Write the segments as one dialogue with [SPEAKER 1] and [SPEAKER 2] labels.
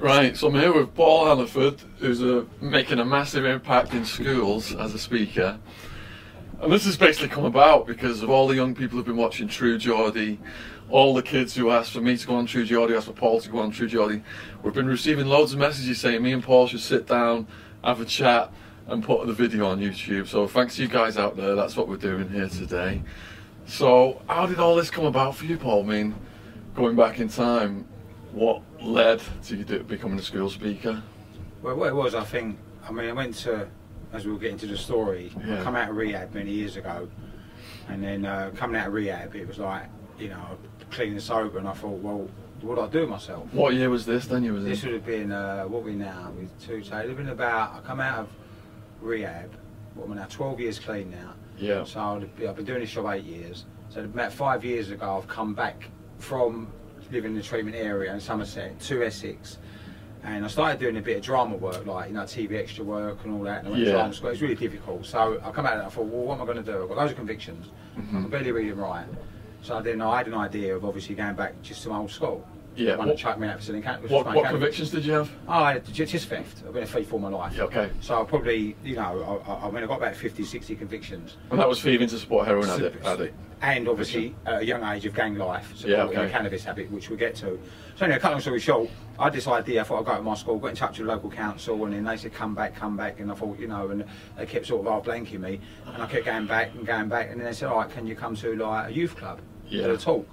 [SPEAKER 1] Right, so I'm here with Paul Hannaford, who's uh, making a massive impact in schools as a speaker. And this has basically come about because of all the young people who've been watching True Geordie, all the kids who asked for me to go on True Geordie, asked for Paul to go on True Geordie. We've been receiving loads of messages saying me and Paul should sit down, have a chat, and put the video on YouTube. So thanks to you guys out there, that's what we're doing here today. So, how did all this come about for you, Paul? I mean, going back in time, what led to you do- becoming a school speaker?
[SPEAKER 2] Well, what it was, I think, I mean, I went to, as we were getting to the story,
[SPEAKER 1] Yeah.
[SPEAKER 2] I come out of rehab many years ago, and then uh, coming out of rehab, it was like, you know, clean and sober, and I thought, well, what do I do with myself?
[SPEAKER 1] What year was this then you was
[SPEAKER 2] This
[SPEAKER 1] in?
[SPEAKER 2] would have been, uh, what we now, with two, so it'd have been about, I come out of rehab, what am I now, 12 years clean now,
[SPEAKER 1] Yeah.
[SPEAKER 2] so I'd be, I've been doing this job eight years, so about five years ago, I've come back from living in the treatment area in Somerset to Essex, and I started doing a bit of drama work, like you know, TV extra work and all that. And I went
[SPEAKER 1] Yeah.
[SPEAKER 2] to drama school. It was really difficult. So I come out and I thought, well, what am I going to do? I've got loads of convictions.
[SPEAKER 1] Mm-hmm.
[SPEAKER 2] I can barely read and write. So then I had an idea of obviously going back just to my old school.
[SPEAKER 1] Yeah,
[SPEAKER 2] One
[SPEAKER 1] what-
[SPEAKER 2] that chucked me out for something.
[SPEAKER 1] What, what convictions did you have?
[SPEAKER 2] Oh, I had ju- just theft. I've been a thief all my life.
[SPEAKER 1] Yeah, okay.
[SPEAKER 2] So I probably, you know, I, I, I mean, I've got about 50, 60 convictions.
[SPEAKER 1] And that was thieving to support heroin
[SPEAKER 2] So-
[SPEAKER 1] addict, addict.
[SPEAKER 2] And obviously, at a young age of gang life, so
[SPEAKER 1] Yeah,
[SPEAKER 2] probably a
[SPEAKER 1] okay.
[SPEAKER 2] cannabis habit, which we'll get to. So, anyway, cut long story short, I had this idea. I thought I'd go to my school, got in touch with the local council, and then they said, come back, come back. And I thought, you know, and they kept sort of half blanking me. And I kept going back and going back. And then they said, all right, can you come to like a youth club?
[SPEAKER 1] Yeah.
[SPEAKER 2] To the talk.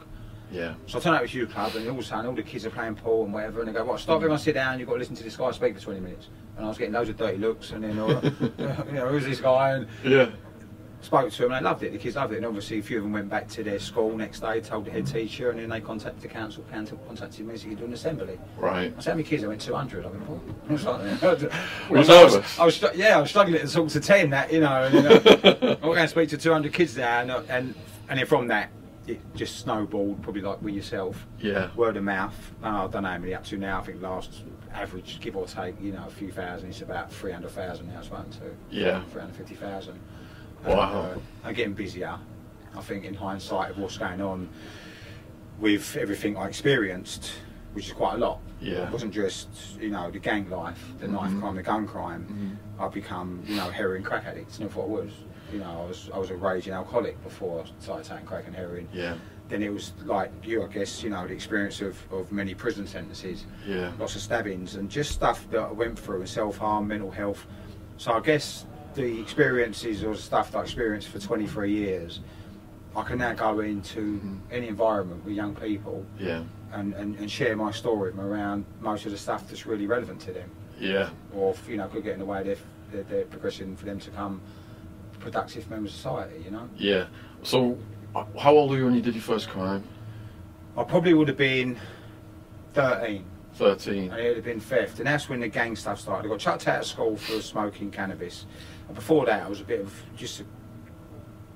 [SPEAKER 1] Yeah.
[SPEAKER 2] So I turned up to youth club, and all of a sudden, all the kids are playing pool and whatever, and they go, "What? Stop everyone, sit down. You've got to listen to this guy speak for 20 minutes." And I was getting loads of dirty looks, and then all, you know, who's this guy? And
[SPEAKER 1] Yeah.
[SPEAKER 2] spoke to them, and they loved it. The kids loved it, and obviously, a few of them went back to their school next day, told the head teacher, and then they contacted the council. Council contacted me, so you do an assembly.
[SPEAKER 1] Right.
[SPEAKER 2] I said, "How many kids?" I went 200. I went, "What?" I was
[SPEAKER 1] Were you
[SPEAKER 2] like, I was- I was-
[SPEAKER 1] nervous?
[SPEAKER 2] I was, str- yeah, I was struggling to talk to 10. That you know, and, uh, you know, I'm going to speak to 200 kids there, and uh, and and then from that, it just snowballed. Probably like with yourself
[SPEAKER 1] Yeah.
[SPEAKER 2] word of mouth. and I don't know how many up to now. I think last average, give or take, you know, a few thousand. It's about three hundred thousand now. It's one, two,
[SPEAKER 1] Yeah.
[SPEAKER 2] three hundred fifty thousand.
[SPEAKER 1] Wow.
[SPEAKER 2] I'm getting busier. I think in hindsight of what's going on with everything I experienced, which is quite a lot.
[SPEAKER 1] Yeah. Mm-hmm.
[SPEAKER 2] It wasn't just you know the gang life, the knife crime, the gun crime. I've become you know heroin crack addict. Never thought I was. You know, I was I was a raging alcoholic before I started taking crack and heroin
[SPEAKER 1] Yeah.
[SPEAKER 2] then it was like you, I guess, you know, the experience of, of many prison sentences,
[SPEAKER 1] Yeah.
[SPEAKER 2] lots of stabbings, and just stuff that I went through and self harm, mental health. So I guess the experiences or stuff that I experienced for 23 years, I can now go into any environment with young people
[SPEAKER 1] Yeah.
[SPEAKER 2] and, and, and share my story with them around most of the stuff that's really relevant to them
[SPEAKER 1] Yeah.
[SPEAKER 2] or, you know, could get in the way of their, their, their progression for them to become productive members of society, you know?
[SPEAKER 1] Yeah. So, uh, how old were you when you did your first crime?
[SPEAKER 2] I probably would have been 13.
[SPEAKER 1] 13.
[SPEAKER 2] and it had been theft, and that's when the gang stuff started. I got chucked out of school for smoking cannabis, and before that, I was a bit of just a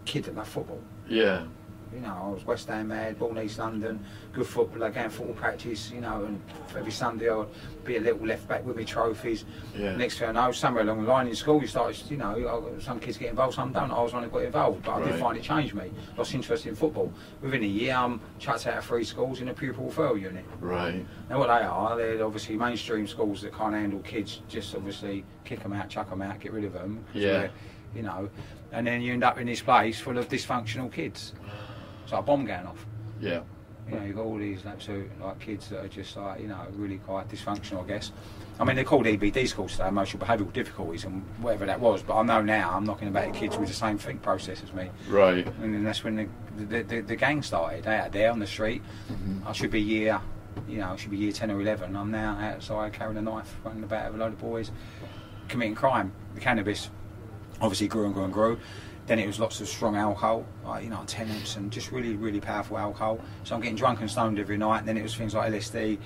[SPEAKER 2] kid that loved football.
[SPEAKER 1] Yeah.
[SPEAKER 2] You know, I was West Ham mad, born East London, good footballer, going football practice, you know, and every Sunday I'd be a little left back with me trophies.
[SPEAKER 1] Yeah.
[SPEAKER 2] Next thing I know, somewhere along the line in school, you started, you know, I- some kids get involved, some don't. I was one that got involved, but I
[SPEAKER 1] Right.
[SPEAKER 2] did find it changed me. Lost interest in football. Within a year, I'm chucked out of three schools in a pupil referral unit.
[SPEAKER 1] Right.
[SPEAKER 2] Now what they are, they're obviously mainstream schools that can't handle kids. Just obviously kick them out, chuck them out, get rid of them.
[SPEAKER 1] Yeah.
[SPEAKER 2] You know, and then you end up in this place full of dysfunctional kids. It's like a bomb going off.
[SPEAKER 1] Yeah.
[SPEAKER 2] You know, you've got all these absolute like kids that are just like you know really quite dysfunctional. I guess. I mean, they're called EBD schools today, emotional behavioural difficulties, and whatever that was. But I know now I'm knocking about kids with the same think process as me.
[SPEAKER 1] Right.
[SPEAKER 2] And then that's when the the, the, the gang started eh, out there on the street. I should be year, you know, I should be year ten or eleven. I'm now outside carrying a knife, running about with a load of boys, committing crime. The cannabis obviously grew and grew and grew. Then it was lots of strong alcohol, like, you know, tenants and just really, really powerful alcohol. So I'm getting drunk and stoned every night. And then it was things like LSD,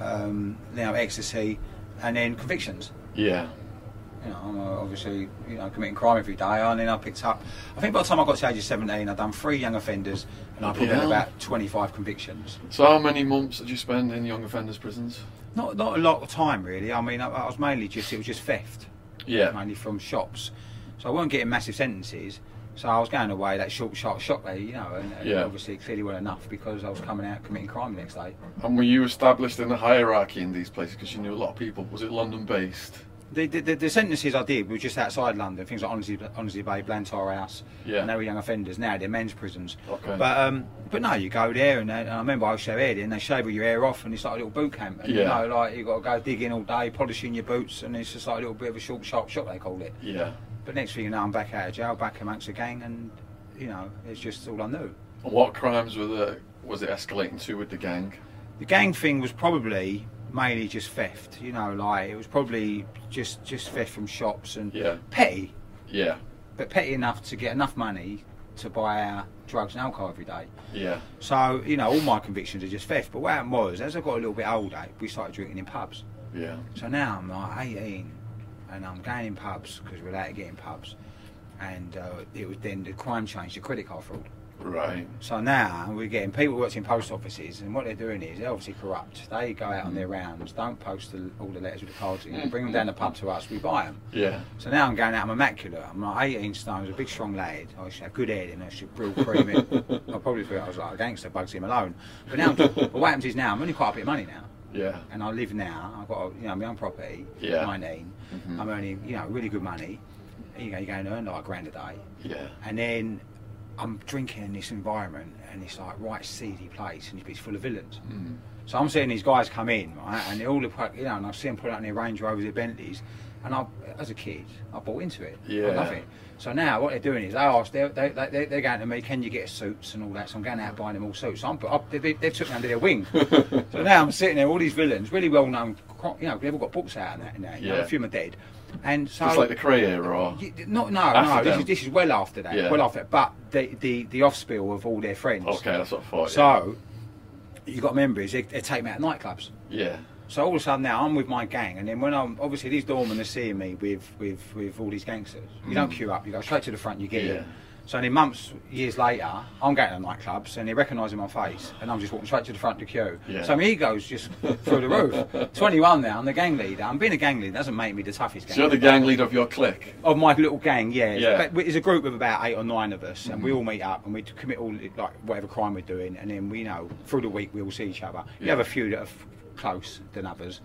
[SPEAKER 2] um, you know, ecstasy, and then convictions
[SPEAKER 1] Yeah.
[SPEAKER 2] you know, I'm uh, obviously, you know, committing crime every day. And then I picked up, I think by the time I got to the age of 17, I'd done three young offenders and I probably
[SPEAKER 1] Yeah.
[SPEAKER 2] had about 25 convictions.
[SPEAKER 1] So, how many months did you spend in young offenders prisons?
[SPEAKER 2] Not, not a lot of time, really. I mean, I, I was mainly just, it was just theft,
[SPEAKER 1] Yeah.
[SPEAKER 2] mainly from shops. So I weren't getting massive sentences, So I was going away that short, sharp shock there, you know, and, and
[SPEAKER 1] Yeah.
[SPEAKER 2] obviously it clearly well enough because I was coming out committing crime the next day.
[SPEAKER 1] And were you established in a hierarchy in these places because you knew a lot of people? Was it London based?
[SPEAKER 2] The, the, the, the sentences I did were just outside London, things like Honesty, Honesty Bay, Blantyre House,
[SPEAKER 1] Yeah.
[SPEAKER 2] and they were young offenders. Now they're men's prisons.
[SPEAKER 1] Okay.
[SPEAKER 2] But um, but no, you go there, and, they, and I remember I was so head, and they shave all your hair off, and it's like a little boot camp. And,
[SPEAKER 1] Yeah.
[SPEAKER 2] You know, like you've got to go digging all day, polishing your boots, and it's just like a little bit of a short, sharp shot, they call it.
[SPEAKER 1] Yeah.
[SPEAKER 2] But next thing you know, I'm back out of jail, back amongst the gang, and, you know, it's just all I knew.
[SPEAKER 1] And what crimes were the was it escalating to with the gang?
[SPEAKER 2] The gang thing was probably mainly just theft, you know, like it was probably just, just theft from shops and
[SPEAKER 1] Yeah.
[SPEAKER 2] petty.
[SPEAKER 1] Yeah.
[SPEAKER 2] but petty enough to get enough money to buy our drugs and alcohol every day.
[SPEAKER 1] Yeah.
[SPEAKER 2] So, you know, all my convictions are just theft. But what happened was, as I got a little bit older, we started drinking in pubs.
[SPEAKER 1] Yeah.
[SPEAKER 2] So now I'm like 18 and I'm going in pubs because we're allowed to get in pubs. And uh, it was then the crime changed to credit card fraud.
[SPEAKER 1] Right.
[SPEAKER 2] So now we're getting people who works in post offices, and what they're doing is they're obviously corrupt. They go out on their rounds, don't post the, all the letters with the cards in, bring them down the pub to us, we buy them.
[SPEAKER 1] Yeah.
[SPEAKER 2] So now I'm going out, I'm immaculate. I'm like 18 stones, a big strong lad. I should have good head and I should brew cream it. I probably thought I was like a gangster, bugs him alone. But now, but what happens is now I'm earning quite a bit of money now.
[SPEAKER 1] Yeah.
[SPEAKER 2] And I live now, I've got, a, you know, my own property,
[SPEAKER 1] Yeah.
[SPEAKER 2] 19.
[SPEAKER 1] Mm-hmm.
[SPEAKER 2] I'm earning, you know, really good money. You know, you're going to earn like a grand a day.
[SPEAKER 1] Yeah.
[SPEAKER 2] And then I'm drinking in this environment and it's like right seedy place and it's full of villains.
[SPEAKER 1] Mm.
[SPEAKER 2] So I'm seeing these guys come in, right, and they all the pro- you know, and I see them put out in their Range Rovers, their Bentleys, and I, as a kid, I bought into it.
[SPEAKER 1] Yeah.
[SPEAKER 2] I love it. So now what they're doing is they ask, they're, they, they, they're- they're going to me, can you get suits and all that? So I'm going out buying them all suits. So I'm, I, they, they, they've took me under their wing. so now I'm sitting there, all these villains, really well known, cro- you know, they've all got books out and that, and that you know,
[SPEAKER 1] Yeah.
[SPEAKER 2] a few of them are dead. And so
[SPEAKER 1] Just like the Cray era. Or,
[SPEAKER 2] Y- Not, no,
[SPEAKER 1] After
[SPEAKER 2] no. This
[SPEAKER 1] them.
[SPEAKER 2] is, this is well after that.
[SPEAKER 1] Yeah.
[SPEAKER 2] Well after that. But the, the, the offspill of all their friends.
[SPEAKER 1] okay, Oh, that's what I thought.
[SPEAKER 2] So, you got to remember is they, they take me out of nightclubs.
[SPEAKER 1] yeah.
[SPEAKER 2] So all of a sudden now I'm with my gang, and then when I'm obviously these doormen are seeing me with with with all these gangsters. You don't queue up. You go straight to the front. You get
[SPEAKER 1] Mm. Yeah.
[SPEAKER 2] in. So then months, years later, I'm going to nightclubs and they're recognising my face, and I'm just walking straight to the front of the queue.
[SPEAKER 1] Yeah.
[SPEAKER 2] So my ego's just through the roof. 21 now, I'm the gang leader. And being a gang leader doesn't make me the toughest
[SPEAKER 1] So
[SPEAKER 2] gang.
[SPEAKER 1] you're the gang leader of your clique.
[SPEAKER 2] Of my little gang, yeah.
[SPEAKER 1] Yeah. Mm-hmm.
[SPEAKER 2] But we- it's a group of about eight or nine of us, and we all meet up and we commit all like whatever crime we're doing, and then we you know through the week we all see each other. You
[SPEAKER 1] Yeah. Mm-hmm.
[SPEAKER 2] have a few that are f- close than others,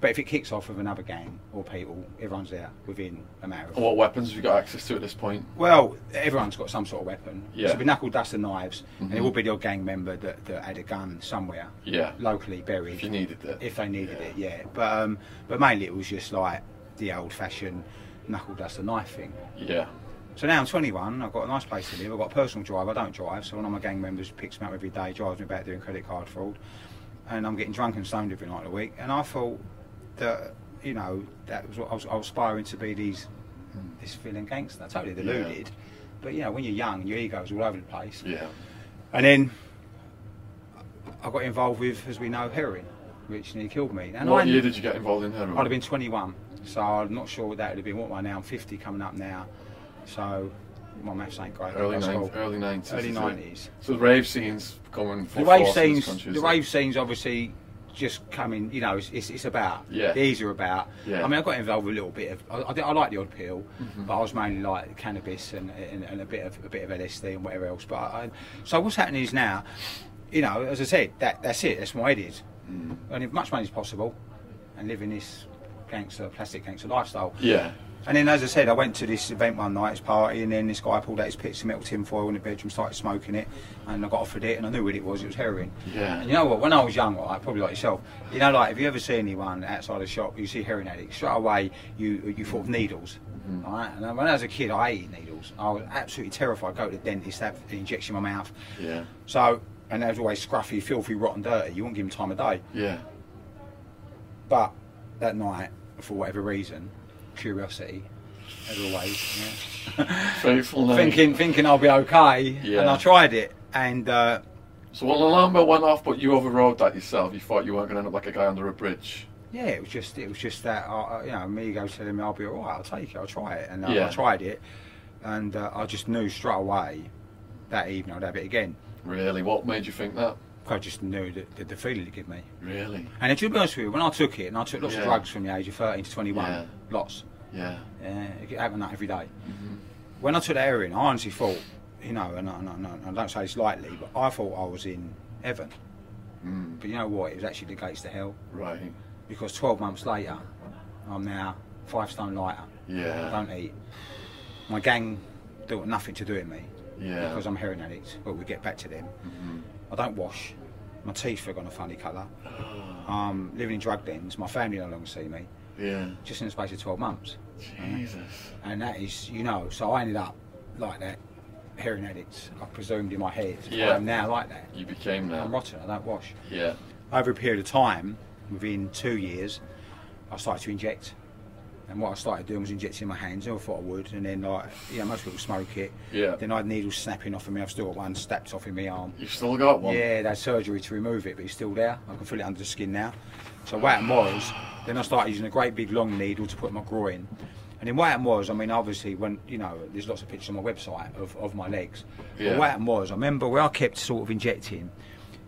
[SPEAKER 2] but if it kicks off with another gang or people, everyone's there within a matter. Of
[SPEAKER 1] And what weapons have you got access to at this point?
[SPEAKER 2] well, everyone's got some sort of weapon.
[SPEAKER 1] Yeah. Mm-hmm.
[SPEAKER 2] So it'll be knuckle dust and knives, and it will be your gang member that, that had a gun somewhere,
[SPEAKER 1] Yeah.
[SPEAKER 2] locally buried
[SPEAKER 1] If you needed it.
[SPEAKER 2] if they needed it, yeah. But um, but mainly it was just like the old-fashioned knuckle dust and knife thing.
[SPEAKER 1] Yeah.
[SPEAKER 2] So now I'm 21, I've got a nice place to live, I've got a personal drive, I don't drive, so one of my gang members picks me up every day, drives me about doing credit card fraud, and I'm getting drunk and stoned every night of the week. And I thought that, you know, that was what I was, I was aspiring to be these, this feeling gangster, totally
[SPEAKER 1] Yeah.
[SPEAKER 2] deluded. But, you know, when you're young, your ego's all over the place.
[SPEAKER 1] Yeah.
[SPEAKER 2] And then I got involved with, as we know, heroin, which nearly killed me. And
[SPEAKER 1] what
[SPEAKER 2] I,
[SPEAKER 1] year did you get involved in heroin?
[SPEAKER 2] I'd have been 21, so I'm not sure what that would have been. What am I now? I'm 50 coming up now, so my maths ain't great.
[SPEAKER 1] early,
[SPEAKER 2] That's
[SPEAKER 1] nine,
[SPEAKER 2] cool.
[SPEAKER 1] early 90s.
[SPEAKER 2] Early
[SPEAKER 1] is it?
[SPEAKER 2] 90s.
[SPEAKER 1] So the rave scene's coming
[SPEAKER 2] The
[SPEAKER 1] full
[SPEAKER 2] rave
[SPEAKER 1] force in this
[SPEAKER 2] scenes,
[SPEAKER 1] country,
[SPEAKER 2] the
[SPEAKER 1] isn't it?
[SPEAKER 2] rave scenes, obviously, just coming. You know, it's, it's, it's about.
[SPEAKER 1] Yeah.
[SPEAKER 2] These are about.
[SPEAKER 1] Yeah. Mm-hmm.
[SPEAKER 2] I mean, I got involved with a little bit of. I, I, did- I like the odd pill, but I was mainly like cannabis and, and, and a bit of a bit of LSD and whatever else. But I, I- so what's happening is now, you know, as I said, that that's it. That's my head is.
[SPEAKER 1] Mm.
[SPEAKER 2] And if much money is possible, and living this gangster, plastic gangster lifestyle.
[SPEAKER 1] Yeah.
[SPEAKER 2] And then, as I said, I went to this event one night, his party, and then this guy pulled out his pits of metal tinfoil in the bedroom, started smoking it, and I got offered it, and I knew what it was. It was heroin.
[SPEAKER 1] Yeah.
[SPEAKER 2] And you know what? When I was young, right, probably like yourself, you know, like if you ever see anyone outside a shop, you see heroin addicts straight away. You you thought of needles, all right? And when I was a kid, I hated needles. I was absolutely terrified. Go to the dentist, have an injection in my mouth.
[SPEAKER 1] Yeah.
[SPEAKER 2] So, and they was always scruffy, filthy, rotten, dirty. You wouldn't give them time of day.
[SPEAKER 1] Yeah.
[SPEAKER 2] But that night, for whatever reason, curiosity, as always, yeah.
[SPEAKER 1] Faithful night.
[SPEAKER 2] thinking thinking I'll be okay, and
[SPEAKER 1] Yeah.
[SPEAKER 2] I tried it, and uh,
[SPEAKER 1] So well, the alarm bell went off, but you overrode that yourself. You thought you weren't going to end up like a guy under a bridge.
[SPEAKER 2] yeah, it was just it was just that uh, you know me go telling me I'll be alright, I'll take it, I'll try it, and uh,
[SPEAKER 1] Yeah.
[SPEAKER 2] I tried it, and uh, I just knew straight away that evening I'd have it again.
[SPEAKER 1] Really? What made you think that?
[SPEAKER 2] I just knew that, that the feeling it gave me.
[SPEAKER 1] Really?
[SPEAKER 2] And to be honest with you, when I took it, and I took lots
[SPEAKER 1] Yeah.
[SPEAKER 2] of drugs from the age of 13 to 21,
[SPEAKER 1] Yeah.
[SPEAKER 2] lots,
[SPEAKER 1] Yeah.
[SPEAKER 2] yeah, it happened that every day. when I took that heroin, I honestly thought, you know, and I, and I, and I- I don't say this lightly, but I thought I was in heaven.
[SPEAKER 1] Mm,
[SPEAKER 2] But you know what? It was actually the gates to hell
[SPEAKER 1] right.
[SPEAKER 2] because 12 months later, I'm now five stone lighter. I
[SPEAKER 1] Yeah.
[SPEAKER 2] don't eat. My gang do got nothing to do with me
[SPEAKER 1] Yeah.
[SPEAKER 2] because I'm a heroin addict. But we get back to them.
[SPEAKER 1] Mhm.
[SPEAKER 2] I don't wash. My teeth are gone a funny colour. Um, living in drug dens. My family no longer see me.
[SPEAKER 1] Yeah.
[SPEAKER 2] Just in the space of 12 months.
[SPEAKER 1] Jesus.
[SPEAKER 2] And that is, you know, so I ended up like that. Heroin addict, I presumed in my head.
[SPEAKER 1] Yeah.
[SPEAKER 2] I am now like that.
[SPEAKER 1] You became
[SPEAKER 2] I'm
[SPEAKER 1] that.
[SPEAKER 2] rotten, I don't wash.
[SPEAKER 1] Yeah.
[SPEAKER 2] Over a period of time, within two years, I started to inject. And what I started doing was injecting my hands, I thought I would, and then like, you know, most people smoke it.
[SPEAKER 1] Yeah.
[SPEAKER 2] Then I had needles snapping off of me, I've still got one stabbed off in my arm.
[SPEAKER 1] You've still got one.
[SPEAKER 2] Yeah, they had surgery to remove it, but it's still there. I can feel it under the skin now. So what happened was, then I started using a great big long needle to put in my groin. And then what happened was, I mean, obviously, when you know, there's lots of pictures on my website of, of my legs.
[SPEAKER 1] Yeah.
[SPEAKER 2] But what happened was, I remember where I kept sort of injecting.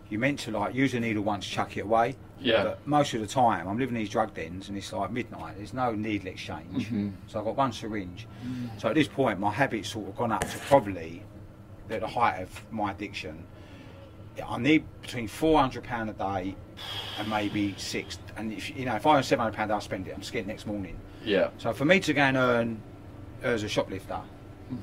[SPEAKER 2] You meant to like use a needle once, chuck it away.
[SPEAKER 1] Yeah.
[SPEAKER 2] But most of the time, I'm living in these drug dens, and it's like midnight. There's no needle exchange. So I've got one syringe. So at this point, my habit's sort of gone up to probably at the height of my addiction. I need between four hundred pound a day and maybe six. And if you know, if I earn seven hundred pound, I'll spend it. I'm scared next morning.
[SPEAKER 1] Yeah.
[SPEAKER 2] So for me to go and earn as a shoplifter,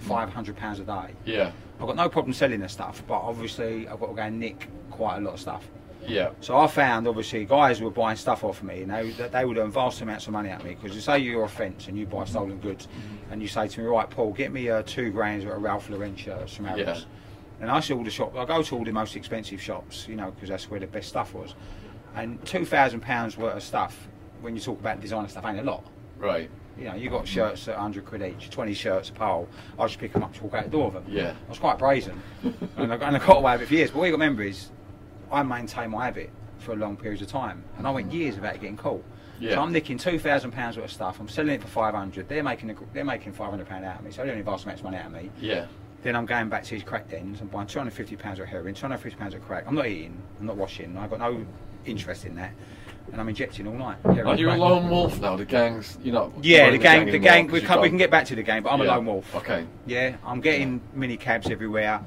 [SPEAKER 2] hundred pounds a day,
[SPEAKER 1] Yeah.
[SPEAKER 2] I've got no problem selling the stuff. But obviously, I've got to go and nick quite a lot of stuff.
[SPEAKER 1] Yeah.
[SPEAKER 2] So I found obviously guys were buying stuff off me, and they that they would earn vast amounts of money at me because you say you're a fence and you buy stolen goods, and you say to me, right, Paul, get me uh, two grand at a Ralph Lauren shirts from Harrods. And I see all the shop. I go to all the most expensive shops, you know, because that's where the best stuff was. And two thousand pounds worth of stuff, when you talk about designer stuff, ain't a lot.
[SPEAKER 1] Right.
[SPEAKER 2] You know, you got shirts at 100 quid each, 20 shirts a pole. I just pick them up to walk out the door with them.
[SPEAKER 1] Yeah.
[SPEAKER 2] I was quite brazen. and, I, and I got away with it for years. But what you got to remember is I maintained my habit for long periods of time. And I went years without getting caught.
[SPEAKER 1] Mm. Yeah.
[SPEAKER 2] So I'm nicking £2,000 worth of stuff. I'm selling it for 500 They're making a, gr- they're making £500 out of me. So they don't invest much money out of me.
[SPEAKER 1] Yeah.
[SPEAKER 2] Then I'm going back to these crack dens and buying 250 pounds of heroin, 250 pounds of crack. I'm not eating, I'm not washing. I've got no interest in that. And I'm injecting all night. Heroin,
[SPEAKER 1] Are you a
[SPEAKER 2] crack.
[SPEAKER 1] lone wolf now? The gangs, you know.
[SPEAKER 2] Yeah, the gang, the
[SPEAKER 1] anymore
[SPEAKER 2] gang.
[SPEAKER 1] 'cause
[SPEAKER 2] We
[SPEAKER 1] you've
[SPEAKER 2] can, we
[SPEAKER 1] got-
[SPEAKER 2] can get back to the game, but I'm
[SPEAKER 1] Yeah,
[SPEAKER 2] a lone wolf.
[SPEAKER 1] Okay.
[SPEAKER 2] Yeah, I'm getting mini cabs everywhere.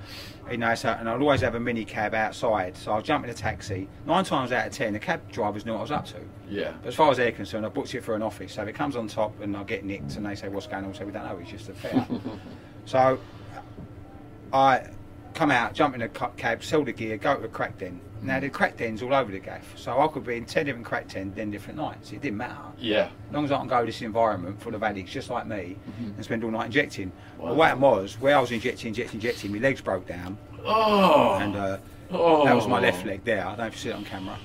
[SPEAKER 2] You know, so, and I'll always have a mini cab outside. So I'll jump in a taxi. Nine times out of ten, the cab drivers knew what I was up to.
[SPEAKER 1] Yeah.
[SPEAKER 2] But as far as they're concerned, I booked it for an office. So if it comes on top and I get nicked and they say, what's going on? So we don't know, it's just a fare. so I come out, jump in a cu- cab, sell the gear, go to the crack den. Now, the crack den's all over the gaff. So I could be in 10 different crack dens, 10 different nights. It didn't matter.
[SPEAKER 1] Yeah.
[SPEAKER 2] As long as I can go to this environment full of addicts just like me and spend all night injecting.
[SPEAKER 1] Mm-hmm. Wow.
[SPEAKER 2] But what happened was, where I was injecting, injecting, injecting, my legs broke down
[SPEAKER 1] Oh.
[SPEAKER 2] and uh,
[SPEAKER 1] oh.
[SPEAKER 2] that was my left leg there. I don't know if you see it on camera.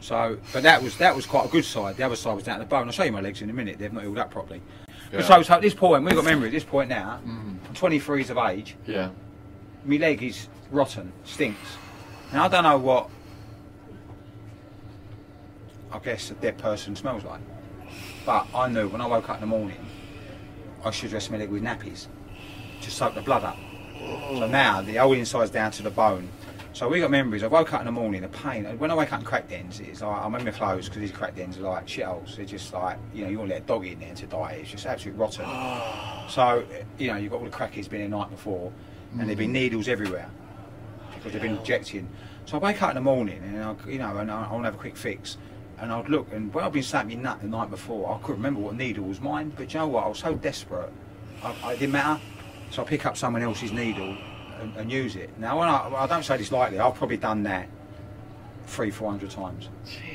[SPEAKER 2] So, but that was that was quite a good side. The other side was down the bone. I'll show you my legs in a minute. They've not healed up properly.
[SPEAKER 1] Yeah. Mm-hmm.
[SPEAKER 2] But so, so at this point, we've got memory. At this point now, I'm 23 years of age.
[SPEAKER 1] Yeah.
[SPEAKER 2] My leg is rotten, stinks. Now I don't know what. I guess a dead person smells like, but I knew when I woke up in the morning, I should dress my leg with nappies to soak the blood up. So now the whole inside's down to the bone. So we got memories. I woke up in the morning, the pain. and When I wake up in crack dens, it's like I'm in my clothes because these crack dens are like shitholes. They're just like you know you want to let a dog in there to die. It's just absolutely rotten. so you know you've got all the crackheads been in the night before, and there've been needles everywhere because they've been injecting. So I wake up in the morning and I, you know, and I, I want to have a quick fix. And I'd look, and when I'd been sat me nut the night before, I couldn't remember what needle was mine. But you know what? I was so desperate, I, I it didn't matter. So I pick up someone else's needle and, and use it. Now, when I, I don't say this lightly. I've probably done that three, four hundred times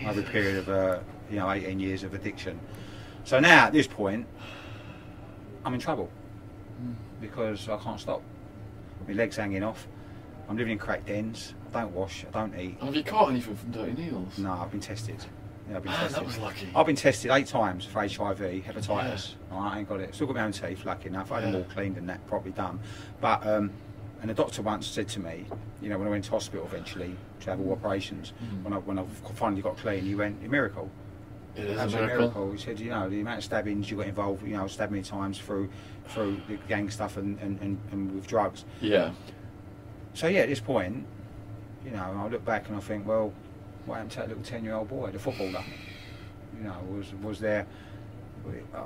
[SPEAKER 2] over a period of uh, you know eighteen years of addiction. So now at this point, I'm in trouble
[SPEAKER 1] Mm.
[SPEAKER 2] because I can't stop. My legs hanging off. I'm living in crack dens. I don't wash. I don't eat.
[SPEAKER 1] Have Oh, you caught anything from Dirty Needles?
[SPEAKER 2] No, I've been tested. Yeah, I've been
[SPEAKER 1] Man,
[SPEAKER 2] tested.
[SPEAKER 1] Ah, that was lucky.
[SPEAKER 2] I've been tested eight times for HIV, hepatitis. Alright, I ain't got it. Still got my own teeth, lucky enough. I had
[SPEAKER 1] Yeah.
[SPEAKER 2] them all cleaned and that, probably done. But, um, and the doctor once said to me, you know, when I went to hospital eventually to have all operations,
[SPEAKER 1] Mhm.
[SPEAKER 2] when I when I finally got clean, he went, a miracle.
[SPEAKER 1] It is a
[SPEAKER 2] Absolute
[SPEAKER 1] miracle.
[SPEAKER 2] miracle. He said, you know, the amount of stabbings you got involved, you know, stabbed many times through through the gang stuff and, and, and, and with drugs.
[SPEAKER 1] Yeah.
[SPEAKER 2] So yeah, at this point, you know, I look back and I think, well, what happened to that little ten-year-old boy, the footballer? You know, was was there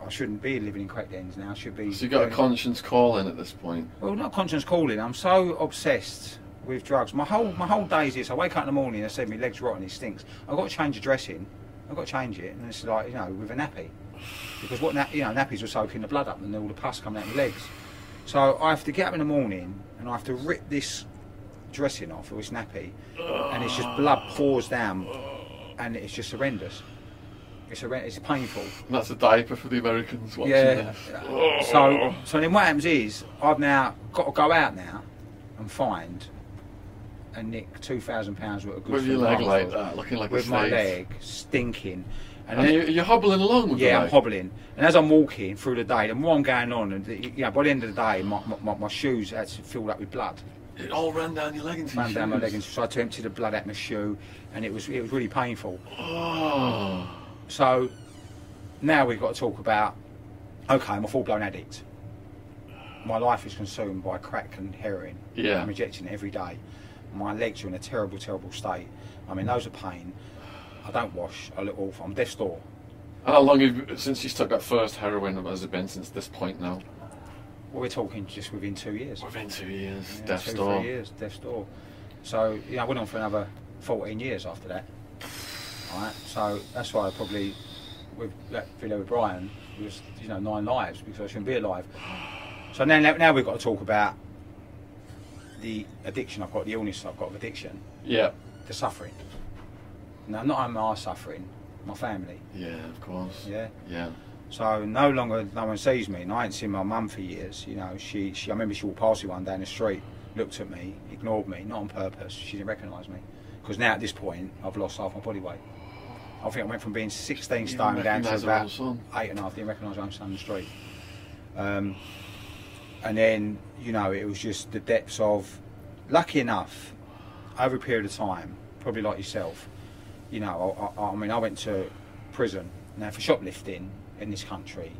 [SPEAKER 2] I shouldn't be living in cracked ends now. I should be.
[SPEAKER 1] So you got a conscience calling at this point.
[SPEAKER 2] Well, not conscience calling. I'm so obsessed with drugs. My whole my whole day is this. I wake up in the morning and I say my legs rotten. It stinks. I've got to change the dressing. I've got to change it, and it's like you know with a nappy, because what na- you know nappies were soaking the blood up and all the pus coming out my legs. So I have to get up in the morning and I have to rip this dressing off or this nappy, and it's just blood pours down, and it's just horrendous. It's horrendous. It's painful.
[SPEAKER 1] And that's a diaper for the Americans watching
[SPEAKER 2] Yeah. Oh.
[SPEAKER 1] this. Oh.
[SPEAKER 2] So, so then what happens is I've now got to go out now and find and nick two thousand pounds worth of goods.
[SPEAKER 1] With
[SPEAKER 2] from
[SPEAKER 1] your
[SPEAKER 2] the
[SPEAKER 1] leg
[SPEAKER 2] market.
[SPEAKER 1] like that, looking like a
[SPEAKER 2] with my
[SPEAKER 1] snake.
[SPEAKER 2] leg stinking, and,
[SPEAKER 1] And
[SPEAKER 2] then,
[SPEAKER 1] you, you're hobbling along with
[SPEAKER 2] yeah,
[SPEAKER 1] the
[SPEAKER 2] I'm
[SPEAKER 1] leg.
[SPEAKER 2] hobbling. And as I'm walking through the day, the more I'm going on, and the- you know, by the end of the day, my, my, my, my shoes had to filled up with blood.
[SPEAKER 1] It all ran down your leg into your
[SPEAKER 2] Ran down my
[SPEAKER 1] shoes.
[SPEAKER 2] leg and tried to empty the blood out my shoe, and it was it was really painful.
[SPEAKER 1] Oh.
[SPEAKER 2] So now we've got to talk about okay, I'm a full blown addict. My life is consumed by crack and heroin.
[SPEAKER 1] Yeah.
[SPEAKER 2] I'm injecting it every day. My legs are in a terrible, terrible state. I'm in loads of pain. I don't wash. I look awful. I'm death's door.
[SPEAKER 1] How long have you, since you took that first heroin has it been since this point now?
[SPEAKER 2] Well, we're talking just within two years.
[SPEAKER 1] Within two years,
[SPEAKER 2] Yeah,
[SPEAKER 1] death
[SPEAKER 2] two,
[SPEAKER 1] store.
[SPEAKER 2] Three years, death's door. So yeah, I went on for another 14 years after that. All right. So that's why I probably with that video with Brian it was you know nine lives because I shouldn't be alive. So now now, now we've got to talk about the addiction I've got, the illness I've got of addiction,
[SPEAKER 1] Yeah,
[SPEAKER 2] the suffering. Now not only my suffering, my family.
[SPEAKER 1] yeah, of course.
[SPEAKER 2] Yeah.
[SPEAKER 1] yeah.
[SPEAKER 2] So no longer no one sees me, and I ain't seen my mum for years. You know, she, she I remember she walked past me one day in the street, looked at me, ignored me, not on purpose. She didn't recognise me because now at this point I've lost half my body weight. I think I went from being 16
[SPEAKER 1] You
[SPEAKER 2] stone down to
[SPEAKER 1] recognise her own
[SPEAKER 2] about
[SPEAKER 1] son.
[SPEAKER 2] eight and a half. Didn't recognise my own son in the street. Um, and then you know it was just the depths of. Lucky enough, over a period of time, probably like yourself, you know, I, I, I mean, I went to prison now for shoplifting in this country,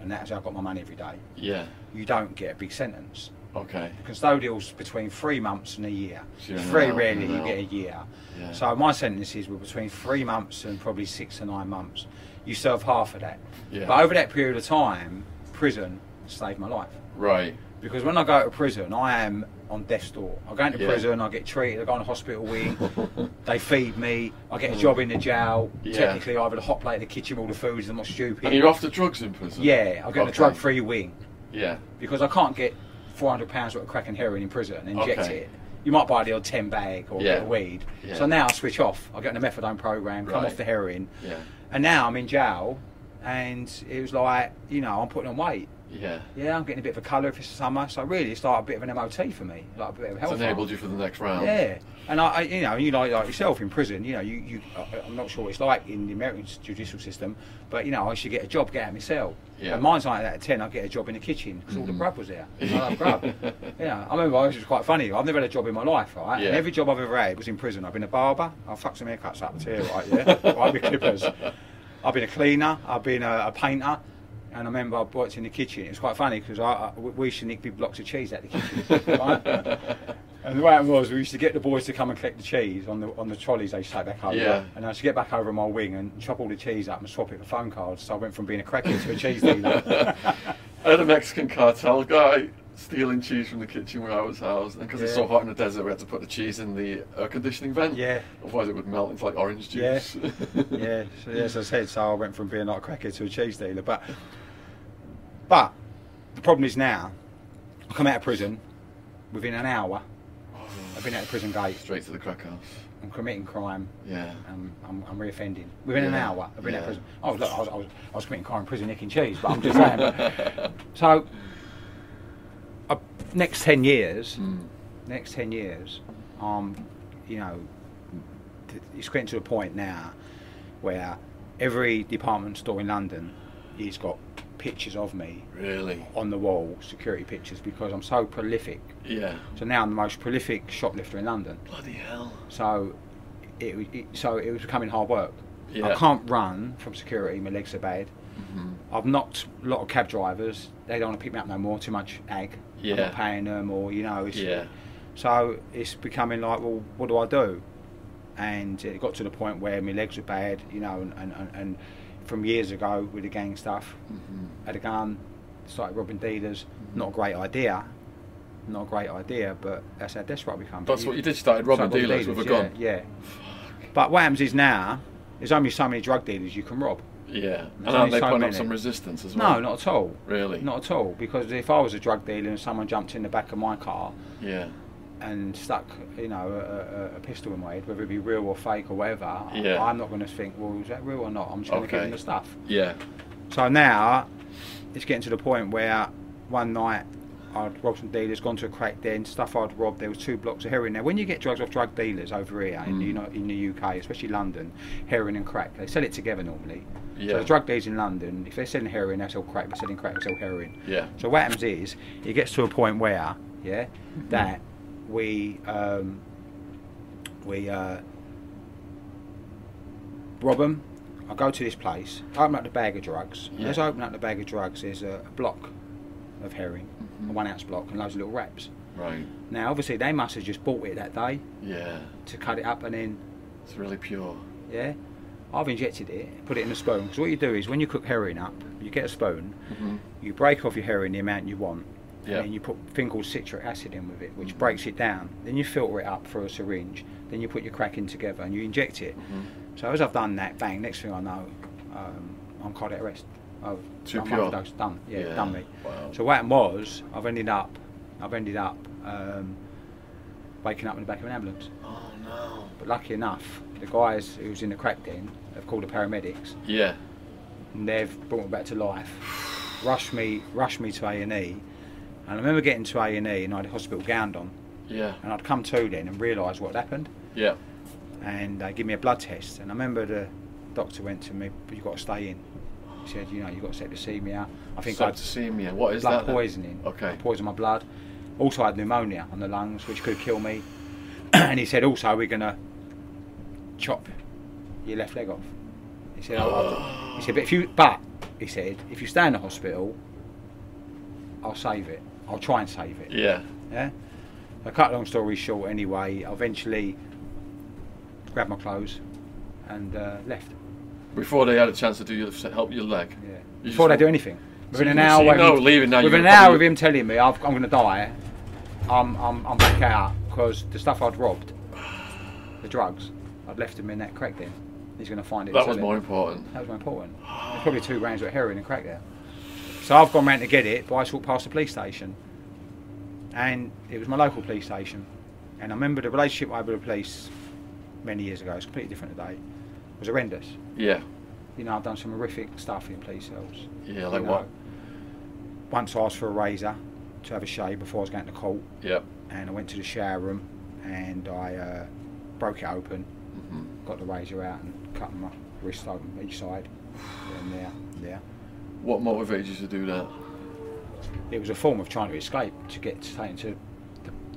[SPEAKER 2] and that's how I got my money every day.
[SPEAKER 1] Yeah,
[SPEAKER 2] You don't get a big sentence.
[SPEAKER 1] okay.
[SPEAKER 2] Custodial's between three months and a year.
[SPEAKER 1] So you're in
[SPEAKER 2] it's
[SPEAKER 1] and
[SPEAKER 2] very
[SPEAKER 1] out,
[SPEAKER 2] rarely
[SPEAKER 1] in
[SPEAKER 2] you
[SPEAKER 1] and
[SPEAKER 2] get a
[SPEAKER 1] out.
[SPEAKER 2] year.
[SPEAKER 1] Yeah.
[SPEAKER 2] So my sentences were between three months and probably six to nine months. You serve half of that.
[SPEAKER 1] Yeah.
[SPEAKER 2] But over that period of time, prison saved my life.
[SPEAKER 1] Right.
[SPEAKER 2] Because when I go to prison, I am on death's door. I go into
[SPEAKER 1] Yeah.
[SPEAKER 2] prison, I get treated, I go on a hospital wing, they feed me, I get a job in the jail.
[SPEAKER 1] Mm. Yeah.
[SPEAKER 2] Technically, I have a hot plate in the kitchen, all the food's, I'm not stupid.
[SPEAKER 1] And you're off the drugs in prison?
[SPEAKER 2] yeah, I get on a
[SPEAKER 1] Okay.
[SPEAKER 2] drug free wing
[SPEAKER 1] Yeah,
[SPEAKER 2] because I can't get £400 worth of crack and heroin in prison and inject
[SPEAKER 1] Okay.
[SPEAKER 2] it. You might buy the odd 10 bag or
[SPEAKER 1] Yeah.
[SPEAKER 2] a bit of weed.
[SPEAKER 1] Yeah.
[SPEAKER 2] So now I switch off, I get on a methadone program, come
[SPEAKER 1] Right.
[SPEAKER 2] off the heroin,
[SPEAKER 1] yeah,
[SPEAKER 2] and now I'm in jail. And it was like, you know, I'm putting on weight.
[SPEAKER 1] yeah.
[SPEAKER 2] Yeah, I'm getting a bit of a colour if it's summer. So really, it's like a bit of an MOT for me, like a bit of
[SPEAKER 1] It's
[SPEAKER 2] health.
[SPEAKER 1] enabled you for the next round.
[SPEAKER 2] Yeah, and I, I, you know, you know, like yourself in prison, you know, you, you, I- I'm not sure what it's like in the American judicial system, but you know, I should get a job, get out of my cell.
[SPEAKER 1] Yeah. Mm-hmm.
[SPEAKER 2] And mine's like that at ten, I get a job in the kitchen because all the grub was there. I love grub. Yeah, I remember it was quite funny. I've never had a job in my life, right?
[SPEAKER 1] Yeah.
[SPEAKER 2] And every job I've ever had was in prison. I've been a barber. I fucked some haircuts up to here, right? Yeah, I've been clippers. I've been a cleaner. I've been a, a painter. And I remember I worked in the kitchen. It was quite funny because I, I, we used to nick big blocks of cheese out the kitchen. right? And the way it was, we used to get the boys to come and collect the cheese on the on the trolleys they used to take back over.
[SPEAKER 1] Yeah.
[SPEAKER 2] And I used to get back over in my wing and chop all the cheese up and swap it for phone cards. So I went from being a cracker to a cheese dealer.
[SPEAKER 1] I had a Mexican cartel guy stealing cheese from the kitchen where I was housed, and because it's
[SPEAKER 2] Yeah.
[SPEAKER 1] so hot in the desert, we had to put the cheese in the air conditioning vent.
[SPEAKER 2] Yeah.
[SPEAKER 1] Otherwise, it would melt into like orange
[SPEAKER 2] Yeah.
[SPEAKER 1] juice.
[SPEAKER 2] yeah, so, yeah, as I said, so I went from being like a cracker to a cheese dealer. But but the problem is now, I come out of prison within an hour. I've been out of prison gate.
[SPEAKER 1] Straight to the crack house.
[SPEAKER 2] I'm committing crime.
[SPEAKER 1] Yeah.
[SPEAKER 2] I'm, I'm, I'm reoffending. Within an
[SPEAKER 1] Yeah.
[SPEAKER 2] hour, I've been out
[SPEAKER 1] Yeah.
[SPEAKER 2] of prison. Oh, look, I was, I, was, I was committing crime in prison, nicking cheese, but I'm just saying. but- so, uh, next 10 years,
[SPEAKER 1] Mm.
[SPEAKER 2] next 10 years, um, you know, th- it's getting to a point now where every department store in London has got pictures of me
[SPEAKER 1] Really?
[SPEAKER 2] on the wall, security pictures, because I'm so prolific.
[SPEAKER 1] Yeah.
[SPEAKER 2] So now I'm the most prolific shoplifter in London.
[SPEAKER 1] Bloody hell.
[SPEAKER 2] So it, it so it was becoming hard work.
[SPEAKER 1] Yeah.
[SPEAKER 2] I can't run from security. My legs are bad.
[SPEAKER 1] Mhm.
[SPEAKER 2] I've knocked a lot of cab drivers. They don't want to pick me up no more. Too much ag. I'm
[SPEAKER 1] Yeah.
[SPEAKER 2] not paying them, or you know. It's,
[SPEAKER 1] Yeah.
[SPEAKER 2] So it's becoming like, well, what do I do? And it got to the point where my legs were bad, you know, and and, and, and from years ago with the gang stuff. Had a gun, started robbing dealers.
[SPEAKER 1] Mm-hmm.
[SPEAKER 2] Not a great idea. Not a great idea, but that's how desperate I become. But
[SPEAKER 1] That's what you did. Started robbing
[SPEAKER 2] started
[SPEAKER 1] dealers with a gun.
[SPEAKER 2] Yeah. yeah. But what happens is now, there's only so many drug dealers you can rob.
[SPEAKER 1] Yeah. And
[SPEAKER 2] There's
[SPEAKER 1] are
[SPEAKER 2] only
[SPEAKER 1] they
[SPEAKER 2] so
[SPEAKER 1] putting up
[SPEAKER 2] many.
[SPEAKER 1] some resistance as well?
[SPEAKER 2] No, not at all.
[SPEAKER 1] really.
[SPEAKER 2] Not at all. Because if I was a drug dealer and someone jumped in the back of my car
[SPEAKER 1] Yeah.
[SPEAKER 2] and stuck, you know, a- a, a, a pistol in my head, whether it be real or fake or whatever,
[SPEAKER 1] Yeah.
[SPEAKER 2] I'm not going to think, well, is that real or not? I'm just going to give
[SPEAKER 1] Okay.
[SPEAKER 2] them the stuff.
[SPEAKER 1] Yeah.
[SPEAKER 2] So now it's getting to the point where one night I'd robbed some dealers, gone to a crack den, stuff I'd robbed. There was two blocks of heroin. Now, when you get drugs off drug dealers over here
[SPEAKER 1] Mm.
[SPEAKER 2] in, the, you know, in the UK, especially London, heroin and crack, they sell it together normally. So
[SPEAKER 1] Yeah.
[SPEAKER 2] the drug dealers in London, if they're selling heroin, they sell crack. If they're selling crack, they sell heroin.
[SPEAKER 1] Yeah.
[SPEAKER 2] So what happens is it gets to a point where yeah that we um, we uh, rob 'em. I go to this place, open up the bag of drugs.
[SPEAKER 1] Yeah.
[SPEAKER 2] As I open up the bag of drugs, there's a, a block of herring, a one ounce block, and loads of little wraps.
[SPEAKER 1] Right.
[SPEAKER 2] Now, obviously, they must have just bought it that day
[SPEAKER 1] Yeah.
[SPEAKER 2] to cut it up and then
[SPEAKER 1] It's really pure.
[SPEAKER 2] yeah. I've injected it, put it in a spoon. Because what you do is when you cook heroin up, you get a spoon, you break off your heroin the amount you want,
[SPEAKER 1] Yeah. Mm.
[SPEAKER 2] and then you put a thing called citric acid in with it, which breaks it down. Then you filter it up through a syringe. Then you put your crack in together and you inject it. So as I've done that, bang! Next thing I know, um, I'm cardiac arrest. I've
[SPEAKER 1] Too
[SPEAKER 2] I'm
[SPEAKER 1] pure.
[SPEAKER 2] overdosed, done. Yeah,
[SPEAKER 1] Yeah,
[SPEAKER 2] done me.
[SPEAKER 1] wow.
[SPEAKER 2] So what happened was, I've ended up, I've ended up um, waking up in the back of an ambulance.
[SPEAKER 1] Oh no.
[SPEAKER 2] But lucky enough, the guys who was in the crack den have called the paramedics
[SPEAKER 1] Yeah.
[SPEAKER 2] and they've brought me back to life. Rushed me, rushed me to A and E, and I remember getting to A and E and I had a hospital gown on,
[SPEAKER 1] Yeah.
[SPEAKER 2] and I'd come to then and realised what had happened,
[SPEAKER 1] Yeah.
[SPEAKER 2] and they give me a blood test, and I remember the doctor went to me, but you got to stay in. He said, you know, you got septicemia. I think I'd
[SPEAKER 1] Septicemia. What is
[SPEAKER 2] blood
[SPEAKER 1] that? then?
[SPEAKER 2] poisoning.
[SPEAKER 1] Okay.
[SPEAKER 2] Poison my blood. Also, I had pneumonia on the lungs, which could kill me. and he said, also, we're going to chop your left leg off. He said, "Oh, "I'll-
[SPEAKER 1] Uh,
[SPEAKER 2] I'll-" he said, but if you, but, he said, if you stay in the hospital, I'll save it. I'll try and save it.
[SPEAKER 1] Yeah.
[SPEAKER 2] Yeah. I cut a long story short anyway. I eventually grabbed my clothes and uh, left.
[SPEAKER 1] Before they had a chance to do your help your leg.
[SPEAKER 2] Yeah.
[SPEAKER 1] You
[SPEAKER 2] Before they
[SPEAKER 1] just-
[SPEAKER 2] do anything. Within
[SPEAKER 1] you-
[SPEAKER 2] an
[SPEAKER 1] so
[SPEAKER 2] hour,
[SPEAKER 1] you
[SPEAKER 2] with
[SPEAKER 1] know
[SPEAKER 2] him-
[SPEAKER 1] leaving now you're
[SPEAKER 2] within an
[SPEAKER 1] gonna
[SPEAKER 2] hour
[SPEAKER 1] probably-
[SPEAKER 2] of him telling me I've, I'm going to die, I'm, I'm, I'm back out because the stuff I'd robbed, the drugs, I'd left him in that crack den. He's going to find it. and
[SPEAKER 1] That
[SPEAKER 2] sell
[SPEAKER 1] was
[SPEAKER 2] it.
[SPEAKER 1] more important.
[SPEAKER 2] That was more important. There's probably two grams of heroin and crack there. So I've gone round to get it, but I walked past the police station, and it was my local police station. And I remember the relationship I had with the police many years ago. It's completely different today. was horrendous
[SPEAKER 1] Yeah.
[SPEAKER 2] you know, I've done some horrific stuff in police cells.
[SPEAKER 1] Yeah, like
[SPEAKER 2] You
[SPEAKER 1] what?
[SPEAKER 2] Once I asked for a razor to have a shave before I was going to court,
[SPEAKER 1] Yeah.
[SPEAKER 2] and I went to the shower room and I uh, broke it open,
[SPEAKER 1] Mm-hmm.
[SPEAKER 2] got the razor out and cut my wrist open each side, and there, there.
[SPEAKER 1] What motivates you to do that?
[SPEAKER 2] It was a form of trying to escape to get taken to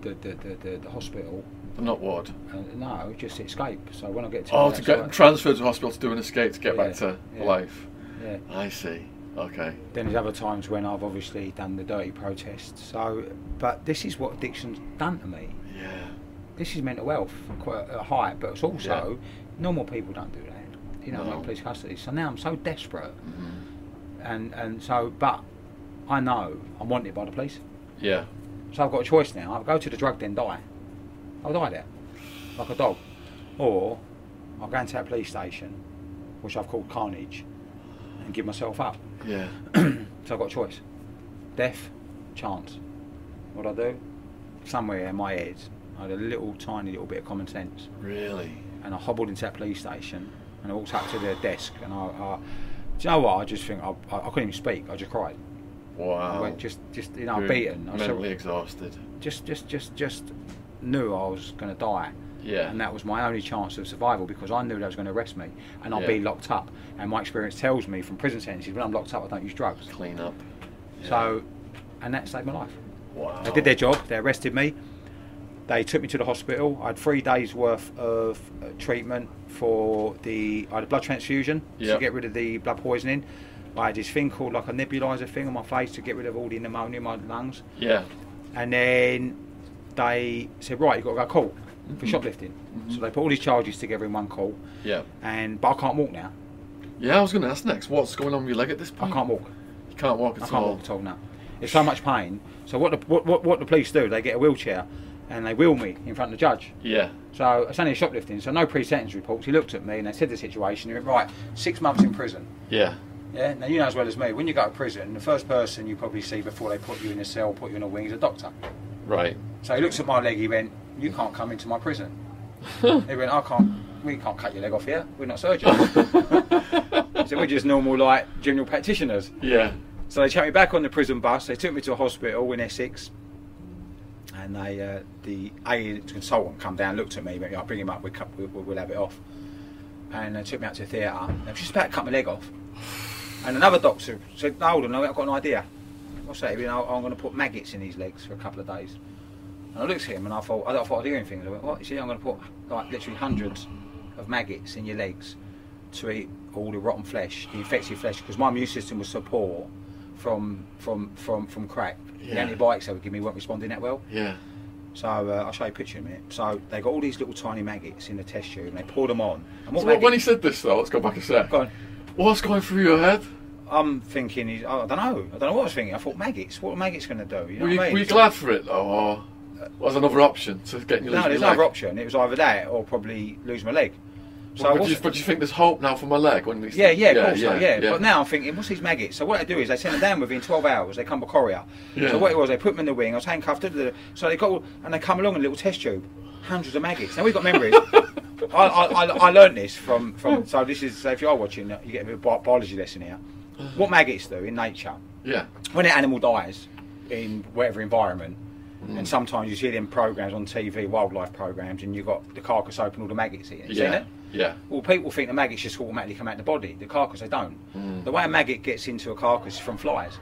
[SPEAKER 2] the, the, the, the, the, the hospital.
[SPEAKER 1] Not what?
[SPEAKER 2] Uh, no, just escape. So when I get to
[SPEAKER 1] Oh,
[SPEAKER 2] the
[SPEAKER 1] to get
[SPEAKER 2] outside-
[SPEAKER 1] transferred to hospital to do an escape to get back
[SPEAKER 2] Yeah,
[SPEAKER 1] to
[SPEAKER 2] yeah.
[SPEAKER 1] life.
[SPEAKER 2] yeah.
[SPEAKER 1] I see. Okay.
[SPEAKER 2] Then there's other times when I've obviously done the dirty protests. So, but this is what addiction's done to me.
[SPEAKER 1] Yeah.
[SPEAKER 2] This is mental health quite a height, but it's also normal people don't do that. You know,
[SPEAKER 1] No.
[SPEAKER 2] like police custody. So now I'm so desperate, and and so but I know I'm wanted by the police.
[SPEAKER 1] Yeah.
[SPEAKER 2] So I've got a choice now. I'll go to the drug den, die. I'll die there, like a dog, or I'll go into that police station, which I've called carnage, and give myself up.
[SPEAKER 1] Yeah.
[SPEAKER 2] So I've got a choice. Death, chance. What I do? Somewhere in my head, I had a little tiny little bit of common sense
[SPEAKER 1] Really.
[SPEAKER 2] and I hobbled into that police station and I walked up to their desk and I, I do you know what? I just think I, I, I couldn't even speak. I just cried. I
[SPEAKER 1] Wow.
[SPEAKER 2] went just, just you know,
[SPEAKER 1] You're
[SPEAKER 2] beaten. I
[SPEAKER 1] Mentally
[SPEAKER 2] sort
[SPEAKER 1] exhausted.
[SPEAKER 2] of- just, just, just, just knew I was going to die.
[SPEAKER 1] Yeah.
[SPEAKER 2] And that was my only chance of survival because I knew they was going to arrest me and I'd be
[SPEAKER 1] Yeah.
[SPEAKER 2] locked up. And my experience tells me from prison sentences, when I'm locked up, I don't use drugs.
[SPEAKER 1] Clean up. Yeah.
[SPEAKER 2] So, and that saved my life.
[SPEAKER 1] Wow.
[SPEAKER 2] They did their job. They arrested me. They took me to the hospital. I had three days worth of uh, treatment for the. I had a blood transfusion
[SPEAKER 1] Yeah.
[SPEAKER 2] to get rid of the blood poisoning. I had this thing called like a nebulizer thing on my face to get rid of all the pneumonia in my lungs.
[SPEAKER 1] Yeah.
[SPEAKER 2] And then they said, right, you've got to go to court for shoplifting. So they put all these charges together in one court.
[SPEAKER 1] Yeah.
[SPEAKER 2] And but I can't walk now.
[SPEAKER 1] Yeah, I was going to ask next. What's going on with your leg at this
[SPEAKER 2] I
[SPEAKER 1] point?
[SPEAKER 2] can't walk.
[SPEAKER 1] You can't walk at
[SPEAKER 2] I can't
[SPEAKER 1] Mm. all.
[SPEAKER 2] walk at all now. It's so much pain. So what the what, what, what the police do? They get a wheelchair and they wheel me in front of the judge.
[SPEAKER 1] Yeah.
[SPEAKER 2] So it's only shoplifting. So no pre-sentence reports. He looked at me and they said the situation. He went right, six months in prison.
[SPEAKER 1] Yeah.
[SPEAKER 2] Yeah. Now you know as well as me. When you go to prison, the first person you probably see before they put you in a cell, put you in a wing, is a doctor.
[SPEAKER 1] Right.
[SPEAKER 2] So he looks at my leg. He went, "You can't come into my prison." he went, "I can't. We can't cut your leg off here. We're not surgeons. so we're just normal, like general practitioners."
[SPEAKER 1] Yeah.
[SPEAKER 2] So they chucked me back on the prison bus. They took me to a hospital in Essex, and they uh, the A consultant come down, looked at me, went, "I'll bring him up. We'll, cut, we'll, we'll have it off." And they took me out to the theatre. They was just about to cut my leg off, and another doctor said, "No, "Hold on, I've got an idea. What's that? You know, I'm going to put maggots in these legs for a couple of days." And I looked at him and I thought, I thought I'd hearing things. I went, "What?" He said, "I'm going to put like literally hundreds of maggots in your legs." to eat all the rotten flesh, the infected flesh, because my immune system was so poor from from from from crack. The
[SPEAKER 1] Yeah.
[SPEAKER 2] antibiotics they were giving me weren't responding that well.
[SPEAKER 1] Yeah.
[SPEAKER 2] So uh, I'll show you a picture in a minute. So they got all these little tiny maggots in the test tube, and they poured them on. And
[SPEAKER 1] So when he
[SPEAKER 2] maggot-
[SPEAKER 1] said this though, let's go back a sec.
[SPEAKER 2] Go on.
[SPEAKER 1] What's going through your head?
[SPEAKER 2] I'm thinking, is- oh, I don't know, I don't know what I was thinking. I thought maggots. What are maggots going to do? You know
[SPEAKER 1] were,
[SPEAKER 2] what
[SPEAKER 1] you,
[SPEAKER 2] I mean?
[SPEAKER 1] were you glad for it though, or was another option to getting your
[SPEAKER 2] No,
[SPEAKER 1] leg-
[SPEAKER 2] there's
[SPEAKER 1] your
[SPEAKER 2] no
[SPEAKER 1] leg?
[SPEAKER 2] other option. It was either that or probably lose my leg. So I
[SPEAKER 1] but, do you,
[SPEAKER 2] wasn't-
[SPEAKER 1] but do you think there's hope now for my leg? When we
[SPEAKER 2] Yeah, yeah, of course, yeah, yeah. But now I'm thinking, what's these maggots? So what they do is they send them down within 12 hours. They come by courier.
[SPEAKER 1] Yeah.
[SPEAKER 2] So what it was, they put them in the wing. I was handcuffed. da, da, da. So they got all, and they come along in a little test tube, hundreds of maggots. Now we've got memories. I, I, I, I learned this from from. So this is so if you are watching, you get a bit of bi- biology lesson here. What maggots do in nature
[SPEAKER 1] yeah,
[SPEAKER 2] when an animal dies in whatever environment, and sometimes you see them programs on TV, wildlife programs, and you've got the carcass open, all the maggots in it. You seen
[SPEAKER 1] yeah,
[SPEAKER 2] it?
[SPEAKER 1] yeah,
[SPEAKER 2] Well, people think the maggots just automatically come out the body. The carcass, they don't.
[SPEAKER 1] Mm.
[SPEAKER 2] The way a maggot gets into a carcass is from flies.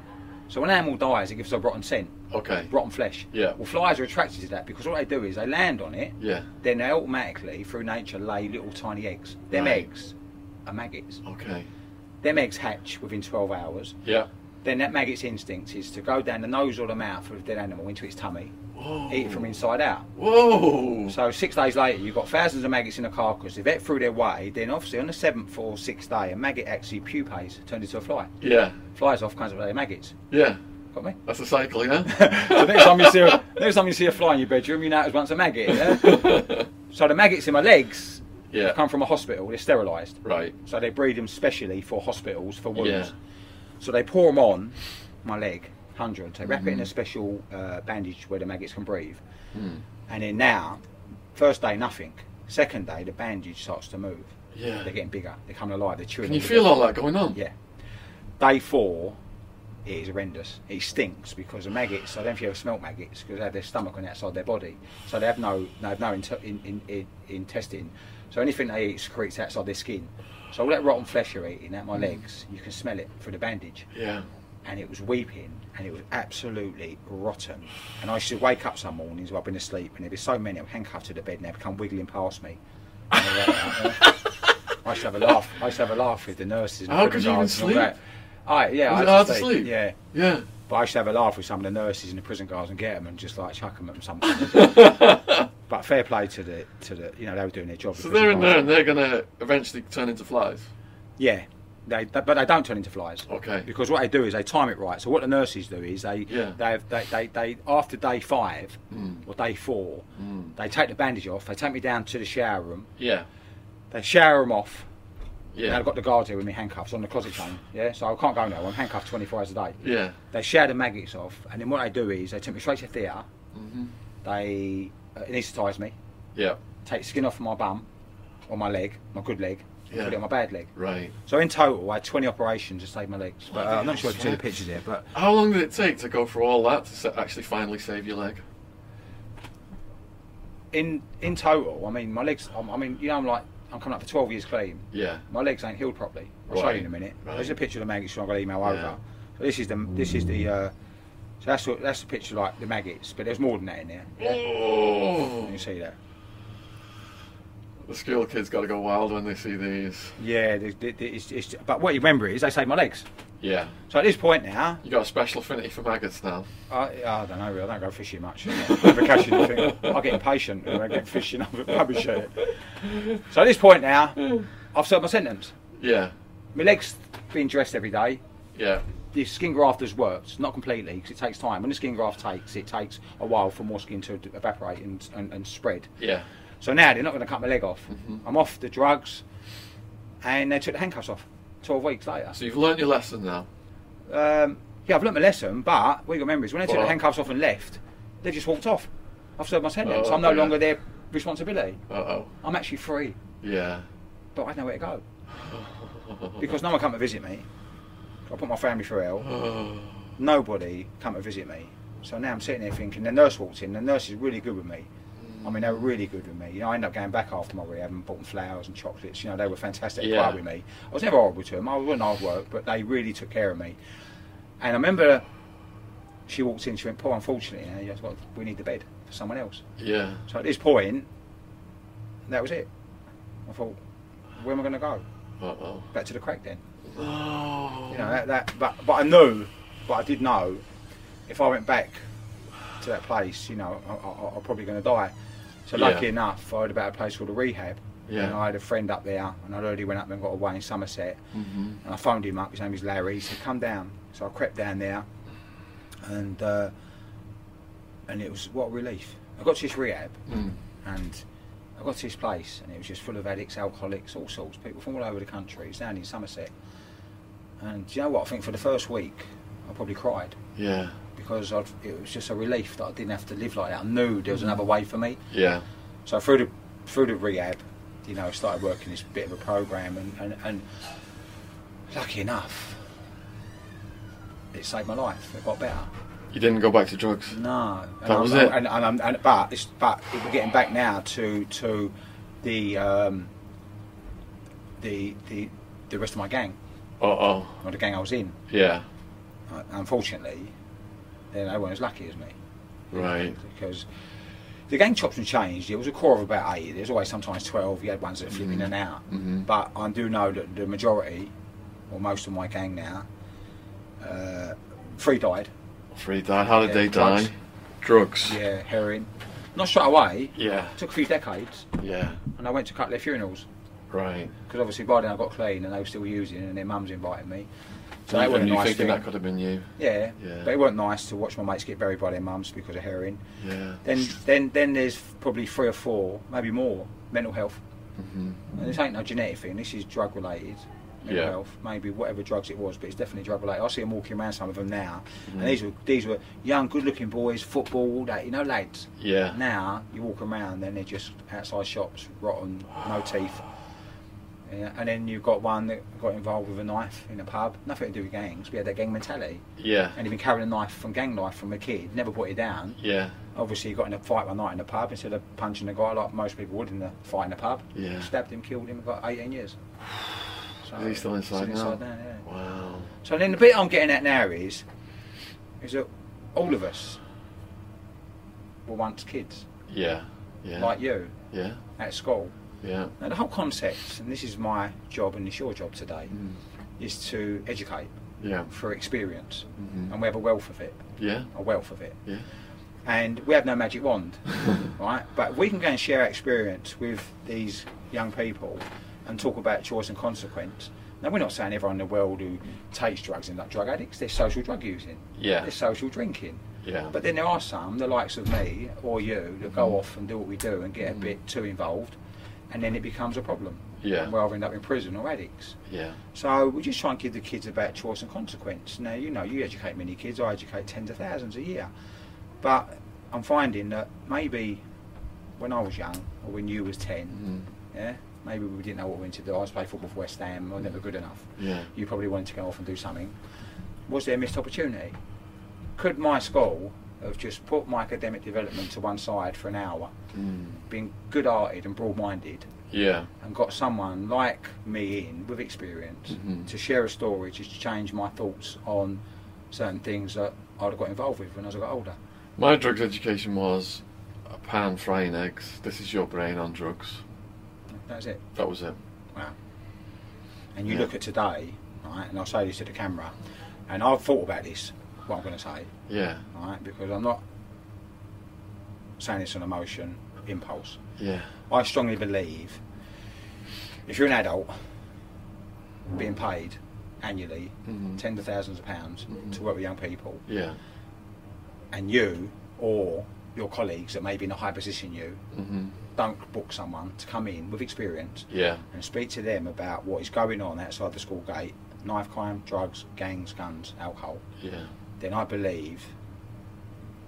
[SPEAKER 2] So when an animal dies, it gives a rotten scent,
[SPEAKER 1] okay,
[SPEAKER 2] rotten flesh.
[SPEAKER 1] Yeah.
[SPEAKER 2] Well, flies are attracted to that because what they do is they land on it.
[SPEAKER 1] yeah,
[SPEAKER 2] Then they automatically, through nature, lay little tiny eggs. Them
[SPEAKER 1] Right.
[SPEAKER 2] eggs are maggots.
[SPEAKER 1] okay,
[SPEAKER 2] Them eggs hatch within 12 hours.
[SPEAKER 1] yeah.
[SPEAKER 2] Then that maggot's instinct is to go down the nose or the mouth of the dead animal into its tummy,
[SPEAKER 1] Whoa.
[SPEAKER 2] eat it from inside out.
[SPEAKER 1] Whoa.
[SPEAKER 2] So six days later, you've got thousands of maggots in a carcass. If that threw their way, then obviously on the seventh or sixth day, a maggot actually pupates, turns into a fly.
[SPEAKER 1] yeah,
[SPEAKER 2] Flies off, comes up with their maggots.
[SPEAKER 1] yeah.
[SPEAKER 2] Got me?
[SPEAKER 1] That's a cycle,
[SPEAKER 2] So
[SPEAKER 1] yeah.
[SPEAKER 2] next time you see a, next time you see a fly in your bedroom, you know it was once a maggot. Yeah? so the maggots in my legs
[SPEAKER 1] yeah.
[SPEAKER 2] come from a hospital. They're sterilised.
[SPEAKER 1] Right.
[SPEAKER 2] So they breed them specially for hospitals for wounds.
[SPEAKER 1] Yeah.
[SPEAKER 2] So they pour them on my leg, hundreds. They wrap it in a special uh, bandage where the maggots can breathe.
[SPEAKER 1] hmm,
[SPEAKER 2] And then now, first day nothing. Second day, the bandage starts to move.
[SPEAKER 1] Yeah.
[SPEAKER 2] They're getting bigger. They're coming alive. They're chewing.
[SPEAKER 1] Can you
[SPEAKER 2] on the
[SPEAKER 1] feel
[SPEAKER 2] bit.
[SPEAKER 1] all that going on?
[SPEAKER 2] Yeah. Day four, it is horrendous. It stinks because the maggots. I don't know if you ever smelt maggots because they have their stomach on the outside of their body, so they have no, they have no inte- in, in, in, intestine. So anything they eat secretes outside their skin. So all that rotten flesh you're eating at my legs, you can smell it through the bandage
[SPEAKER 1] Yeah.
[SPEAKER 2] and it was weeping and it was absolutely rotten. And I used to wake up some mornings while I've been asleep and there'd be so many I'm handcuffed to the bed and they'd come wiggling past me. And I'd be like, "Oh." I used to have a laugh. I used to have a laugh with the nurses. And
[SPEAKER 1] How
[SPEAKER 2] the
[SPEAKER 1] could you even
[SPEAKER 2] guards and all
[SPEAKER 1] sleep?
[SPEAKER 2] that. I, yeah,
[SPEAKER 1] Was it
[SPEAKER 2] I used
[SPEAKER 1] hard to sleep?
[SPEAKER 2] Yeah,
[SPEAKER 1] Yeah.
[SPEAKER 2] but I used to have a laugh with some of the nurses and the prison guards and get them and just like chuck them at them sometimes. but fair play to the to the you know they were doing their job. the
[SPEAKER 1] So
[SPEAKER 2] prison
[SPEAKER 1] they're in
[SPEAKER 2] guards.
[SPEAKER 1] there and they're going to eventually turn into flies.
[SPEAKER 2] Yeah, they, th- but they don't turn into flies.
[SPEAKER 1] Okay.
[SPEAKER 2] Because what they do is they time it right. So what the nurses do is they
[SPEAKER 1] Yeah. Hmm.
[SPEAKER 2] they, have, they, they they after day five or day four, they take the bandage off. They take me down to the shower room.
[SPEAKER 1] Yeah.
[SPEAKER 2] They shower them off. And
[SPEAKER 1] Yeah.
[SPEAKER 2] I've got the guards here with me handcuffs on the closet chain. Yeah, so I can't go now. I'm handcuffed 24 hours a day.
[SPEAKER 1] Yeah.
[SPEAKER 2] They shower the maggots off, and then what they do is they take me straight to the theatre.
[SPEAKER 1] Mm-hmm.
[SPEAKER 2] They uh, anaesthetise me,
[SPEAKER 1] Yeah.
[SPEAKER 2] take skin off my bum, or my leg, my good leg, and
[SPEAKER 1] Yeah.
[SPEAKER 2] put it on my bad leg.
[SPEAKER 1] Right.
[SPEAKER 2] So in total, I had 20 operations to save my legs. But uh, I'm not sure if you see the pictures here, but
[SPEAKER 1] How long did it take to go through all that to sa- actually finally save your leg?
[SPEAKER 2] in in total, I mean, my legs. I'm, I mean, you know, I'm like, I'm coming up for 12 years clean.
[SPEAKER 1] Yeah.
[SPEAKER 2] My legs ain't healed properly. I'll show you in a
[SPEAKER 1] Right,
[SPEAKER 2] minute.
[SPEAKER 1] right.
[SPEAKER 2] There's a picture of the maggots. I've got to email
[SPEAKER 1] Yeah.
[SPEAKER 2] over. So this is the this is the. Uh, so that's what, that's the picture like the maggots, but there's more than that in there. Yeah. You
[SPEAKER 1] Oh.
[SPEAKER 2] can see that.
[SPEAKER 1] The school kids got to go wild when they see these.
[SPEAKER 2] Yeah, the, the, the, it's, it's, but what you remember is they saved my legs.
[SPEAKER 1] Yeah.
[SPEAKER 2] So at this point now,
[SPEAKER 1] You got a special affinity for maggots now.
[SPEAKER 2] I, I don't know, I don't go fishing much. Never catch anything. I get impatient when I get fishing, I'm rubbish at it. So at this point now, I've served my sentence.
[SPEAKER 1] Yeah.
[SPEAKER 2] My legs being dressed every day.
[SPEAKER 1] Yeah.
[SPEAKER 2] The skin graft has worked, not completely, because it takes time. When the skin graft takes, it takes a while for more skin to evaporate and, and, and spread.
[SPEAKER 1] Yeah.
[SPEAKER 2] So now they're not going to cut my leg off.
[SPEAKER 1] Mm-hmm.
[SPEAKER 2] I'm off the drugs, and they took the handcuffs off. Twelve weeks later.
[SPEAKER 1] So you've learned your lesson now.
[SPEAKER 2] Um, yeah, I've learnt my lesson, but what you got to remember is when they took
[SPEAKER 1] Well-
[SPEAKER 2] the handcuffs off and left, they just walked off. I've served my sentence.
[SPEAKER 1] Oh,
[SPEAKER 2] I'm no
[SPEAKER 1] yeah.
[SPEAKER 2] longer their responsibility.
[SPEAKER 1] Uh oh.
[SPEAKER 2] I'm actually free,
[SPEAKER 1] Yeah.
[SPEAKER 2] but I had nowhere to go
[SPEAKER 1] Mm-hmm.
[SPEAKER 2] because no one come to visit me. I put my family through hell.
[SPEAKER 1] Oh.
[SPEAKER 2] nobody come to visit me. So now I'm sitting there thinking, the nurse walked in, the nurse is really good with me. I mean, they were really good with me. You know, I ended up going back after my rehab and bought them flowers and chocolates. You know, they were fantastic
[SPEAKER 1] Yeah.
[SPEAKER 2] yeah. with me. I was never horrible to them. I wasn't hard work, but they really took care of me. And I remember she walked in, she went, Paul, unfortunately, you know, you've got- we need the bed for someone else.
[SPEAKER 1] Yeah.
[SPEAKER 2] So at this point, that was it. I thought, where am I going to go?
[SPEAKER 1] Uh oh.
[SPEAKER 2] Back to the crack den.
[SPEAKER 1] Oh.
[SPEAKER 2] You know, that, that, but, but I knew, but I did know, if I went back to that place, you know, I, I, I'm probably going to die. So
[SPEAKER 1] Yeah.
[SPEAKER 2] lucky enough, I heard about a place called a rehab.
[SPEAKER 1] Yeah.
[SPEAKER 2] And I had a friend up there, and I'd already went up and got away in Somerset.
[SPEAKER 1] Mhm.
[SPEAKER 2] And I phoned him up. His name is Larry. He said, "Come down." So I crept down there, and uh, and it was what a relief. I got to this rehab,
[SPEAKER 1] Mm.
[SPEAKER 2] and I got to this place, and it was just full of addicts, alcoholics, all sorts, people from all over the country. It's down in Somerset, and do you know what? I think for the first week, I probably cried
[SPEAKER 1] Yeah.
[SPEAKER 2] because I'd, it was just a relief that I didn't have to live like that. I knew there was another way for me.
[SPEAKER 1] Yeah.
[SPEAKER 2] So through the through the rehab, you know, I started working this bit of a program, and, and, and lucky enough, it saved my life. It got better.
[SPEAKER 1] You didn't go back to drugs.
[SPEAKER 2] No,
[SPEAKER 1] That
[SPEAKER 2] and I'm-
[SPEAKER 1] was it.
[SPEAKER 2] And, and, I'm- and- but it's, but we're getting back now to to the um, the the the rest of my gang
[SPEAKER 1] Uh oh.
[SPEAKER 2] or the gang I was in.
[SPEAKER 1] Yeah.
[SPEAKER 2] Uh, Unfortunately, they they weren't as lucky as me
[SPEAKER 1] Right.
[SPEAKER 2] because. The gang chopped and changed. It was a core of about eight. There's always sometimes twelve. You had ones that flip in and out.
[SPEAKER 1] Mhm.
[SPEAKER 2] But I do know that the majority, or most of my gang now, uh, three died.
[SPEAKER 1] Free died. How did
[SPEAKER 2] Yeah,
[SPEAKER 1] they
[SPEAKER 2] drugs.
[SPEAKER 1] die? Drugs.
[SPEAKER 2] Yeah, heroin. Not straight away.
[SPEAKER 1] Yeah.
[SPEAKER 2] took a few decades
[SPEAKER 1] Yeah.
[SPEAKER 2] and I went to a couple of funerals
[SPEAKER 1] Right.
[SPEAKER 2] because obviously by then I got clean and they were still using and their mums invited me. So
[SPEAKER 1] and
[SPEAKER 2] that
[SPEAKER 1] and
[SPEAKER 2] wasn't a
[SPEAKER 1] you
[SPEAKER 2] nice
[SPEAKER 1] thinking
[SPEAKER 2] thing.
[SPEAKER 1] that could have been you?
[SPEAKER 2] yeah,
[SPEAKER 1] Yeah.
[SPEAKER 2] but it weren't nice to watch my mates get buried by their mums because of heroin.
[SPEAKER 1] Yeah.
[SPEAKER 2] Then, then, then there's probably three or four, maybe more, mental health.
[SPEAKER 1] Mhm.
[SPEAKER 2] And this ain't no genetic thing. This is drug related. Mental
[SPEAKER 1] Yeah.
[SPEAKER 2] health, maybe whatever drugs it was, but it's definitely drug related. I see them walking around some of them now,
[SPEAKER 1] Mhm.
[SPEAKER 2] and these were these were young, good-looking boys, football, all that, you know, lads.
[SPEAKER 1] Yeah.
[SPEAKER 2] Now you walk around and they're just outside shops, rotten, no teeth. Yeah, and then you've got one that got involved with a knife in a pub. Nothing to do with gangs. We had that gang mentality,
[SPEAKER 1] Yeah.
[SPEAKER 2] and he'd been carrying a knife from gang life from a kid. Never put it down.
[SPEAKER 1] Yeah.
[SPEAKER 2] Obviously, he got in a fight one night in a pub instead of punching a guy like most people would in the fight in a pub.
[SPEAKER 1] Yeah.
[SPEAKER 2] Stabbed him, killed him, and got 18 years. So
[SPEAKER 1] Is he still inside
[SPEAKER 2] he's
[SPEAKER 1] now?
[SPEAKER 2] yeah.
[SPEAKER 1] Wow.
[SPEAKER 2] So then the bit I'm getting at now is, is that all of us were once kids
[SPEAKER 1] Yeah. Yeah.
[SPEAKER 2] like you
[SPEAKER 1] Yeah.
[SPEAKER 2] at school.
[SPEAKER 1] Yeah.
[SPEAKER 2] Now, the whole concept, and this is my job and it's your job today,
[SPEAKER 1] Mm.
[SPEAKER 2] is to educate
[SPEAKER 1] Yeah.
[SPEAKER 2] through experience.
[SPEAKER 1] Mhm.
[SPEAKER 2] And we have a wealth of it,
[SPEAKER 1] Yeah.
[SPEAKER 2] a wealth of it.
[SPEAKER 1] Yeah.
[SPEAKER 2] And we have no magic wand, right? But we can go and share our experience with these young people and talk about choice and consequence. Now, we're not saying everyone in the world who takes drugs is like drug addicts, they're social drug using,
[SPEAKER 1] Yeah.
[SPEAKER 2] they're social drinking.
[SPEAKER 1] Yeah.
[SPEAKER 2] But then there are some, the likes of me or you, that go off and do what we do and get a bit too involved, and then it becomes a problem.
[SPEAKER 1] Yeah. Mm-hmm.
[SPEAKER 2] And we either end up in prison or addicts.
[SPEAKER 1] Yeah.
[SPEAKER 2] So we just try and give the kids about choice and consequence. Now, you know, you educate many kids, I educate tens of thousands a year. But I'm finding that maybe when I was young, or when you was 10,
[SPEAKER 1] Mhm.
[SPEAKER 2] yeah, maybe we didn't know what we wanted to do. I was playing football for West Ham, I was never good enough
[SPEAKER 1] Yeah.
[SPEAKER 2] you probably wanted to go off and do something. Was there a missed opportunity? Could my school have just put my academic development to one side for an hour,
[SPEAKER 1] Mm.
[SPEAKER 2] been good hearted and broad minded,
[SPEAKER 1] Yeah.
[SPEAKER 2] and got someone like me in with experience
[SPEAKER 1] Mhm.
[SPEAKER 2] to share a story, just to change my thoughts on certain things that I'd have got involved with when as I got older?
[SPEAKER 1] My drugs education was a pan frying eggs. This is your brain on drugs.
[SPEAKER 2] That's it.
[SPEAKER 1] That was it.
[SPEAKER 2] And you
[SPEAKER 1] Yeah.
[SPEAKER 2] look at today, right, and I'll say this to the camera, and I've thought about this, what I'm going to say.
[SPEAKER 1] Yeah.
[SPEAKER 2] right? Because I'm not saying it's an emotion, impulse.
[SPEAKER 1] Yeah.
[SPEAKER 2] I strongly believe if you're an adult being paid annually
[SPEAKER 1] Mhm.
[SPEAKER 2] tens of thousands of pounds
[SPEAKER 1] Mhm.
[SPEAKER 2] to work with young people,
[SPEAKER 1] Yeah.
[SPEAKER 2] and you or your colleagues that may be in a high position you
[SPEAKER 1] Mm-hmm.
[SPEAKER 2] don't book someone to come in with experience
[SPEAKER 1] Yeah.
[SPEAKER 2] and speak to them about what is going on outside the school gate knife crime, drugs, gangs, guns, alcohol,
[SPEAKER 1] Yeah.
[SPEAKER 2] then I believe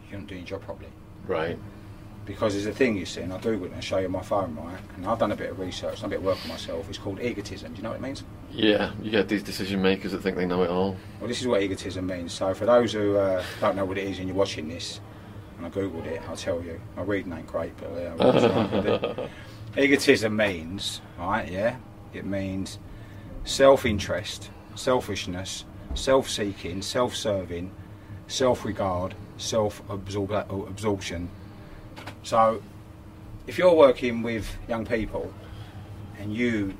[SPEAKER 2] you're not doing your job properly.
[SPEAKER 1] Right.
[SPEAKER 2] Because there's a thing you see, and I Googled it and show you my phone, right? And I've done a bit of research, done a bit of work on myself. It's called egotism. Do you know what it means?
[SPEAKER 1] Yeah. You get these decision makers that think they know it all.
[SPEAKER 2] Well, this is what egotism means. So, for those who uh, don't know what it is and you're watching this, and I Googled it, I'll tell you. My reading ain't great, but uh, I'll try and do it. Egotism means, right, yeah, it means self interest, selfishness, self seeking, self serving, self regard, self absorption. So, if you're working with young people and you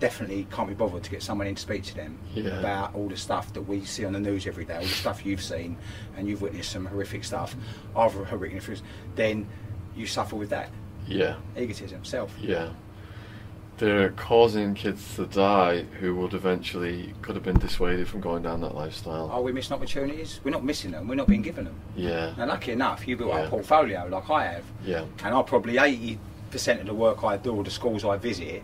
[SPEAKER 2] definitely can't be bothered to get someone in to speak to them
[SPEAKER 1] Yeah.
[SPEAKER 2] about all the stuff that we see on the news every day, all the stuff you've seen and you've witnessed some horrific stuff, other horrific things, then you suffer with that
[SPEAKER 1] Yeah.
[SPEAKER 2] egotism, self.
[SPEAKER 1] Yeah. They're causing kids to die who would eventually could have been dissuaded from going down that
[SPEAKER 2] Are
[SPEAKER 1] lifestyle.
[SPEAKER 2] we Oh, missing opportunities? We're not missing them. We're not being given them.
[SPEAKER 1] Yeah.
[SPEAKER 2] Now, lucky enough, you built up
[SPEAKER 1] Yeah.
[SPEAKER 2] a portfolio like I have,
[SPEAKER 1] Yeah.
[SPEAKER 2] and I probably eighty percent of the work I do or the schools I visit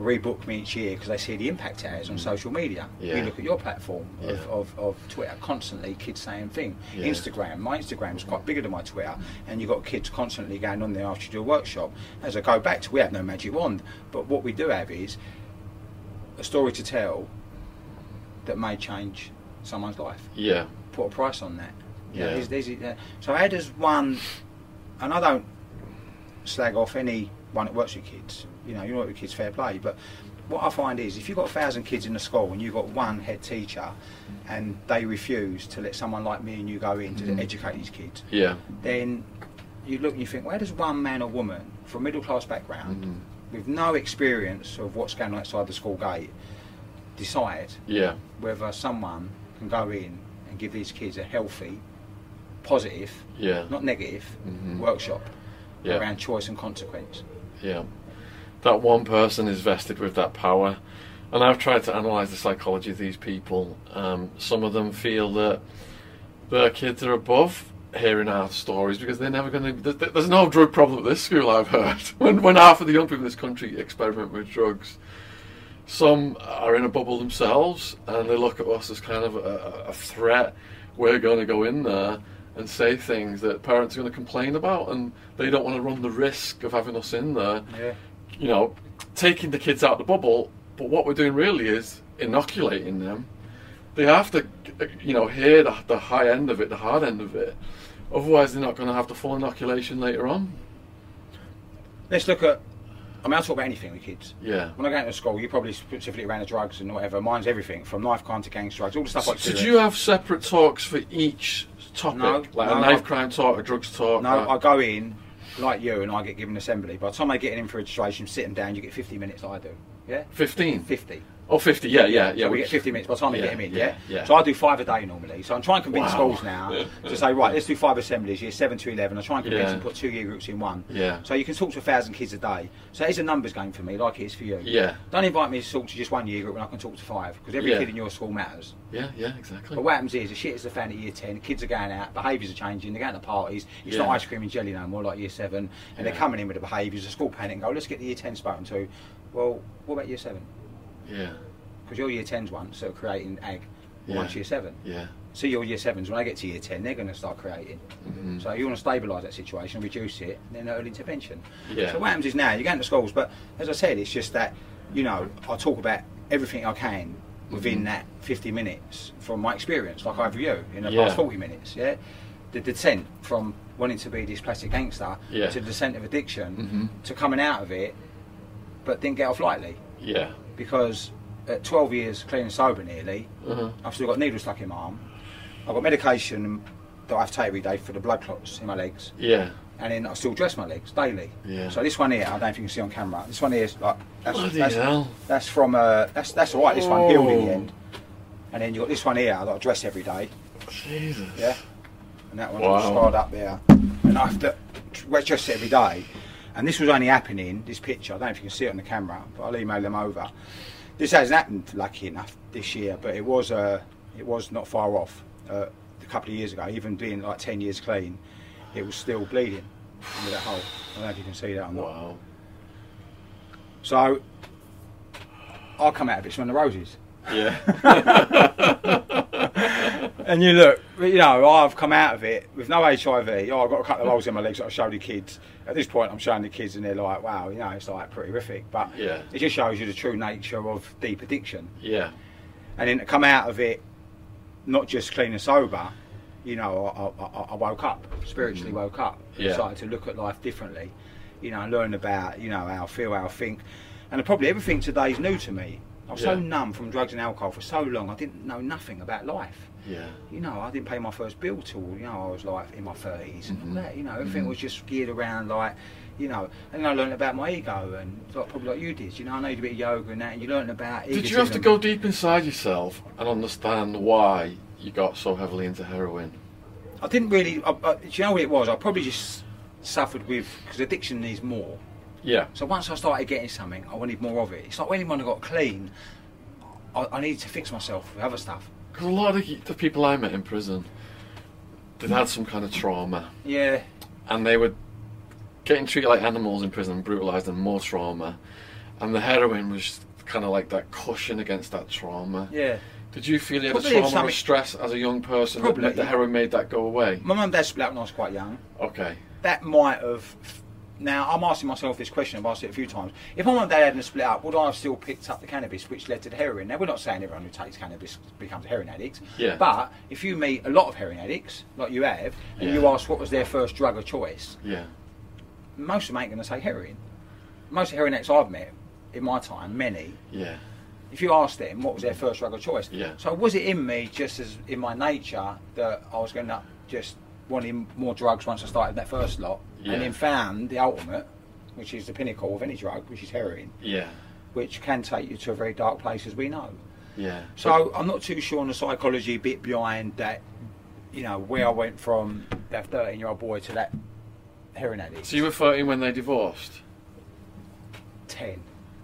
[SPEAKER 2] rebook me each year because they see the impact it has on social media.
[SPEAKER 1] Mm. Yeah.
[SPEAKER 2] You look at your platform of,
[SPEAKER 1] Yeah.
[SPEAKER 2] of, of Twitter, constantly kids saying thing.
[SPEAKER 1] Yeah.
[SPEAKER 2] Instagram, my Instagram's quite bigger than my Twitter, and you've got kids constantly going on there after you do a workshop. As I go back to, we have no magic wand, but what we do have is a story to tell that may change someone's life
[SPEAKER 1] Yeah.
[SPEAKER 2] put a price on that. Yeah.
[SPEAKER 1] Yeah.
[SPEAKER 2] there's, there's, uh, so how does one? And I don't slag off anyone that works with kids. You know, you work with kids, fair play. But what I find is, if you've got a thousand kids in the school and you've got one head teacher, and they refuse to let someone like me and you go in to
[SPEAKER 1] Mhm.
[SPEAKER 2] educate these kids,
[SPEAKER 1] Yeah.
[SPEAKER 2] then you look and you think, where does one man or woman from middle class background,
[SPEAKER 1] Mhm.
[SPEAKER 2] with no experience of what's going on outside the school gate, decide
[SPEAKER 1] Yeah.
[SPEAKER 2] whether someone can go in and give these kids a healthy, positive,
[SPEAKER 1] Yeah.
[SPEAKER 2] not negative,
[SPEAKER 1] Mhm.
[SPEAKER 2] workshop
[SPEAKER 1] Yeah.
[SPEAKER 2] around choice and consequence.
[SPEAKER 1] Yeah. That one person is vested with that power. And I've tried to analyse the psychology of these people. Um, some of them feel that their kids are above hearing our stories because they're never going to. There's no drug problem at this school, I've heard. When, when half of the young people in this country experiment with drugs, some are in a bubble themselves and they look at us as kind of a, a threat. We're going to go in there and say things that parents are going to complain about, and they don't want to run the risk of having us in there
[SPEAKER 2] Yeah.
[SPEAKER 1] you know, taking the kids out of the bubble, but what we're doing really is inoculating them. They have to, you know, hear the, the high end of it, the hard end of it. Otherwise, they're not going to have the full inoculation later on.
[SPEAKER 2] Let's look at. I mean, I talk about anything with kids.
[SPEAKER 1] Yeah.
[SPEAKER 2] When I go into school, you probably specifically around the drugs and whatever. Mine's everything from knife crime to gangs, drugs, all the stuff.
[SPEAKER 1] So,
[SPEAKER 2] I
[SPEAKER 1] did
[SPEAKER 2] experienced.
[SPEAKER 1] you have separate talks for each topic,
[SPEAKER 2] No,
[SPEAKER 1] like
[SPEAKER 2] no,
[SPEAKER 1] a knife
[SPEAKER 2] I-
[SPEAKER 1] crime talk, a drugs talk? uh,
[SPEAKER 2] No, I
[SPEAKER 1] like-
[SPEAKER 2] go in like you, and I get given assembly. By the time I get in for registration, sit them down, you get 50 minutes. I do. Yeah.
[SPEAKER 1] 15?
[SPEAKER 2] Fifty.
[SPEAKER 1] Oh, 50, yeah, yeah, yeah.
[SPEAKER 2] so we
[SPEAKER 1] which-
[SPEAKER 2] get 50 minutes by the time we
[SPEAKER 1] yeah,
[SPEAKER 2] get him in,
[SPEAKER 1] yeah,
[SPEAKER 2] yeah?
[SPEAKER 1] yeah.
[SPEAKER 2] So I do five a day normally. So I'm trying to convince
[SPEAKER 1] Wow.
[SPEAKER 2] schools now to say, right, let's do five assemblies, year 7 to 11. I try and convince
[SPEAKER 1] Yeah.
[SPEAKER 2] them to put two year groups in one.
[SPEAKER 1] Yeah.
[SPEAKER 2] So you can talk to a 1,000 kids a day. So it's a numbers game for me, like it is for you.
[SPEAKER 1] Yeah.
[SPEAKER 2] Don't invite me to talk to just one year group when I can talk to five, because every
[SPEAKER 1] Yeah.
[SPEAKER 2] kid in your school matters.
[SPEAKER 1] Yeah, yeah, exactly.
[SPEAKER 2] But what happens is, the shit is the fan at year 10, kids are going out, behaviours are changing, they're going to parties, it's
[SPEAKER 1] Yeah.
[SPEAKER 2] not ice cream and jelly no more like year 7, and
[SPEAKER 1] Yeah.
[SPEAKER 2] they're coming in with the behaviours, the school panic and go, let's get the year 10 spoken to. Well, what about year 7?
[SPEAKER 1] Yeah,
[SPEAKER 2] because your year 10's one, so creating ag
[SPEAKER 1] Yeah.
[SPEAKER 2] once year 7.
[SPEAKER 1] yeah.
[SPEAKER 2] So your year 7's, when I get to year 10, they're going to start creating.
[SPEAKER 1] Mhm.
[SPEAKER 2] So you want to stabilise that situation, reduce it, then early intervention.
[SPEAKER 1] Yeah.
[SPEAKER 2] So what happens is now, you're going to schools, but as I said, it's just that, you know, I talk about everything I can within
[SPEAKER 1] Mhm.
[SPEAKER 2] that 50 minutes from my experience, like I've you in the
[SPEAKER 1] Yeah.
[SPEAKER 2] past 40 minutes, yeah? The descent from wanting to be this plastic gangster
[SPEAKER 1] Yeah.
[SPEAKER 2] to the descent of addiction
[SPEAKER 1] Mhm.
[SPEAKER 2] to coming out of it, but didn't get off lightly
[SPEAKER 1] Yeah.
[SPEAKER 2] because at 12 years clean and sober nearly,
[SPEAKER 1] Uh-huh.
[SPEAKER 2] I've still got needles stuck in my arm. I've got medication that I have to take every day for the blood clots in my legs,
[SPEAKER 1] Yeah.
[SPEAKER 2] and then I still dress my legs daily.
[SPEAKER 1] Yeah.
[SPEAKER 2] So this one here, I don't know if you can see on camera. This one here is like that's
[SPEAKER 1] Bloody
[SPEAKER 2] that's,
[SPEAKER 1] hell.
[SPEAKER 2] that's from uh, that's that's all right. This one healed in
[SPEAKER 1] Whoa.
[SPEAKER 2] the end, and then you have got this one here that I dress every day.
[SPEAKER 1] Oh, Jesus.
[SPEAKER 2] Yeah. And that one
[SPEAKER 1] Wow.
[SPEAKER 2] was scarred up there. And I have to wet dress it every day. And this was only happening, this picture, I don't know if you can see it on the camera, but I'll email them over. This hasn't happened, lucky enough, this year, but it was uh, it was not far off uh, a couple of years ago. Even being like ten years clean, it was still bleeding into that hole. I don't know if you can see that or not.
[SPEAKER 1] Wow.
[SPEAKER 2] So I'll come out of it smelling the roses.
[SPEAKER 1] Yeah.
[SPEAKER 2] And you look, you know, I've come out of it with no HIV. Oh, I've got a couple of holes in my legs that I show the kids. At this point, I'm showing the kids, and they're like, "Wow, you know, it's like pretty horrific." But
[SPEAKER 1] Yeah.
[SPEAKER 2] it just shows you the true nature of deep addiction.
[SPEAKER 1] yeah.
[SPEAKER 2] And then to come out of it, not just clean and sober, you know, I, I, I- I woke up spiritually, woke up,
[SPEAKER 1] Mm. Yeah.
[SPEAKER 2] started to look at life differently, you know, and learn about, you know, how I feel, how I think, and probably everything today is new to me. I was so
[SPEAKER 1] Yeah.
[SPEAKER 2] numb from drugs and alcohol for so long, I didn't know nothing about life
[SPEAKER 1] Yeah.
[SPEAKER 2] you know, I didn't pay my first bill till you know I was like in my 30s and
[SPEAKER 1] Mhm.
[SPEAKER 2] all that. You know, everything was just geared around like, you know, and I learned about my ego and like, probably like you did. You know, I know you did a bit of yoga and that, and you learned about.
[SPEAKER 1] Did you have to
[SPEAKER 2] egotism.
[SPEAKER 1] go deep inside yourself and understand why you got so heavily into heroin?
[SPEAKER 2] I didn't really. I, I, do you know what it was? I probably just suffered with because addiction needs more.
[SPEAKER 1] Yeah.
[SPEAKER 2] So once I started getting something, I wanted more of it. It's like when anyone got clean, I, I needed to fix myself with other stuff.
[SPEAKER 1] Because a lot of the people I met in prison, they'd had some kind of trauma
[SPEAKER 2] Yeah,
[SPEAKER 1] and they were getting treated like animals in prison, brutalised and more trauma. And the heroin was kind of like that cushion against that trauma.
[SPEAKER 2] yeah.
[SPEAKER 1] Did you feel you had a
[SPEAKER 2] Probably if
[SPEAKER 1] trauma
[SPEAKER 2] something-
[SPEAKER 1] of stress as a young person that-
[SPEAKER 2] Probably.
[SPEAKER 1] that the heroin made that go away?
[SPEAKER 2] My mum and dad split up when I was quite young.
[SPEAKER 1] Okay.
[SPEAKER 2] that might have. Now I'm asking myself this question. I've asked it a few times. If my mum and dad hadn't split up, would I have still picked up the cannabis, which led to the heroin? Now we're not saying everyone who takes cannabis becomes a heroin addict.
[SPEAKER 1] Yeah.
[SPEAKER 2] But if you meet a lot of heroin addicts, like you have, and you
[SPEAKER 1] Yeah.
[SPEAKER 2] ask what was their first drug of choice,
[SPEAKER 1] Yeah.
[SPEAKER 2] most of them ain't going to say heroin. Most of the heroin addicts I've met in my time, many,
[SPEAKER 1] Yeah.
[SPEAKER 2] if you asked them what was their first drug of choice,
[SPEAKER 1] Yeah.
[SPEAKER 2] so was it in me just as in my nature that I was going to just wanting more drugs once I started that first lot,
[SPEAKER 1] Yeah.
[SPEAKER 2] and then found the ultimate, which is the pinnacle of any drug, which is heroin,
[SPEAKER 1] Yeah.
[SPEAKER 2] which can take you to a very dark place as we know.
[SPEAKER 1] Yeah.
[SPEAKER 2] So I'm not too sure on the psychology bit behind that, you know, where I went from that 13 year old boy to that heroin addict.
[SPEAKER 1] So you were 13 when they divorced?
[SPEAKER 2] 10.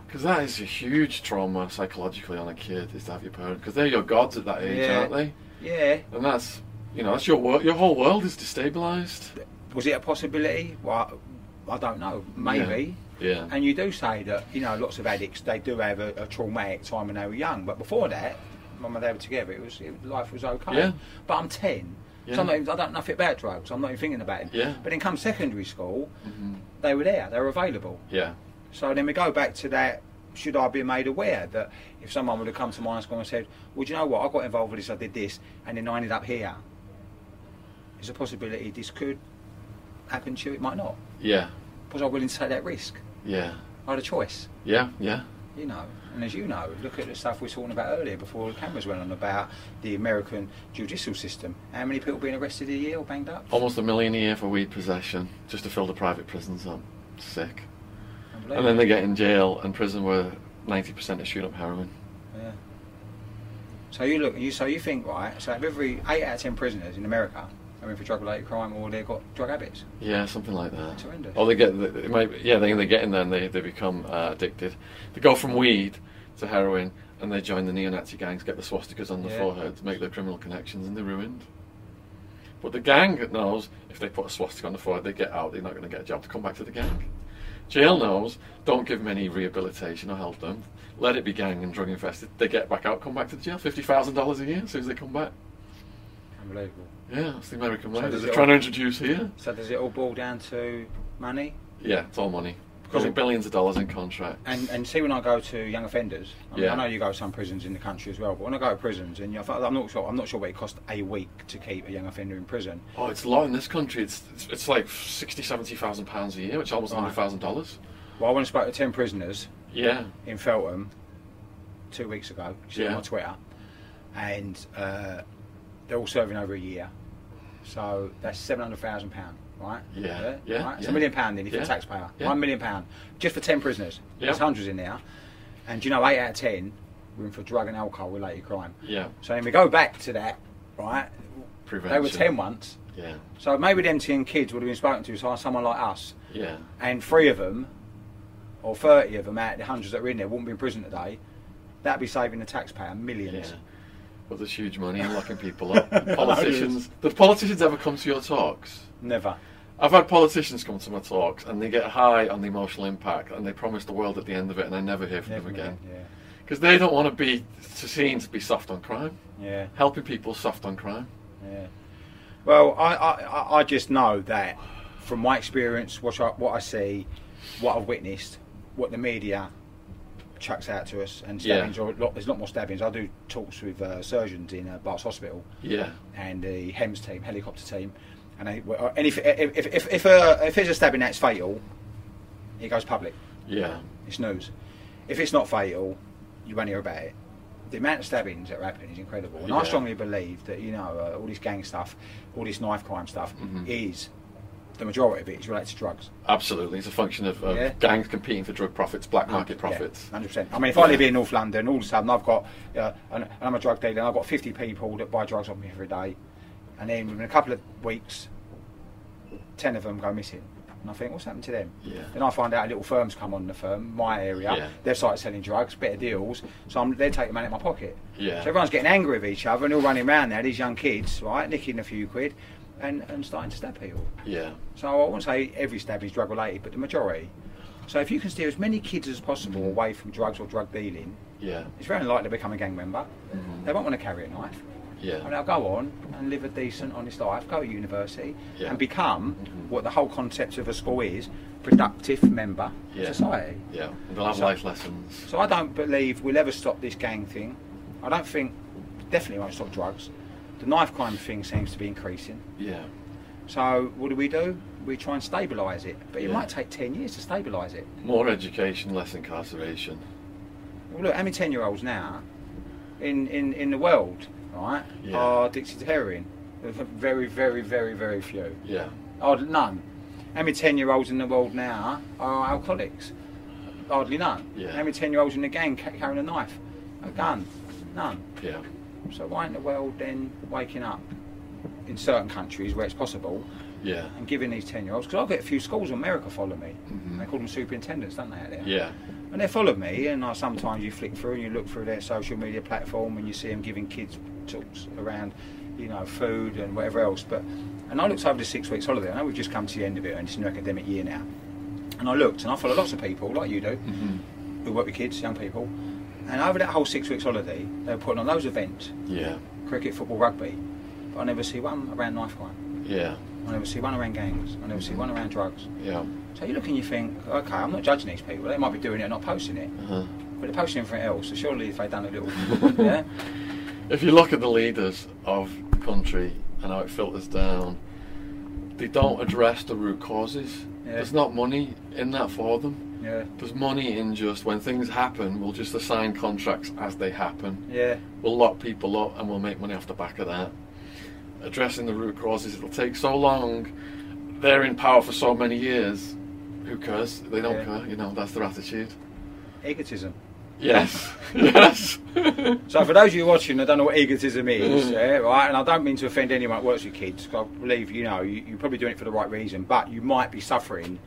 [SPEAKER 1] Because that is a huge trauma psychologically on a kid is to have your parent because they're your gods at that age,
[SPEAKER 2] Yeah.
[SPEAKER 1] aren't they?
[SPEAKER 2] Yeah.
[SPEAKER 1] And that's you know that's your wor- your whole world is destabilized.
[SPEAKER 2] Was it a possibility? Well, I I don't know. Maybe.
[SPEAKER 1] Yeah.
[SPEAKER 2] And you do say that, you know, lots of addicts, they do have a, a traumatic time when they were young. But before that, when they were together, it was it, life was okay.
[SPEAKER 1] Yeah.
[SPEAKER 2] But I'm 10.
[SPEAKER 1] Yeah.
[SPEAKER 2] So I'm not even, I don't know nothing about drugs. I'm not even thinking about it.
[SPEAKER 1] Yeah.
[SPEAKER 2] But then come secondary school,
[SPEAKER 1] hmm
[SPEAKER 2] they were there. They were available.
[SPEAKER 1] Yeah.
[SPEAKER 2] So then we go back to that, should I be made aware that if someone would have come to my school and said, well, do you know what, I got involved with this, I did this, and then I ended up here. There's a possibility this could happen to you. It might not.
[SPEAKER 1] Yeah.
[SPEAKER 2] Was I willing to take that risk?
[SPEAKER 1] Yeah.
[SPEAKER 2] I had a choice.
[SPEAKER 1] Yeah. Yeah.
[SPEAKER 2] You know, and as you know, look at the stuff we were talking about earlier before the cameras went on about the American judicial system. How many people being arrested a year or banged up?
[SPEAKER 1] Almost a million a year for weed possession just to fill the private prisons up. Sick.
[SPEAKER 2] Unbelievable.
[SPEAKER 1] And then they get in jail and prison where 90% are shooting up heroin.
[SPEAKER 2] Yeah. So you look, you so you think right? So every eight out of ten prisoners in America are in for drug-related crime or they've got drug habits.
[SPEAKER 1] Yeah, something like that.
[SPEAKER 2] It's horrendous.
[SPEAKER 1] Or they get, they might, yeah, they, they get in there and they, they become uh, addicted. They go from weed to heroin and they join the neo-Nazi gangs, get the swastikas on the
[SPEAKER 2] Yeah.
[SPEAKER 1] foreheads, make their criminal connections, and they're ruined. But the gang knows if they put a swastika on the forehead, they get out. They're not going to get a job to come back to the gang. Jail knows. Don't give them any rehabilitation or help them. Let it be gang and drug infested. They get back out, come back to the jail. Fifty thousand dollars a year as soon as they come back.
[SPEAKER 2] Unbelievable.
[SPEAKER 1] Yeah, that's the American
[SPEAKER 2] So
[SPEAKER 1] way.
[SPEAKER 2] does
[SPEAKER 1] They're
[SPEAKER 2] it
[SPEAKER 1] trying to
[SPEAKER 2] all-
[SPEAKER 1] introduce here.
[SPEAKER 2] So does it all boil down to money?
[SPEAKER 1] Yeah, it's all money. Causing
[SPEAKER 2] Cool.
[SPEAKER 1] billions of dollars in contracts.
[SPEAKER 2] And and see when I go to young offenders, I, mean,
[SPEAKER 1] Yeah.
[SPEAKER 2] I know you go to some prisons in the country as well. But when I go to prisons, and you know, I'm not sure, I'm not sure what it costs a week to keep a young offender in prison.
[SPEAKER 1] oh, it's a lot in this country. It's it's, it's like sixty, seventy thousand pounds a year, which is almost
[SPEAKER 2] Right.
[SPEAKER 1] hundred thousand dollars.
[SPEAKER 2] Well, I went and spoke to ten prisoners
[SPEAKER 1] Yeah,
[SPEAKER 2] in Feltham two weeks ago. You see it
[SPEAKER 1] Yeah.
[SPEAKER 2] on my Twitter, and uh, they're all serving over a year, so that's seven hundred thousand pound, right?
[SPEAKER 1] Yeah, yeah,
[SPEAKER 2] right? It's
[SPEAKER 1] yeah.
[SPEAKER 2] a million pound nearly for
[SPEAKER 1] Yeah,
[SPEAKER 2] the taxpayer.
[SPEAKER 1] yeah.
[SPEAKER 2] One million pound just for ten prisoners.
[SPEAKER 1] Yeah.
[SPEAKER 2] There's hundreds in there, and do you know eight out of ten were in for drug and alcohol related crime.
[SPEAKER 1] yeah.
[SPEAKER 2] So then we go back to that, right? They were
[SPEAKER 1] Prevention.
[SPEAKER 2] ten once,
[SPEAKER 1] Yeah,
[SPEAKER 2] so maybe them ten kids would have been spoken to by someone like us
[SPEAKER 1] yeah,
[SPEAKER 2] and three of them, or 30 of them out of the hundreds that were in there, wouldn't be in prison today That'd be saving the taxpayer millions.
[SPEAKER 1] Well, there's huge money in locking people up. politicians. the politicians ever come to your talks?
[SPEAKER 2] Never.
[SPEAKER 1] I've had politicians come to my talks and they get high on the emotional impact and they promise the world at the end of it and I never hear from
[SPEAKER 2] Never
[SPEAKER 1] them again.
[SPEAKER 2] again,
[SPEAKER 1] Because they don't want to be seen to be soft on crime.
[SPEAKER 2] Yeah.
[SPEAKER 1] Helping people soft on crime.
[SPEAKER 2] Yeah. Yeah. Well, I, I, I- I just know that from my experience, what I, what I see, what I've witnessed, what the media chucks out to us, and
[SPEAKER 1] Yeah.
[SPEAKER 2] stabbings, or a lot, there's a lot more stabbings. I do talks with uh, surgeons in uh, Barts Hospital,
[SPEAKER 1] Yeah.
[SPEAKER 2] and the HEMS team, helicopter team, and they, well, and if if if if, if, uh, if there's a stabbing that's fatal, it goes public.
[SPEAKER 1] Yeah.
[SPEAKER 2] It's news. If it's not fatal, you won't hear about it. The amount of stabbings that are happening is incredible, and I
[SPEAKER 1] Yeah.
[SPEAKER 2] strongly believe that you know uh, all this gang stuff, all this knife crime stuff
[SPEAKER 1] Mhm.
[SPEAKER 2] is the majority of it is related to drugs.
[SPEAKER 1] Absolutely. It's a function of, of
[SPEAKER 2] Yeah. Ah,
[SPEAKER 1] gangs competing for drug profits, black market profits.
[SPEAKER 2] Hundred percent. I mean, if I live in North London, all of a sudden I've got, uh, and, and I'm a drug dealer, and I've got 50 people that buy drugs off me every day, and then within a couple of weeks, 10 of them go missing. And I think, what's happened to them?
[SPEAKER 1] Yeah.
[SPEAKER 2] Then I find out a little firm's come on the firm, my area.
[SPEAKER 1] Yeah.
[SPEAKER 2] They've started selling drugs, better deals. So I'm, they're taking money out of my pocket.
[SPEAKER 1] Yeah.
[SPEAKER 2] So everyone's getting angry with each other and all running around now, these young kids, right, nicking a few quid and, and starting to stab people.
[SPEAKER 1] Yeah.
[SPEAKER 2] So I won't say every stab is drug related, but the majority. So if you can steer as many kids as possible away from drugs or drug dealing,
[SPEAKER 1] Yeah.
[SPEAKER 2] it's very unlikely to become a gang member.
[SPEAKER 1] Mhm.
[SPEAKER 2] They won't want to carry a knife.
[SPEAKER 1] Yeah.
[SPEAKER 2] And they'll go on and live a decent, honest life, go to university,
[SPEAKER 1] Yeah.
[SPEAKER 2] and become
[SPEAKER 1] Mhm.
[SPEAKER 2] what the whole concept of a school is productive member
[SPEAKER 1] Yeah.
[SPEAKER 2] of society.
[SPEAKER 1] Yeah. And they'll have
[SPEAKER 2] So-
[SPEAKER 1] life lessons.
[SPEAKER 2] So I don't believe we'll ever stop this gang thing. I don't think, definitely won't stop drugs. The knife crime thing seems to be increasing.
[SPEAKER 1] Yeah.
[SPEAKER 2] So what do we do? We try and stabilise it, but it
[SPEAKER 1] Yeah.
[SPEAKER 2] might take ten years to stabilise it.
[SPEAKER 1] More education, less incarceration.
[SPEAKER 2] Well, look, how many ten-year-olds now in, in, in the world, right,
[SPEAKER 1] Yeah.
[SPEAKER 2] are addicted to heroin? Very, very, very, very few.
[SPEAKER 1] Yeah.
[SPEAKER 2] Hardly none. How many ten-year-olds in the world now are alcoholics? Hardly none.
[SPEAKER 1] Yeah.
[SPEAKER 2] How many ten-year-olds in the gang ca- carrying a knife, a gun? None.
[SPEAKER 1] Yeah.
[SPEAKER 2] So why in the world then waking up in certain countries where it's possible
[SPEAKER 1] Yeah.
[SPEAKER 2] and giving these 10 year olds, because I get a few schools in America follow me.
[SPEAKER 1] Mhm.
[SPEAKER 2] They call them superintendents, don't they? Out there?
[SPEAKER 1] Yeah.
[SPEAKER 2] And they follow me, and I, sometimes you flick through and you look through their social media platform and you see them giving kids talks around, you know, food and whatever else. But And I looked over the six weeks holiday. I know we've just come to the end of it and it's a new academic year now. And I looked, and I follow lots of people, like you do,
[SPEAKER 1] Mhm.
[SPEAKER 2] who work with kids, young people. And over that whole six weeks holiday, they were putting on those events
[SPEAKER 1] Yeah.
[SPEAKER 2] cricket, football, rugby. But I never see one around knife crime.
[SPEAKER 1] Yeah.
[SPEAKER 2] I never see one around gangs. I never see one around drugs.
[SPEAKER 1] Yeah.
[SPEAKER 2] So you look and you think, okay, I'm not judging these people. They might be doing it and not posting it,
[SPEAKER 1] Uh-huh.
[SPEAKER 2] but they're posting everything else. So surely if they'd done a little, yeah,
[SPEAKER 1] If you look at the leaders of the country and how it filters down, they don't address the root causes.
[SPEAKER 2] Yeah.
[SPEAKER 1] There's not money in that for them.
[SPEAKER 2] yeah,
[SPEAKER 1] There's money in just when things happen, we'll just assign contracts as they happen.
[SPEAKER 2] yeah,
[SPEAKER 1] We'll lock people up and we'll make money off the back of that. Addressing the root causes, it'll take so long. They're in power for so many years. Who cares? They don't
[SPEAKER 2] Yeah.
[SPEAKER 1] care. You know, that's their attitude.
[SPEAKER 2] egotism.
[SPEAKER 1] Yes. yes.
[SPEAKER 2] So for those of you watching, I don't know what egotism is, yeah, right? And I don't mean to offend anyone that works with kids. 'cause I believe you know you, you're probably doing it for the right reason, but you might be suffering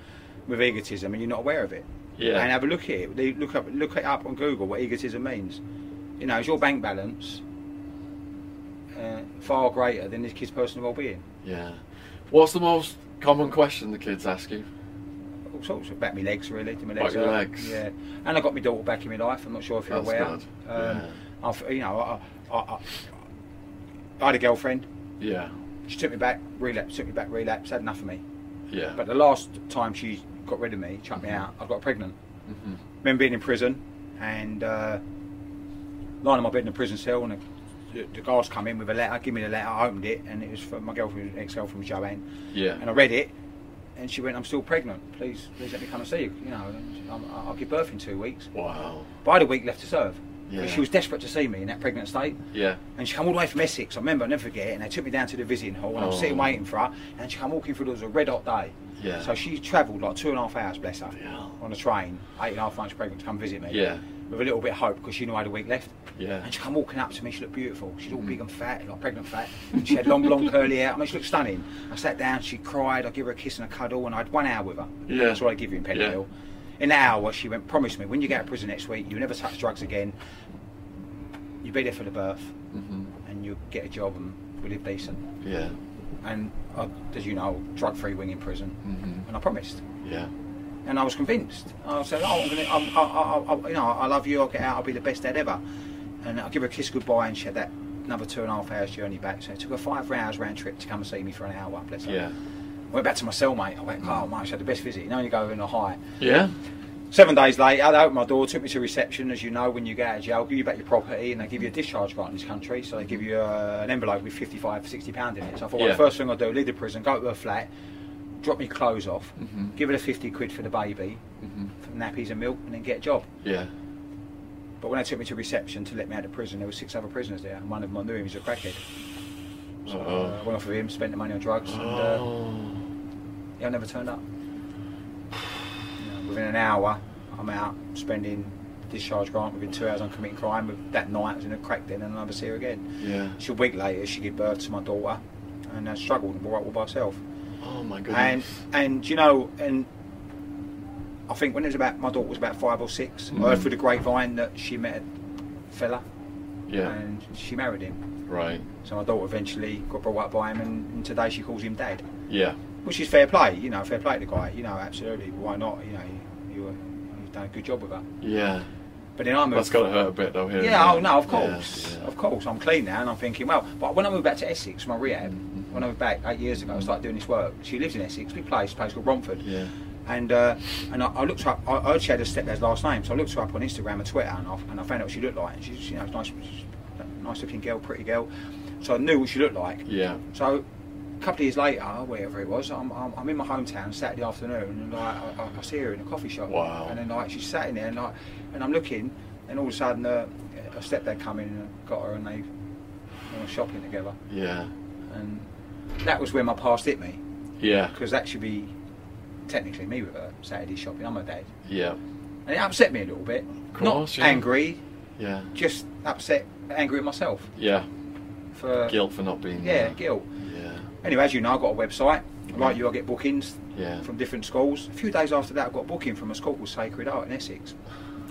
[SPEAKER 2] with egotism and you're not aware of it.
[SPEAKER 1] Yeah.
[SPEAKER 2] And have a look at it. They Look up, look it up on Google what egotism means. You know, is your bank balance uh, far greater than this kid's personal well-being?
[SPEAKER 1] Yeah. What's the most common question the kids ask you?
[SPEAKER 2] all sorts of back my legs really. Do my
[SPEAKER 1] Back
[SPEAKER 2] legs
[SPEAKER 1] your
[SPEAKER 2] hurt?
[SPEAKER 1] legs.
[SPEAKER 2] Yeah, and I got my daughter back in my life. I'm not sure if you're
[SPEAKER 1] That's
[SPEAKER 2] aware.
[SPEAKER 1] good.
[SPEAKER 2] Um,
[SPEAKER 1] Yeah.
[SPEAKER 2] I've you know I, I, I, I had a girlfriend.
[SPEAKER 1] Yeah.
[SPEAKER 2] She took me back, relapse, took me back, relapse, had enough of me.
[SPEAKER 1] Yeah.
[SPEAKER 2] But the last time she got rid of me, chucked
[SPEAKER 1] Mm-hmm.
[SPEAKER 2] me out, I got pregnant.
[SPEAKER 1] Mhm.
[SPEAKER 2] Remember being in prison and uh, lying on my bed in a prison cell, and the, the guards come in with a letter, give me the letter, I opened it, and it was from my girlfriend, ex girlfriend Joanne.
[SPEAKER 1] Yeah.
[SPEAKER 2] And I read it, and she went, I'm still pregnant, please please let me come and see you. You know, I'm, I'll give birth in two weeks.
[SPEAKER 1] Wow.
[SPEAKER 2] But I had a week left to serve.
[SPEAKER 1] Yeah.
[SPEAKER 2] She was desperate to see me in that pregnant state.
[SPEAKER 1] Yeah.
[SPEAKER 2] And she come all the way from Essex, I remember, I'll never forget it, and they took me down to the visiting hall, and I was
[SPEAKER 1] Oh.
[SPEAKER 2] sitting waiting for her, and she come walking through, there was a red hot day.
[SPEAKER 1] Yeah.
[SPEAKER 2] So she travelled like two and a half hours, bless her,
[SPEAKER 1] Yeah.
[SPEAKER 2] on a train, eight and a half months pregnant, to come visit me.
[SPEAKER 1] Yeah.
[SPEAKER 2] With a little bit of hope, because she knew I had a week left.
[SPEAKER 1] Yeah.
[SPEAKER 2] And she come walking up to me, she looked beautiful. She's all
[SPEAKER 1] Mm.
[SPEAKER 2] big and fat, like pregnant fat. She had long blonde curly hair, I mean, she looked stunning. I sat down, she cried, I give her a kiss and a cuddle, and I had one hour with her.
[SPEAKER 1] Yeah.
[SPEAKER 2] That's all I give you in Penny
[SPEAKER 1] Yeah.
[SPEAKER 2] Hill. In that hour, she went, promise me, when you get out of prison next week, you'll never touch drugs again. you be there for the birth,
[SPEAKER 1] hmm
[SPEAKER 2] and you get a job and we live decent.
[SPEAKER 1] Yeah.
[SPEAKER 2] And I, as you know, drug-free wing in prison,
[SPEAKER 1] hmm
[SPEAKER 2] and I promised.
[SPEAKER 1] Yeah.
[SPEAKER 2] and I was convinced. I said, "Oh, I'm gonna, I'm, I, I, I, you know, I love you. I'll get out. I'll be the best dad ever." And I give her a kiss goodbye, and she had that another two and a half hours journey back. So it took her five hours round trip to come and see me for an hour. Bless her.
[SPEAKER 1] Yeah.
[SPEAKER 2] Went back to my cellmate. I went, "Oh, mate, she had the best visit. You know, you go in a high."
[SPEAKER 1] Yeah.
[SPEAKER 2] Seven days later, they opened my door, took me to reception. As you know, when you get out of jail, give you back your property, and they give you a discharge grant in this country. So they give you uh, an envelope with 55, 60 pound in it. So I thought, well,
[SPEAKER 1] Yeah.
[SPEAKER 2] the first thing I'll do, leave the prison, go to her flat, drop me clothes off,
[SPEAKER 1] Mm-hmm.
[SPEAKER 2] give her the 50 quid for the baby,
[SPEAKER 1] hmm
[SPEAKER 2] for nappies and milk, and then get a job.
[SPEAKER 1] Yeah.
[SPEAKER 2] But when they took me to reception to let me out of prison, there were six other prisoners there, and one of them I knew him was a crackhead. So uh,
[SPEAKER 1] Uh-oh.
[SPEAKER 2] I went off with him, spent the money on drugs, and uh,
[SPEAKER 1] Oh.
[SPEAKER 2] yeah, I never turned up. You know, within an hour, I'm out spending discharge grant. Within two hours, I'm committing crime. With that night, I was in a crack den, and I never see her again.
[SPEAKER 1] Yeah.
[SPEAKER 2] So a week later, she gave birth to my daughter, and I struggled and brought up all by herself.
[SPEAKER 1] Oh my
[SPEAKER 2] and
[SPEAKER 1] goodness.
[SPEAKER 2] and you know and I think when it was about my daughter was about five or 6 I heard
[SPEAKER 1] Mhm.
[SPEAKER 2] through the grapevine that she met a fella
[SPEAKER 1] yeah.
[SPEAKER 2] and she married him.
[SPEAKER 1] Right.
[SPEAKER 2] So my daughter eventually got brought up by him, and, and today she calls him dad,
[SPEAKER 1] Yeah.
[SPEAKER 2] which is fair play. You know, fair play to the guy. You know, absolutely. Why not? You know, you, you were, you've done a good job with her.
[SPEAKER 1] Yeah.
[SPEAKER 2] But then I moved.
[SPEAKER 1] That's got to hurt a bit though here.
[SPEAKER 2] Yeah, oh no, of course, of course. I'm clean now, and I'm thinking, well, but when I moved back to Essex, my rehab,
[SPEAKER 1] Mhm.
[SPEAKER 2] when I moved back eight years ago, I started doing this work. She lives in Essex, big place, place called Romford,
[SPEAKER 1] Yeah.
[SPEAKER 2] and uh, and I, I looked her up. I, I heard she had a stepdad's last name, so I looked her up on Instagram and Twitter, and I, and I found out what she looked like. And she's you know nice, she's a nice looking girl, pretty girl. So I knew what she looked like.
[SPEAKER 1] Yeah.
[SPEAKER 2] So a couple of years later, wherever it was, I'm, I'm, I'm in my hometown Saturday afternoon, and like, I, I, I see her in a coffee shop.
[SPEAKER 1] Wow.
[SPEAKER 2] And then like she's sat in there, and like, and I'm looking, and all of a sudden, uh, a stepdad come in and got her, and they went shopping together,
[SPEAKER 1] Yeah.
[SPEAKER 2] and that was where my past hit me,
[SPEAKER 1] Yeah.
[SPEAKER 2] because that should be technically me with her Saturday shopping. I'm a dad,
[SPEAKER 1] Yeah.
[SPEAKER 2] and it upset me a little bit.
[SPEAKER 1] Of course,
[SPEAKER 2] Not
[SPEAKER 1] yeah.
[SPEAKER 2] angry,
[SPEAKER 1] Yeah.
[SPEAKER 2] just upset, angry at myself
[SPEAKER 1] Yeah.
[SPEAKER 2] for
[SPEAKER 1] Guilt for not being
[SPEAKER 2] Uh, Yeah,
[SPEAKER 1] there.
[SPEAKER 2] guilt.
[SPEAKER 1] Yeah.
[SPEAKER 2] Anyway, as you know, I've got a website. Like you, I get bookings
[SPEAKER 1] Yeah.
[SPEAKER 2] from different schools. A few days after that, I got a booking from a school called Sacred Heart in Essex,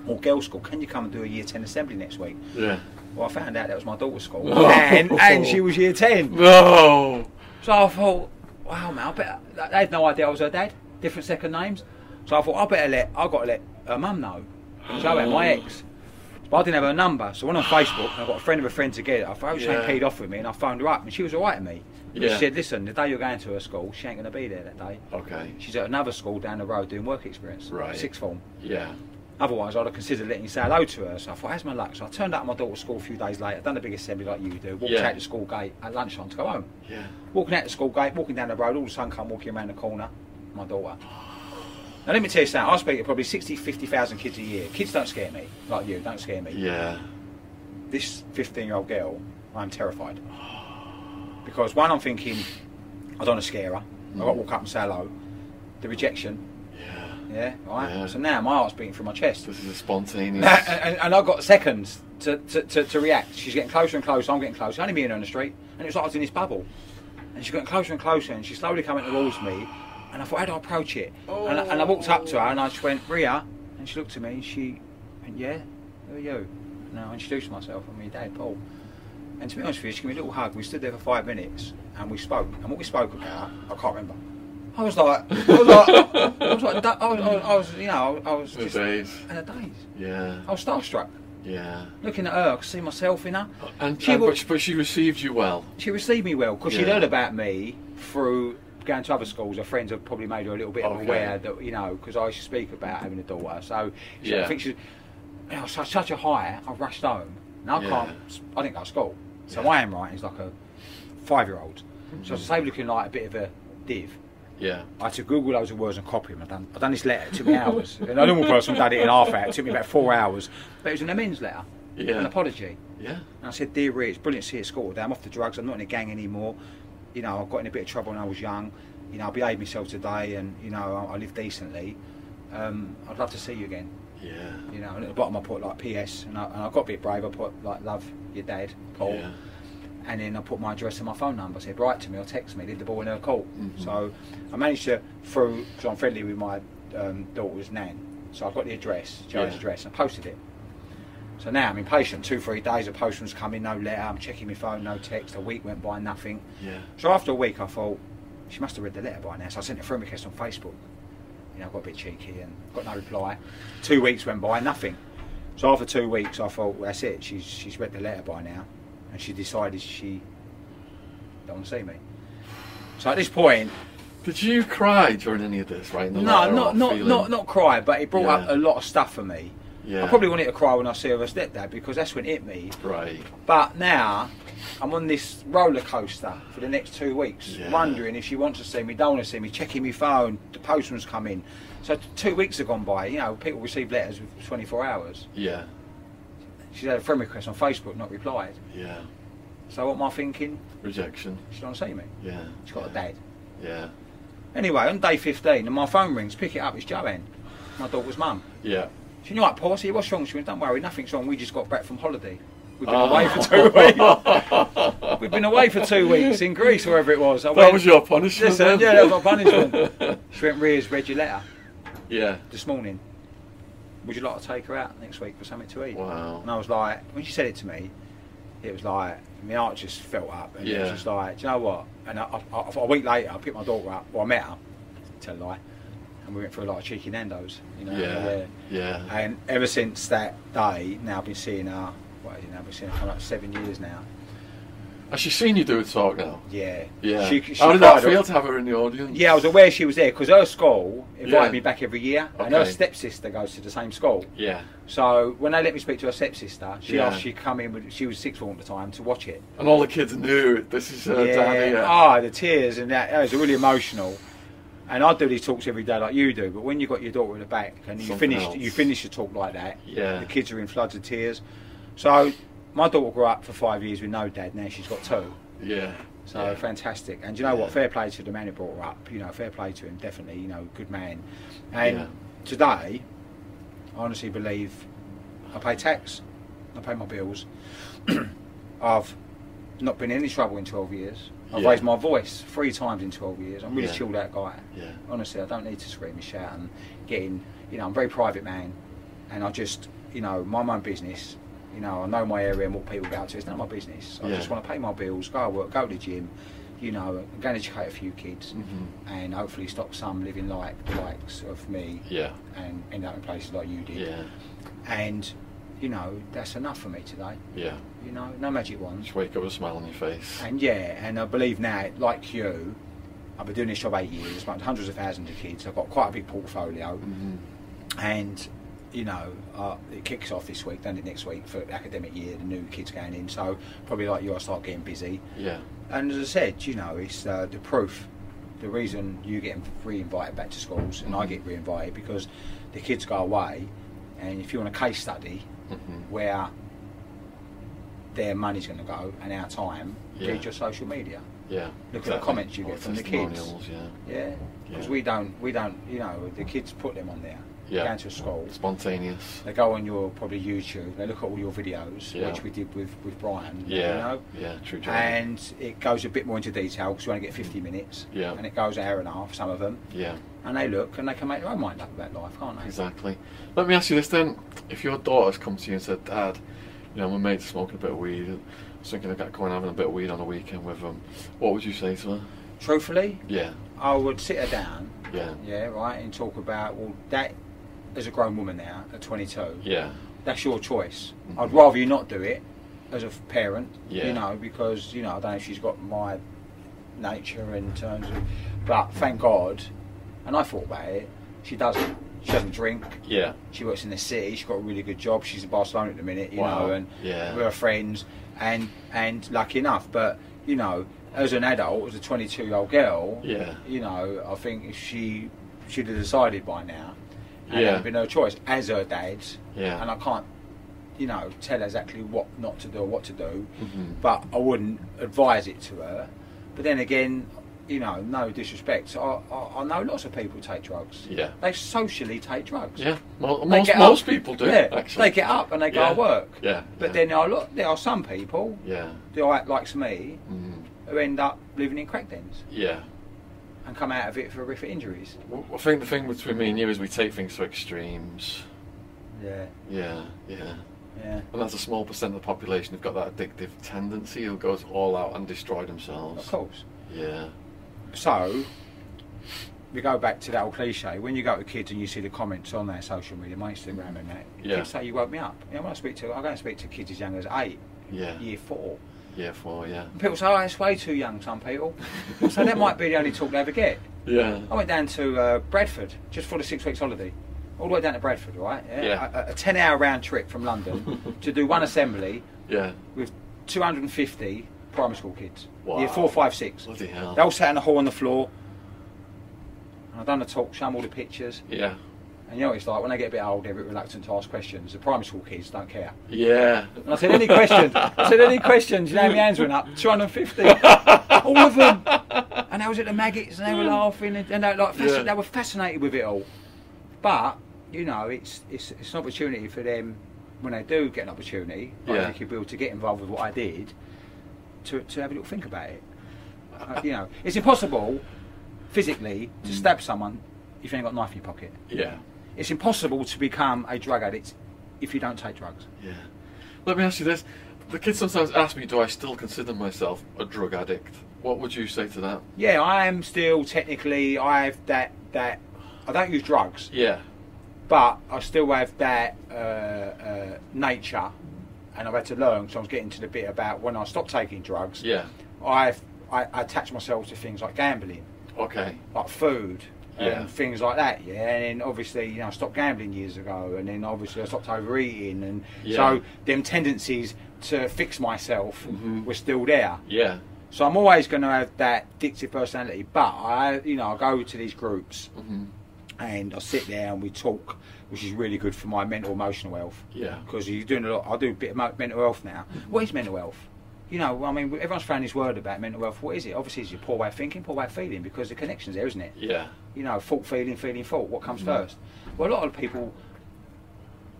[SPEAKER 2] or girls' school. Can you come and do a year 10 assembly next week?
[SPEAKER 1] Yeah.
[SPEAKER 2] Well, I found out that was my daughter's school,
[SPEAKER 1] Oh.
[SPEAKER 2] and, and she was year 10.
[SPEAKER 1] No.
[SPEAKER 2] So I thought, wow, man, I better. They had no idea I was her dad, different second names. So I thought, I better let, I got to let her mum know. So I went, my
[SPEAKER 1] Oh.
[SPEAKER 2] ex. But I didn't have her number, so I went on Facebook and I got a friend of a friend to get it. I thought, oh, she ain't
[SPEAKER 1] Yeah.
[SPEAKER 2] paid off with me, and I phoned her up, and she was alright with me. But
[SPEAKER 1] Yeah.
[SPEAKER 2] She said, listen, the day you're going to her school, she ain't going to be there that day.
[SPEAKER 1] Okay.
[SPEAKER 2] She's at another school down the road doing work experience,
[SPEAKER 1] Right.
[SPEAKER 2] sixth form.
[SPEAKER 1] Yeah.
[SPEAKER 2] Otherwise, I'd have considered letting you say hello to her. So I thought, how's my luck? So I turned up at my daughter's school a few days later, done a big assembly like you do, walked
[SPEAKER 1] Yeah.
[SPEAKER 2] out the school gate at lunchtime to go home.
[SPEAKER 1] Yeah.
[SPEAKER 2] Walking out the school gate, walking down the road, all of a sudden come walking around the corner, my daughter. Now let me tell you something, I speak to probably 60, 50,000 kids a year. Kids don't scare me, like you, don't scare me.
[SPEAKER 1] Yeah.
[SPEAKER 2] This 15 year old girl, I'm terrified. Because one, I'm thinking, I don't want to scare her. I've
[SPEAKER 1] Mm.
[SPEAKER 2] got to walk up and say hello. The rejection,
[SPEAKER 1] Yeah.
[SPEAKER 2] yeah, right?
[SPEAKER 1] Yeah.
[SPEAKER 2] So now my heart's beating through my chest.
[SPEAKER 1] This is a spontaneous.
[SPEAKER 2] and, and, and I've got seconds to, to, to, to react. She's getting closer and closer, I'm getting closer. Only me and her on the street. And it was like I was in this bubble. And she's getting closer and closer, and she's slowly coming towards me. And I thought, how do I approach it? And, I, and I walked up to her, and I just went, Ria. And she looked at me, and she went, yeah, who are you? And I introduced myself, I'm your dad, Paul. And to be honest with you, she gave me a little hug. We stood there for five minutes, and we spoke. And what we spoke about, I can't remember. I was like, I was like, I was like, I was, I was, I was you know, I was
[SPEAKER 1] The
[SPEAKER 2] just
[SPEAKER 1] days.
[SPEAKER 2] in a daze.
[SPEAKER 1] Yeah.
[SPEAKER 2] I was starstruck.
[SPEAKER 1] Yeah.
[SPEAKER 2] Looking at her, I could see myself in her.
[SPEAKER 1] Uh, And,
[SPEAKER 2] She
[SPEAKER 1] and
[SPEAKER 2] wa-
[SPEAKER 1] but, but she received you well.
[SPEAKER 2] She received me well because she'd
[SPEAKER 1] Yeah.
[SPEAKER 2] heard about me through going to other schools. Her friends have probably made her a little bit
[SPEAKER 1] Okay.
[SPEAKER 2] aware that you know because I used to speak about having a daughter. So she,
[SPEAKER 1] Yeah.
[SPEAKER 2] I think she, you know, such, such a high. I rushed home. And I
[SPEAKER 1] Yeah.
[SPEAKER 2] can't. I didn't go to school, so
[SPEAKER 1] Yeah.
[SPEAKER 2] my handwriting is like a five-year-old. So I was saved looking like a bit of a div.
[SPEAKER 1] Yeah.
[SPEAKER 2] I had to Google loads of words and copy them. I done, I done this letter. It took me hours. And a normal person done it in half hour. It took me about four hours. But it was an amends letter,
[SPEAKER 1] Yeah.
[SPEAKER 2] an apology.
[SPEAKER 1] Yeah.
[SPEAKER 2] And I said, Dear Ray, it's brilliant to see you at school today. I'm off the drugs. I'm not in a gang anymore. You know, I got in a bit of trouble when I was young. You know, I behaved myself today and, you know, I, I live decently. Um, I'd love to see you again.
[SPEAKER 1] Yeah.
[SPEAKER 2] You know, and at the bottom I put like PS and I, and I got a bit brave. I put like, love your dad, Paul.
[SPEAKER 1] Yeah.
[SPEAKER 2] And then I put my address and my phone number. I said, write to me or text me. Did the ball in her court.
[SPEAKER 1] Mhm.
[SPEAKER 2] So I managed to, through, because I'm friendly with my um, daughter's nan. So I got the address, Joe's
[SPEAKER 1] Yeah.
[SPEAKER 2] address, and I posted it. So now I'm impatient. Two, three days, a postman's coming, no letter. I'm checking my phone, no text. A week went by, nothing.
[SPEAKER 1] Yeah.
[SPEAKER 2] So after a week, I thought she must have read the letter by now. So I sent a friend request on Facebook. You know, I got a bit cheeky and got no reply. Two weeks went by, nothing. So after two weeks, I thought well, that's it. She's she's read the letter by now, and she decided she don't want to see me. So at this point,
[SPEAKER 1] Did you cry during any of this? Right? in the
[SPEAKER 2] no,
[SPEAKER 1] letter
[SPEAKER 2] not
[SPEAKER 1] or
[SPEAKER 2] not,
[SPEAKER 1] feeling-
[SPEAKER 2] not not cry, but it brought
[SPEAKER 1] Yeah.
[SPEAKER 2] up a lot of stuff for me.
[SPEAKER 1] Yeah.
[SPEAKER 2] I probably wanted to cry when I see her as stepdad because that's when it hit me.
[SPEAKER 1] Right.
[SPEAKER 2] But now I'm on this roller coaster for the next two weeks,
[SPEAKER 1] Yeah.
[SPEAKER 2] wondering if she wants to see me, don't want to see me, checking my phone, the postman's come in. So t- two weeks have gone by, you know, people receive letters with 24 hours.
[SPEAKER 1] Yeah.
[SPEAKER 2] She's had a friend request on Facebook, not replied.
[SPEAKER 1] Yeah.
[SPEAKER 2] So what am I thinking?
[SPEAKER 1] Rejection.
[SPEAKER 2] She don't see me.
[SPEAKER 1] Yeah.
[SPEAKER 2] She's got a
[SPEAKER 1] yeah.
[SPEAKER 2] dad.
[SPEAKER 1] Yeah.
[SPEAKER 2] Anyway, on day 15, and my phone rings, pick it up, it's Joanne, my daughter's mum.
[SPEAKER 1] Yeah.
[SPEAKER 2] She knew, like, Paul, I said, what's wrong? She went, don't worry, nothing's wrong, we just got back from holiday. We've been away
[SPEAKER 1] Oh.
[SPEAKER 2] for two
[SPEAKER 1] Ah.
[SPEAKER 2] weeks. We've been away for two weeks in Greece, wherever it was. I
[SPEAKER 1] That
[SPEAKER 2] went-
[SPEAKER 1] was your punishment.
[SPEAKER 2] Listen,
[SPEAKER 1] then?
[SPEAKER 2] yeah, that was my punishment. She went, Rhea's read your letter
[SPEAKER 1] yeah.
[SPEAKER 2] this morning. Would you like to take her out next week for something to eat?
[SPEAKER 1] Wow.
[SPEAKER 2] And I was like, when she said it to me, it was like, my heart just felt up. And it was
[SPEAKER 1] Yeah.
[SPEAKER 2] just like, do you know what? And I, I, I, a week later, I picked my daughter up, well, I met her, tell a lie, and we went for a lot of cheeky Nando's, you know.
[SPEAKER 1] Yeah. Yeah.
[SPEAKER 2] And ever since that day, now I've been seeing her, what is it now? I've been seeing her for like seven years now.
[SPEAKER 1] Has she seen you do a talk now?
[SPEAKER 2] Yeah.
[SPEAKER 1] Yeah.
[SPEAKER 2] She, she
[SPEAKER 1] How did
[SPEAKER 2] cried
[SPEAKER 1] that feel to have her in the audience?
[SPEAKER 2] yeah, I was aware she was there because her school invited
[SPEAKER 1] Yeah.
[SPEAKER 2] me back every year, and her
[SPEAKER 1] Okay.
[SPEAKER 2] stepsister goes to the same school.
[SPEAKER 1] Yeah.
[SPEAKER 2] So when they let me speak to her stepsister, she
[SPEAKER 1] Yeah.
[SPEAKER 2] asked she come in. With, she was six form at the time to watch it.
[SPEAKER 1] And all the kids knew this is uh, her daddy. Yeah.
[SPEAKER 2] Ah, the tears and that. It was really emotional. And I do these talks every day like you do, but when you got your daughter in the back and you
[SPEAKER 1] Something
[SPEAKER 2] finish
[SPEAKER 1] else.
[SPEAKER 2] you finish your talk like that,
[SPEAKER 1] Yeah.
[SPEAKER 2] the kids are in floods of tears. So my daughter grew up for five years with no dad. Now she's got two.
[SPEAKER 1] Yeah.
[SPEAKER 2] So
[SPEAKER 1] yeah.
[SPEAKER 2] fantastic. And you know what?
[SPEAKER 1] Yeah.
[SPEAKER 2] Fair play to the man who brought her up. You know, fair play to him. Definitely, you know, good man. And
[SPEAKER 1] Yeah.
[SPEAKER 2] today, I honestly believe I pay tax, I pay my bills. I've not been in any trouble in 12 years. I've
[SPEAKER 1] Yeah.
[SPEAKER 2] raised my voice three times in 12 years. I'm really
[SPEAKER 1] Yeah.
[SPEAKER 2] chilled out guy.
[SPEAKER 1] Yeah.
[SPEAKER 2] Honestly, I don't need to scream and shout and get in. You know, I'm a very private man, and I just, you know, mind my own business. You know, I know my area and what people go to. It's none of my business. I
[SPEAKER 1] Yeah.
[SPEAKER 2] just want to pay my bills, go to work, go to the gym. You know, go and educate a few kids,
[SPEAKER 1] Mhm.
[SPEAKER 2] and hopefully stop some living like the likes of me,
[SPEAKER 1] Yeah.
[SPEAKER 2] and end up in places like you did.
[SPEAKER 1] Yeah.
[SPEAKER 2] And, you know, that's enough for me today.
[SPEAKER 1] Yeah.
[SPEAKER 2] You know, no magic wands.
[SPEAKER 1] Just wake up with a smile on your face.
[SPEAKER 2] And yeah, and I believe now, like you, I've been doing this job eight years, like hundreds of thousands of kids. I've got quite a big portfolio,
[SPEAKER 1] Mhm.
[SPEAKER 2] and you know, uh, it kicks off this week, then it next week for academic year, the new kids going in. So probably like you, I start getting busy.
[SPEAKER 1] Yeah.
[SPEAKER 2] And as I said, you know, it's uh, the proof. The reason you get re-invited back to schools
[SPEAKER 1] Mm-hmm.
[SPEAKER 2] and I get re-invited because the kids go away, and if you want a case study,
[SPEAKER 1] Mhm.
[SPEAKER 2] where their money's going to go and our time,
[SPEAKER 1] Yeah.
[SPEAKER 2] read your social media.
[SPEAKER 1] Yeah.
[SPEAKER 2] Look at the comments you
[SPEAKER 1] All
[SPEAKER 2] get
[SPEAKER 1] the
[SPEAKER 2] from the kids.
[SPEAKER 1] testimonials,
[SPEAKER 2] Yeah, because
[SPEAKER 1] Yeah.
[SPEAKER 2] we don't, we don't, you know, the kids put them on there.
[SPEAKER 1] Yeah.
[SPEAKER 2] Down to school,
[SPEAKER 1] Yeah. Spontaneous.
[SPEAKER 2] they go on your probably YouTube. They look at all your videos,
[SPEAKER 1] Yeah.
[SPEAKER 2] which we did with with Brian.
[SPEAKER 1] Yeah.
[SPEAKER 2] You know?
[SPEAKER 1] Yeah. True. Joy.
[SPEAKER 2] And it goes a bit more into detail because you only get 50 minutes.
[SPEAKER 1] Yeah.
[SPEAKER 2] And it goes an hour and a half, some of them.
[SPEAKER 1] Yeah.
[SPEAKER 2] And they look and they can make their own mind up about life, can't they?
[SPEAKER 1] Exactly. Let me ask you this then: If your daughter's come to you and said, "Dad, you know my mate's smoking a bit of weed," I was thinking about going having a bit of weed on a weekend with him. What would you say to her?
[SPEAKER 2] Truthfully,
[SPEAKER 1] Yeah.
[SPEAKER 2] I would sit her down,
[SPEAKER 1] Yeah.
[SPEAKER 2] yeah, right, and talk about, well, that, as a grown woman now, at 22,
[SPEAKER 1] Yeah.
[SPEAKER 2] that's your choice. I'd
[SPEAKER 1] Mhm.
[SPEAKER 2] rather you not do it as a f- parent,
[SPEAKER 1] Yeah.
[SPEAKER 2] you know, because, you know, I don't know if she's got my nature in terms of, but thank God, and I thought about it, she doesn't. She doesn't drink.
[SPEAKER 1] Yeah.
[SPEAKER 2] She works in the city. She's got a really good job. She's in Barcelona at the minute, you
[SPEAKER 1] Wow.
[SPEAKER 2] know, and
[SPEAKER 1] Yeah.
[SPEAKER 2] we're friends, and and lucky enough. But you know, as an adult, as a 22 year old girl,
[SPEAKER 1] Yeah.
[SPEAKER 2] you know, I think if she should have decided by now. And
[SPEAKER 1] Yeah.
[SPEAKER 2] It'd been her choice as her dad.
[SPEAKER 1] Yeah.
[SPEAKER 2] And I can't, you know, tell her exactly what not to do or what to do,
[SPEAKER 1] Mhm.
[SPEAKER 2] but I wouldn't advise it to her. But then again, you know, no disrespect. I, I, I know lots of people take drugs.
[SPEAKER 1] Yeah.
[SPEAKER 2] They socially take drugs.
[SPEAKER 1] Yeah. Mo-
[SPEAKER 2] They
[SPEAKER 1] most
[SPEAKER 2] get
[SPEAKER 1] most
[SPEAKER 2] up-
[SPEAKER 1] people do.
[SPEAKER 2] Yeah,
[SPEAKER 1] Actually.
[SPEAKER 2] they get up and they go
[SPEAKER 1] Yeah.
[SPEAKER 2] to work.
[SPEAKER 1] Yeah.
[SPEAKER 2] But
[SPEAKER 1] yeah.
[SPEAKER 2] then there are, lo- there are some people,
[SPEAKER 1] Yeah.
[SPEAKER 2] the like, likes me,
[SPEAKER 1] Mhm.
[SPEAKER 2] who end up living in crack dens
[SPEAKER 1] Yeah.
[SPEAKER 2] and come out of it for horrific injuries.
[SPEAKER 1] Well, I think the thing between me and you is we take things to extremes.
[SPEAKER 2] Yeah.
[SPEAKER 1] Yeah, yeah.
[SPEAKER 2] Yeah.
[SPEAKER 1] And that's a small percent of the population who've got that addictive tendency who goes all out and destroy themselves.
[SPEAKER 2] Of course.
[SPEAKER 1] Yeah.
[SPEAKER 2] So, we go back to that old cliche. When you go to kids and you see the comments on their social media, my Instagram and that,
[SPEAKER 1] Yeah.
[SPEAKER 2] kids say you woke me up. You know, when I speak to, I go and speak to kids as young as eight,
[SPEAKER 1] Yeah.
[SPEAKER 2] year four.
[SPEAKER 1] Yeah, for yeah.
[SPEAKER 2] And people say, oh, it's way too young, some people. so that might be the only talk they ever get.
[SPEAKER 1] Yeah.
[SPEAKER 2] I went down to uh, Bradford just for the six weeks holiday. All the way down to Bradford, right?
[SPEAKER 1] Yeah.
[SPEAKER 2] A- A, a 10 hour round trip from London to do one assembly
[SPEAKER 1] Yeah.
[SPEAKER 2] with 250 primary school kids.
[SPEAKER 1] Wow.
[SPEAKER 2] Year four, five, six.
[SPEAKER 1] Bloody hell.
[SPEAKER 2] They all sat in the hall on the floor. And I've done the talk, shown all the pictures.
[SPEAKER 1] Yeah.
[SPEAKER 2] And you know what it's like? When they get a bit old, they're a bit reluctant to ask questions. The primary school kids don't care.
[SPEAKER 1] Yeah.
[SPEAKER 2] And I said, any questions? I said, any questions? You know, my hands went up, 250. all of them. And I was at the maggots and they were laughing and, and they, like, fascin-
[SPEAKER 1] Yeah.
[SPEAKER 2] they were fascinated with it all. But, you know, it's, it's, it's an opportunity for them when they do get an opportunity, like
[SPEAKER 1] Yeah.
[SPEAKER 2] yeah. Nicky Bill, to get involved with what I did, to, to have a little think about it. Uh, you know, it's impossible physically to stab someone if you ain't got a knife in your pocket.
[SPEAKER 1] Mm. Yeah.
[SPEAKER 2] It's impossible to become a drug addict if you don't take drugs.
[SPEAKER 1] Yeah. Let me ask you this. The kids sometimes ask me, do I still consider myself a drug addict? What would you say to that?
[SPEAKER 2] Yeah, I am still technically. I have that that. I don't use drugs,
[SPEAKER 1] Yeah.
[SPEAKER 2] but I still have that uh, uh, nature, and I've had to learn. So I was getting to the bit about when I stopped taking drugs.
[SPEAKER 1] Yeah.
[SPEAKER 2] I've, I I attach myself to things like gambling,
[SPEAKER 1] Okay.
[SPEAKER 2] like food.
[SPEAKER 1] Yeah.
[SPEAKER 2] And things like that, yeah. And then obviously, you know, I stopped gambling years ago, and then obviously I stopped overeating, and
[SPEAKER 1] Yeah.
[SPEAKER 2] so them tendencies to fix myself
[SPEAKER 1] Mhm.
[SPEAKER 2] were still there.
[SPEAKER 1] Yeah.
[SPEAKER 2] So I'm always going to have that addictive personality, but I, you know, I go to these groups
[SPEAKER 1] hmm
[SPEAKER 2] and I sit there and we talk, which is really good for my mental emotional health.
[SPEAKER 1] Yeah.
[SPEAKER 2] Because you're doing a lot. I do a bit of mo- mental health now. What is mental health? You know, I mean, everyone's found this word about mental health. What is it? Obviously, it's your poor way of thinking, poor way of feeling, because the connection's there, isn't it?
[SPEAKER 1] Yeah.
[SPEAKER 2] You know, thought, feeling, feeling, thought. What comes
[SPEAKER 1] Mhm.
[SPEAKER 2] first? Well, a lot of people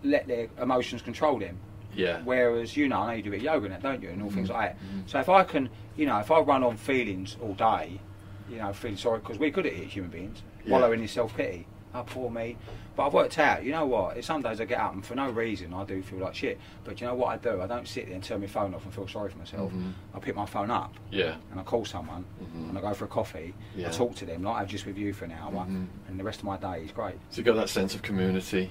[SPEAKER 2] let their emotions control them.
[SPEAKER 1] Yeah.
[SPEAKER 2] Whereas, you know, I know you do a bit of yoga now, don't you, and all things
[SPEAKER 1] Mhm.
[SPEAKER 2] like that.
[SPEAKER 1] Mhm.
[SPEAKER 2] So if I can, you know, if I run on feelings all day, you know, feeling sorry, because we're good at it, human beings,
[SPEAKER 1] Yeah.
[SPEAKER 2] wallowing in self pity. Oh, poor me. But I've worked out, you know what, it's some days I get up and for no reason I do feel like shit. But you know what I do? I don't sit there and turn my phone off and feel sorry for myself.
[SPEAKER 1] Mhm.
[SPEAKER 2] I pick my phone up
[SPEAKER 1] Yeah.
[SPEAKER 2] and I call someone
[SPEAKER 1] Mhm.
[SPEAKER 2] and I go for a coffee.
[SPEAKER 1] Yeah.
[SPEAKER 2] I talk to them, like I've just with you for an hour,
[SPEAKER 1] Mhm.
[SPEAKER 2] and the rest of my day is great.
[SPEAKER 1] So you got that sense of community.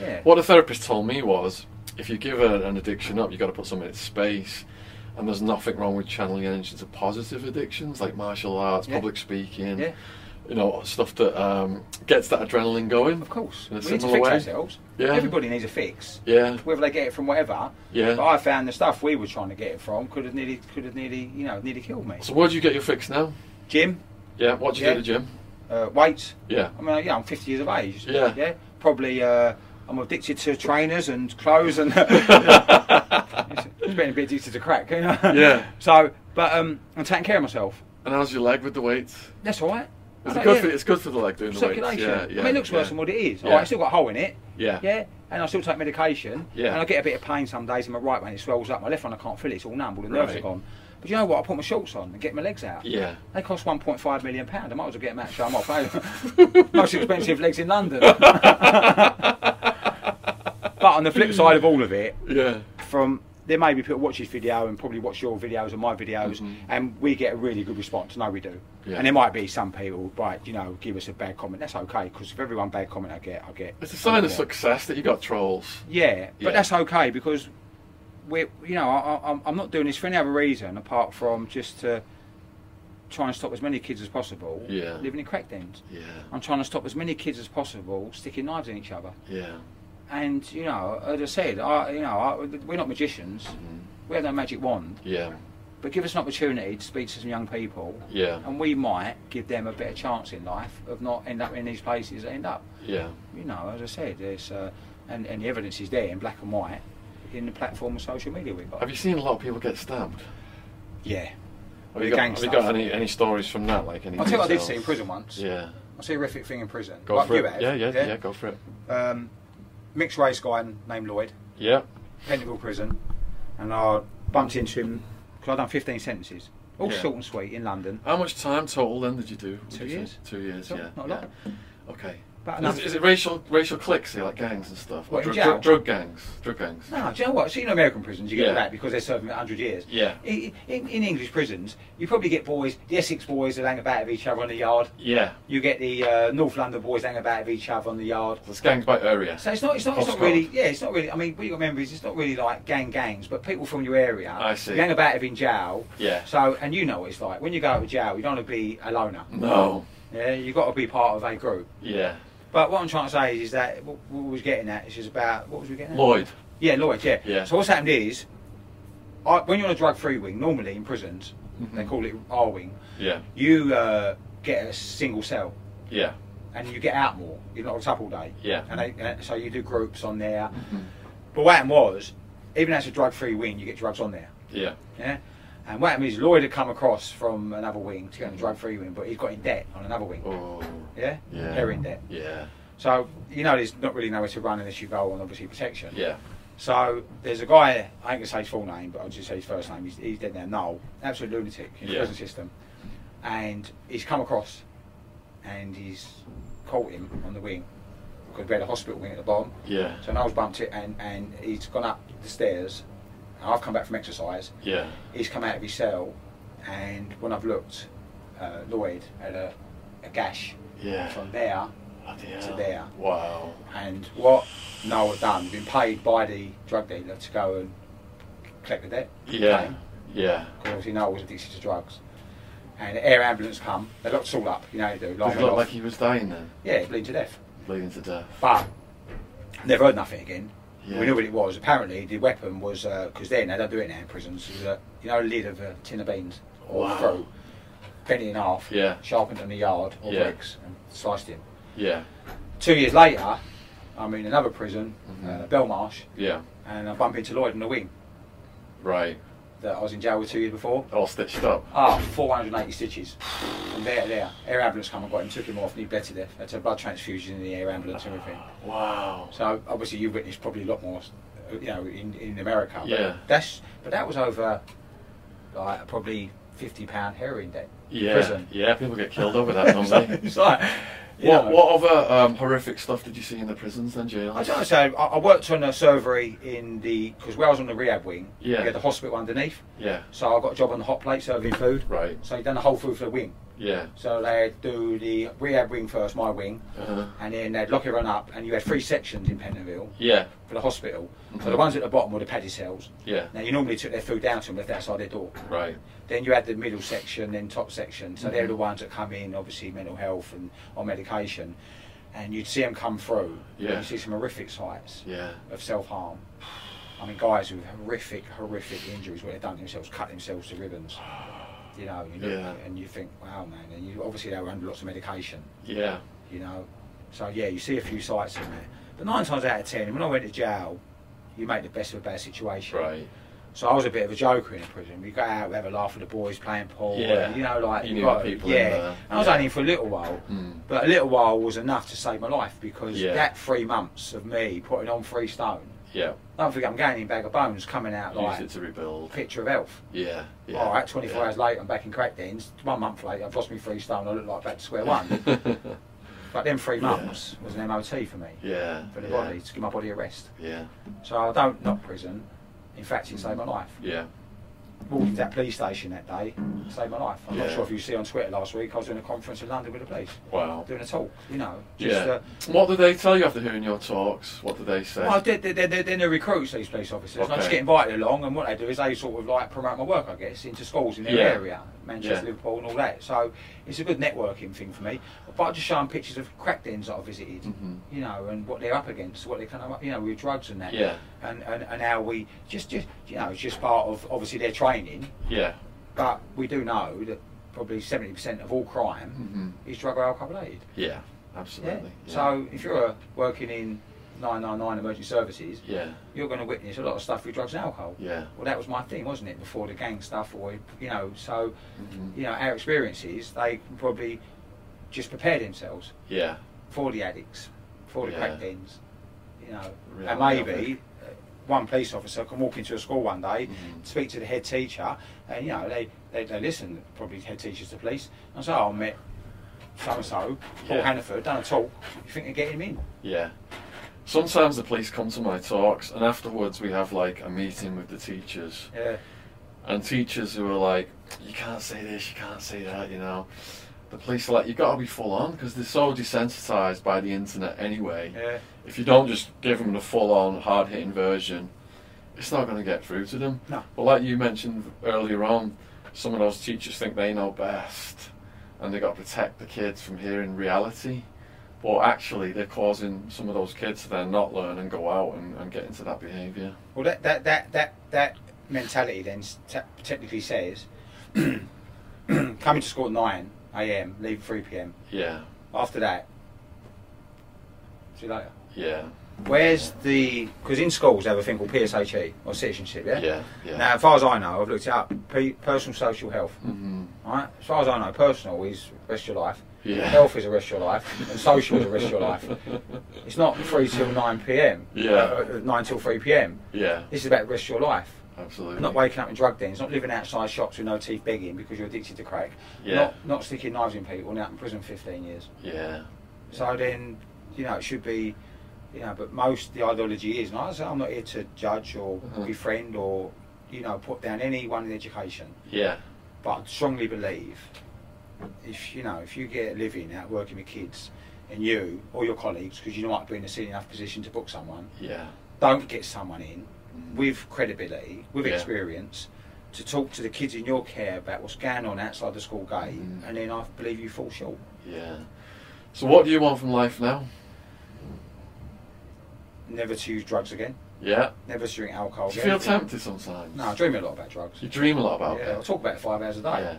[SPEAKER 2] Yeah.
[SPEAKER 1] What a therapist told me was, if you give a, an addiction up, you got to put something in its space. And there's nothing wrong with channeling energy to positive addictions like martial arts,
[SPEAKER 2] Yeah.
[SPEAKER 1] public speaking,
[SPEAKER 2] Yeah.
[SPEAKER 1] you know, stuff that um, gets that adrenaline going.
[SPEAKER 2] Of course.
[SPEAKER 1] In
[SPEAKER 2] We
[SPEAKER 1] a
[SPEAKER 2] need to fix
[SPEAKER 1] similar way.
[SPEAKER 2] ourselves.
[SPEAKER 1] Yeah.
[SPEAKER 2] Everybody needs a fix.
[SPEAKER 1] Yeah.
[SPEAKER 2] whether they get it from whatever.
[SPEAKER 1] Yeah.
[SPEAKER 2] But I found the stuff we were trying to get it from could have nearly, could have nearly, you know, nearly killed me.
[SPEAKER 1] So where do you get your fix now?
[SPEAKER 2] Gym,
[SPEAKER 1] Yeah. What do you
[SPEAKER 2] Yeah.
[SPEAKER 1] do at the gym?
[SPEAKER 2] uh, weights.
[SPEAKER 1] Yeah.
[SPEAKER 2] I mean, yeah, I'm 50 years of age.
[SPEAKER 1] Yeah.
[SPEAKER 2] Yeah. Probably, uh, I'm addicted to trainers and clothes and. it's been a bit addicted to crack, you know.
[SPEAKER 1] Yeah.
[SPEAKER 2] So, but um, I'm taking care of myself.
[SPEAKER 1] And how's your leg with the weights?
[SPEAKER 2] That's all right.
[SPEAKER 1] Is
[SPEAKER 2] I
[SPEAKER 1] it
[SPEAKER 2] don't-
[SPEAKER 1] good for,
[SPEAKER 2] Uh, yeah.
[SPEAKER 1] it's good for the leg doing the weights.
[SPEAKER 2] circulation.
[SPEAKER 1] Yeah, yeah,
[SPEAKER 2] I mean, it looks
[SPEAKER 1] yeah.
[SPEAKER 2] worse than what it is.
[SPEAKER 1] Yeah.
[SPEAKER 2] All right, it's still got a hole in it.
[SPEAKER 1] Yeah.
[SPEAKER 2] Yeah, and I still take medication.
[SPEAKER 1] Yeah.
[SPEAKER 2] And I get a bit of pain some days in my right one, it swells up. My left one, I can't feel it, it's all numb, all the nerves
[SPEAKER 1] Right.
[SPEAKER 2] are gone. But you know what? I put my shorts on and get my legs out.
[SPEAKER 1] Yeah.
[SPEAKER 2] They cost £1.5 million. I might as well get them out, show them off. Most expensive legs in London. but on the flip side of all of it,
[SPEAKER 1] Yeah.
[SPEAKER 2] from there may be people watch this video and probably watch your videos and my videos
[SPEAKER 1] Mhm.
[SPEAKER 2] and we get a really good response no we do
[SPEAKER 1] Yeah.
[SPEAKER 2] and there might be some people right you know give us a bad comment that's okay because if everyone bad comment i get i get
[SPEAKER 1] It's a sign of
[SPEAKER 2] Yeah.
[SPEAKER 1] success that you got trolls.
[SPEAKER 2] yeah but
[SPEAKER 1] Yeah.
[SPEAKER 2] that's okay because we're you know I, I, I'm- i'm not doing this for any other reason apart from just to try and stop as many kids as possible
[SPEAKER 1] Yeah.
[SPEAKER 2] living in crack dens
[SPEAKER 1] Yeah.
[SPEAKER 2] i'm trying to stop as many kids as possible sticking knives in each other
[SPEAKER 1] Yeah.
[SPEAKER 2] and you know as i said I, you know I, we're not magicians
[SPEAKER 1] Mhm.
[SPEAKER 2] we have no magic wand
[SPEAKER 1] Yeah.
[SPEAKER 2] but give us an opportunity to speak to some young people,
[SPEAKER 1] Yeah.
[SPEAKER 2] and we might give them a better chance in life of not end up in these places they end up.
[SPEAKER 1] Yeah.
[SPEAKER 2] You know, as I said, there's uh, and, and the evidence is there in black and white in the platform of social media we've got.
[SPEAKER 1] Have you seen a lot of people get stabbed?
[SPEAKER 2] yeah.
[SPEAKER 1] Have you,
[SPEAKER 2] The
[SPEAKER 1] got,
[SPEAKER 2] gang
[SPEAKER 1] have you
[SPEAKER 2] stuff.
[SPEAKER 1] got any, any stories from that? Like any?
[SPEAKER 2] I'll tell you what I did
[SPEAKER 1] details?
[SPEAKER 2] see in prison once.
[SPEAKER 1] Yeah.
[SPEAKER 2] I see a horrific thing in prison.
[SPEAKER 1] Go
[SPEAKER 2] like
[SPEAKER 1] for
[SPEAKER 2] you
[SPEAKER 1] it.
[SPEAKER 2] have,
[SPEAKER 1] yeah, yeah, yeah, Go for it.
[SPEAKER 2] Um, mixed race guy named Lloyd,
[SPEAKER 1] Yeah.
[SPEAKER 2] Pentacle Prison, and I bumped into him because I'd done 15 sentences, all
[SPEAKER 1] Yeah.
[SPEAKER 2] short and sweet in London.
[SPEAKER 1] How much time total then did you do? would
[SPEAKER 2] Two
[SPEAKER 1] you say?
[SPEAKER 2] years.
[SPEAKER 1] Two years.
[SPEAKER 2] Not-
[SPEAKER 1] yeah.
[SPEAKER 2] not a
[SPEAKER 1] yeah.
[SPEAKER 2] lot.
[SPEAKER 1] Okay.
[SPEAKER 2] But
[SPEAKER 1] Is,
[SPEAKER 2] enough.
[SPEAKER 1] is it racial racial cliques here, like gangs and stuff? Or
[SPEAKER 2] What, in
[SPEAKER 1] drug,
[SPEAKER 2] jail?
[SPEAKER 1] drug, drug gangs, drug gangs.
[SPEAKER 2] No, do you know what? So, you know, American prisons, you get
[SPEAKER 1] Yeah.
[SPEAKER 2] that because they're serving 100 years.
[SPEAKER 1] Yeah.
[SPEAKER 2] In, in, in English prisons, you probably get boys, the Essex boys that hang about with each other on the yard.
[SPEAKER 1] Yeah,
[SPEAKER 2] You get the uh, North London boys that hang about with each other on the yard.
[SPEAKER 1] there's gangs by area.
[SPEAKER 2] So it's not, it's not, it's not
[SPEAKER 1] Postcode.
[SPEAKER 2] really, yeah, it's not really. I mean, what you got to remember is it's not really like gang gangs, but people from your area.
[SPEAKER 1] I see.
[SPEAKER 2] You hang about it in jail.
[SPEAKER 1] Yeah.
[SPEAKER 2] So, and you know what it's like when you go out of jail, you don't want to be a loner.
[SPEAKER 1] No.
[SPEAKER 2] Yeah, you got to be part of a group.
[SPEAKER 1] Yeah.
[SPEAKER 2] But what I'm trying to say is, is that what, what we was getting at is just about what was we getting at?
[SPEAKER 1] Lloyd.
[SPEAKER 2] Yeah, Lloyd. Yeah.
[SPEAKER 1] Yeah.
[SPEAKER 2] So what's happened is, I, when you're on a drug-free wing, normally in prisons they
[SPEAKER 1] Mhm.
[SPEAKER 2] call it R wing.
[SPEAKER 1] Yeah.
[SPEAKER 2] You uh, get a single cell,
[SPEAKER 1] Yeah.
[SPEAKER 2] and you get out more. You're not on top all day.
[SPEAKER 1] Yeah. Mm-hmm.
[SPEAKER 2] And they, uh, so you do groups on there. But what happened was, even as a drug-free wing, you get drugs on there.
[SPEAKER 1] Yeah.
[SPEAKER 2] Yeah. And what happened is Lloyd had come across from another wing to get on the drug-free wing, but he's got in debt on another wing.
[SPEAKER 1] Oh.
[SPEAKER 2] Yeah.
[SPEAKER 1] Yeah.
[SPEAKER 2] Heroin debt.
[SPEAKER 1] Yeah.
[SPEAKER 2] So you know, there's not really nowhere to run unless you go on obviously protection.
[SPEAKER 1] Yeah.
[SPEAKER 2] So there's a guy, I ain't gonna say his full name, but I'll just say his first name. He's, he's dead now. Noel, absolute lunatic in the
[SPEAKER 1] Yeah.
[SPEAKER 2] prison system, and he's come across, and he's caught him on the wing because we had a hospital wing at the bottom.
[SPEAKER 1] Yeah.
[SPEAKER 2] So Noel's bumped it, and and he's gone up the stairs. I've come back from exercise.
[SPEAKER 1] Yeah.
[SPEAKER 2] He's come out of his cell, and when I've looked, uh, Lloyd had a, a gash
[SPEAKER 1] Yeah.
[SPEAKER 2] from there
[SPEAKER 1] Bloody
[SPEAKER 2] to
[SPEAKER 1] hell.
[SPEAKER 2] there.
[SPEAKER 1] Wow.
[SPEAKER 2] and what Noel had done, been paid by the drug dealer to go and collect the debt.
[SPEAKER 1] Yeah. Yeah.
[SPEAKER 2] Because obviously Noel was addicted to drugs. And the air ambulance come, they locked us all up, you know, they do.
[SPEAKER 1] Does
[SPEAKER 2] Like,
[SPEAKER 1] it look like he was dying then?
[SPEAKER 2] yeah, bleeding to death.
[SPEAKER 1] Bleeding to death.
[SPEAKER 2] But never heard nothing again.
[SPEAKER 1] Yeah.
[SPEAKER 2] We knew what it was. Apparently, the weapon was, because then they don't do it now in prisons, is a, you know, a lid of a tin of beans or
[SPEAKER 1] Wow.
[SPEAKER 2] fruit, bent it in half,
[SPEAKER 1] Yeah.
[SPEAKER 2] sharpened on the yard or
[SPEAKER 1] Yeah.
[SPEAKER 2] bricks, and sliced him.
[SPEAKER 1] Yeah.
[SPEAKER 2] Two years later, I'm in another prison,
[SPEAKER 1] Mhm.
[SPEAKER 2] uh, Belmarsh,
[SPEAKER 1] Yeah.
[SPEAKER 2] and I bump into Lloyd in the wing
[SPEAKER 1] Right.
[SPEAKER 2] that I was in jail with two years before.
[SPEAKER 1] All stitched up.
[SPEAKER 2] Ah, 480 stitches. From there, to there. Air ambulance come and got him, took him off, and he bled to death. That's a blood transfusion in the air ambulance, everything.
[SPEAKER 1] Wow.
[SPEAKER 2] So obviously, you witnessed probably a lot more, uh, you know, in, in America. But
[SPEAKER 1] Yeah.
[SPEAKER 2] That's but that was over, like probably 50 pound heroin debt.
[SPEAKER 1] Yeah.
[SPEAKER 2] Prison.
[SPEAKER 1] Yeah. People get killed over that, don't they?
[SPEAKER 2] it's like, you
[SPEAKER 1] What,
[SPEAKER 2] know.
[SPEAKER 1] what other um, horrific stuff did you see in the prisons and jails?
[SPEAKER 2] I don't know. So I, I worked on a survey in the because where I was on the rehab wing,
[SPEAKER 1] Yeah.
[SPEAKER 2] we had the hospital underneath.
[SPEAKER 1] Yeah,
[SPEAKER 2] So I got a job on the hot plate serving food.
[SPEAKER 1] right.
[SPEAKER 2] So you done the whole food for the wing.
[SPEAKER 1] Yeah.
[SPEAKER 2] So they'd do the rehab wing first, my wing,
[SPEAKER 1] Uh-huh.
[SPEAKER 2] and then they'd lock everyone up, and you had three sections in Pentonville
[SPEAKER 1] Yeah,
[SPEAKER 2] for the hospital. So the ones at the bottom were the paddy cells.
[SPEAKER 1] yeah,
[SPEAKER 2] Now you normally took their food down to them, left it outside their door.
[SPEAKER 1] right.
[SPEAKER 2] Then you had the middle section, then top section. So they're the
[SPEAKER 1] Mm-hmm.
[SPEAKER 2] ones that come in, obviously mental health and on medication, and you'd see them come through.
[SPEAKER 1] Yeah.
[SPEAKER 2] You see some horrific sights
[SPEAKER 1] Yeah,
[SPEAKER 2] of self harm. I mean, guys with horrific, horrific injuries where they've done themselves, cut themselves to ribbons. You know, you look,
[SPEAKER 1] Yeah.
[SPEAKER 2] and you think, wow, man. And you obviously they were under lots of medication.
[SPEAKER 1] yeah,
[SPEAKER 2] You know, so yeah, you see a few sights in there. But nine times out of ten, when I went to jail, you make the best of a bad situation.
[SPEAKER 1] right.
[SPEAKER 2] So I was a bit of a joker in prison. We go out, we have a laugh with the boys playing pool.
[SPEAKER 1] Yeah.
[SPEAKER 2] and, you know, like
[SPEAKER 1] You knew
[SPEAKER 2] got-
[SPEAKER 1] the people in
[SPEAKER 2] Yeah,
[SPEAKER 1] there.
[SPEAKER 2] I was
[SPEAKER 1] Yeah.
[SPEAKER 2] only in for a little while.
[SPEAKER 1] Mm.
[SPEAKER 2] But a little while was enough to save my life because
[SPEAKER 1] Yeah.
[SPEAKER 2] that three months of me putting on three stone
[SPEAKER 1] Yeah,
[SPEAKER 2] don't forget, I'm going in bag of bones, coming out
[SPEAKER 1] use
[SPEAKER 2] like
[SPEAKER 1] it to
[SPEAKER 2] a
[SPEAKER 1] rebuild.
[SPEAKER 2] picture of health.
[SPEAKER 1] Yeah, yeah.
[SPEAKER 2] All right, 24
[SPEAKER 1] yeah.
[SPEAKER 2] hours later, I'm back in crack dens. One month later, I've lost me three stone. I look like back to square one. but then three months was an MOT for me,
[SPEAKER 1] yeah,
[SPEAKER 2] for the
[SPEAKER 1] yeah,
[SPEAKER 2] body, to give my body a rest.
[SPEAKER 1] Yeah,
[SPEAKER 2] So I don't knock prison. In fact, it saved my life.
[SPEAKER 1] yeah,
[SPEAKER 2] Walked into that police station that day, saved my life. I'm not
[SPEAKER 1] Yeah.
[SPEAKER 2] sure if you see on Twitter last week, I was doing a conference in London with the police,
[SPEAKER 1] wow.
[SPEAKER 2] doing a talk, you know. Just,
[SPEAKER 1] Yeah.
[SPEAKER 2] uh,
[SPEAKER 1] What did they tell you after hearing your talks? What did they say?
[SPEAKER 2] Well, they're, they're, they're, they're new recruits, these police officers. And I just
[SPEAKER 1] Okay.
[SPEAKER 2] get invited along, and what they do is they sort of like promote my work, I guess, into schools in their
[SPEAKER 1] Yeah.
[SPEAKER 2] area, Manchester,
[SPEAKER 1] Yeah.
[SPEAKER 2] Liverpool, and all that. So it's a good networking thing for me. But I just show them pictures of crack dens that I visited,
[SPEAKER 1] Mhm.
[SPEAKER 2] you know, and what they're up against, what they kind of, you know, with drugs and that.
[SPEAKER 1] Yeah.
[SPEAKER 2] And, and, and how we just, just, you know, it's just part of obviously their training,
[SPEAKER 1] Yeah,
[SPEAKER 2] but we do know that probably 70% of all crime
[SPEAKER 1] Mhm.
[SPEAKER 2] is drug or alcohol related.
[SPEAKER 1] yeah,
[SPEAKER 2] Mm-hmm. Yeah?
[SPEAKER 1] absolutely. Yeah.
[SPEAKER 2] So if you're uh, working in 999 emergency services,
[SPEAKER 1] Yeah,
[SPEAKER 2] you're going to witness a lot of stuff with drugs and alcohol.
[SPEAKER 1] yeah,
[SPEAKER 2] Well, that was my thing, wasn't it? Before the gang stuff, or you know, so
[SPEAKER 1] Mhm.
[SPEAKER 2] you know, our experiences, they can probably just prepare themselves
[SPEAKER 1] yeah,
[SPEAKER 2] for the addicts, for the
[SPEAKER 1] Yeah.
[SPEAKER 2] crack dens, you know,
[SPEAKER 1] Really
[SPEAKER 2] and maybe uh, one police officer can walk into a school one day,
[SPEAKER 1] Mhm.
[SPEAKER 2] speak to the head teacher, and you know, they they, they listen probably to head teachers to police, and say, oh, I met so and so,
[SPEAKER 1] Yeah.
[SPEAKER 2] Paul Hannaford, done a talk. You think they're getting him in?
[SPEAKER 1] Yeah. Sometimes the police come to my talks, and afterwards we have like a meeting with the teachers.
[SPEAKER 2] Yeah.
[SPEAKER 1] and teachers who are like, you can't say this, you can't say that, you know. The police are like, you got to be full on because they're so desensitized by the internet anyway.
[SPEAKER 2] Yeah.
[SPEAKER 1] If you don't just give them the full on, hard hitting version, it's not going to get through to them.
[SPEAKER 2] No.
[SPEAKER 1] But like you mentioned earlier on, some of those teachers think they know best and they got to protect the kids from hearing reality. But actually, they're causing some of those kids to then not learn and go out and, and get into that behaviour.
[SPEAKER 2] Well, that that that that, that mentality then s- te- technically says coming to school at nine a.m., leave at three p.m.
[SPEAKER 1] Yeah,
[SPEAKER 2] After that, see you later.
[SPEAKER 1] yeah,
[SPEAKER 2] Where's the? Because in schools they have a thing called PSHE E, or citizenship. Yeah.
[SPEAKER 1] yeah, yeah.
[SPEAKER 2] Now, as far as I know, I've looked it up. P- personal social health.
[SPEAKER 1] Mhm.
[SPEAKER 2] Right. As far as I know, personal is rest of your life.
[SPEAKER 1] Yeah.
[SPEAKER 2] Health is the rest of your life, and social is the rest of your life. It's not three till nine p.m.
[SPEAKER 1] Yeah.
[SPEAKER 2] uh, uh, nine till three p.m.
[SPEAKER 1] Yeah,
[SPEAKER 2] This is about the rest of your life.
[SPEAKER 1] absolutely.
[SPEAKER 2] Not waking up in drug dens, not living outside shops with no teeth begging because you're addicted to crack,
[SPEAKER 1] Yeah.
[SPEAKER 2] not, not sticking knives in people and out in prison 15 years.
[SPEAKER 1] Yeah,
[SPEAKER 2] So then, you know, it should be, you know, but most the ideology is, and I say I'm not here to judge or
[SPEAKER 1] Mhm.
[SPEAKER 2] befriend or, you know, put down anyone in education,
[SPEAKER 1] yeah,
[SPEAKER 2] but I strongly believe if, you know, if you get a living out working with kids and you or your colleagues, because you might be in a senior enough position to book someone,
[SPEAKER 1] yeah,
[SPEAKER 2] don't get someone in with credibility, with
[SPEAKER 1] Mm. Yeah.
[SPEAKER 2] experience, to talk to the kids in your care about what's going on outside the school gate,
[SPEAKER 1] Mm.
[SPEAKER 2] and then I believe you fall short.
[SPEAKER 1] yeah. So, what do you want from life now?
[SPEAKER 2] Never to use drugs again.
[SPEAKER 1] Yeah.
[SPEAKER 2] Never to drink alcohol
[SPEAKER 1] Do you
[SPEAKER 2] again.
[SPEAKER 1] feel tempted sometimes?
[SPEAKER 2] no, I dream a lot about drugs.
[SPEAKER 1] You dream a lot about
[SPEAKER 2] yeah, I
[SPEAKER 1] it.
[SPEAKER 2] talk about it five hours a day.
[SPEAKER 1] Yeah.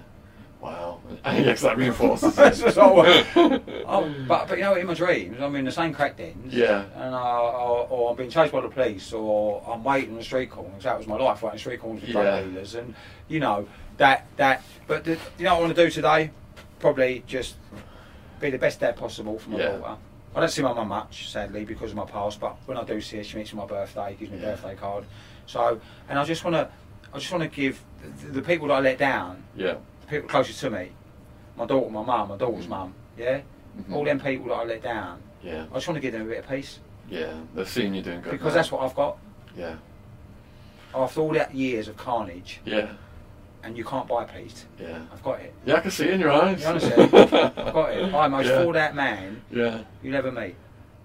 [SPEAKER 1] Wow. yes, that reinforces
[SPEAKER 2] That's
[SPEAKER 1] it.
[SPEAKER 2] just all- Oh, but, but you know, in my dreams, I'm in the same crack dens.
[SPEAKER 1] Yeah.
[SPEAKER 2] And I, or, or I'm being chased by the police, or I'm waiting on the street corners. That was my life, waiting on street corners with
[SPEAKER 1] Yeah.
[SPEAKER 2] drug dealers, and you know that that. But the, you know what I want to do today? Probably just be the best dad possible for my
[SPEAKER 1] Yeah.
[SPEAKER 2] daughter. I don't see my mum much, sadly, because of my past. But when I do see her, she makes my birthday, gives me
[SPEAKER 1] Yeah.
[SPEAKER 2] a birthday card. So, and I just want to, I just want to give the, the people that I let down
[SPEAKER 1] yeah.
[SPEAKER 2] the people closest to me, my daughter, my mum, my daughter's mum, yeah,
[SPEAKER 1] Mhm.
[SPEAKER 2] all them people that I let down,
[SPEAKER 1] Yeah.
[SPEAKER 2] I just want to give them a bit of peace
[SPEAKER 1] Yeah. They're seeing you doing good.
[SPEAKER 2] because
[SPEAKER 1] now.
[SPEAKER 2] that's what I've got.
[SPEAKER 1] Yeah.
[SPEAKER 2] After all that years of carnage,
[SPEAKER 1] Yeah.
[SPEAKER 2] and you can't buy peace,
[SPEAKER 1] Yeah.
[SPEAKER 2] I've got it.
[SPEAKER 1] Yeah, I can see it in your eyes.
[SPEAKER 2] Honestly, I've got it. I'm the most
[SPEAKER 1] yeah.
[SPEAKER 2] for that man
[SPEAKER 1] Yeah.
[SPEAKER 2] you'll ever meet.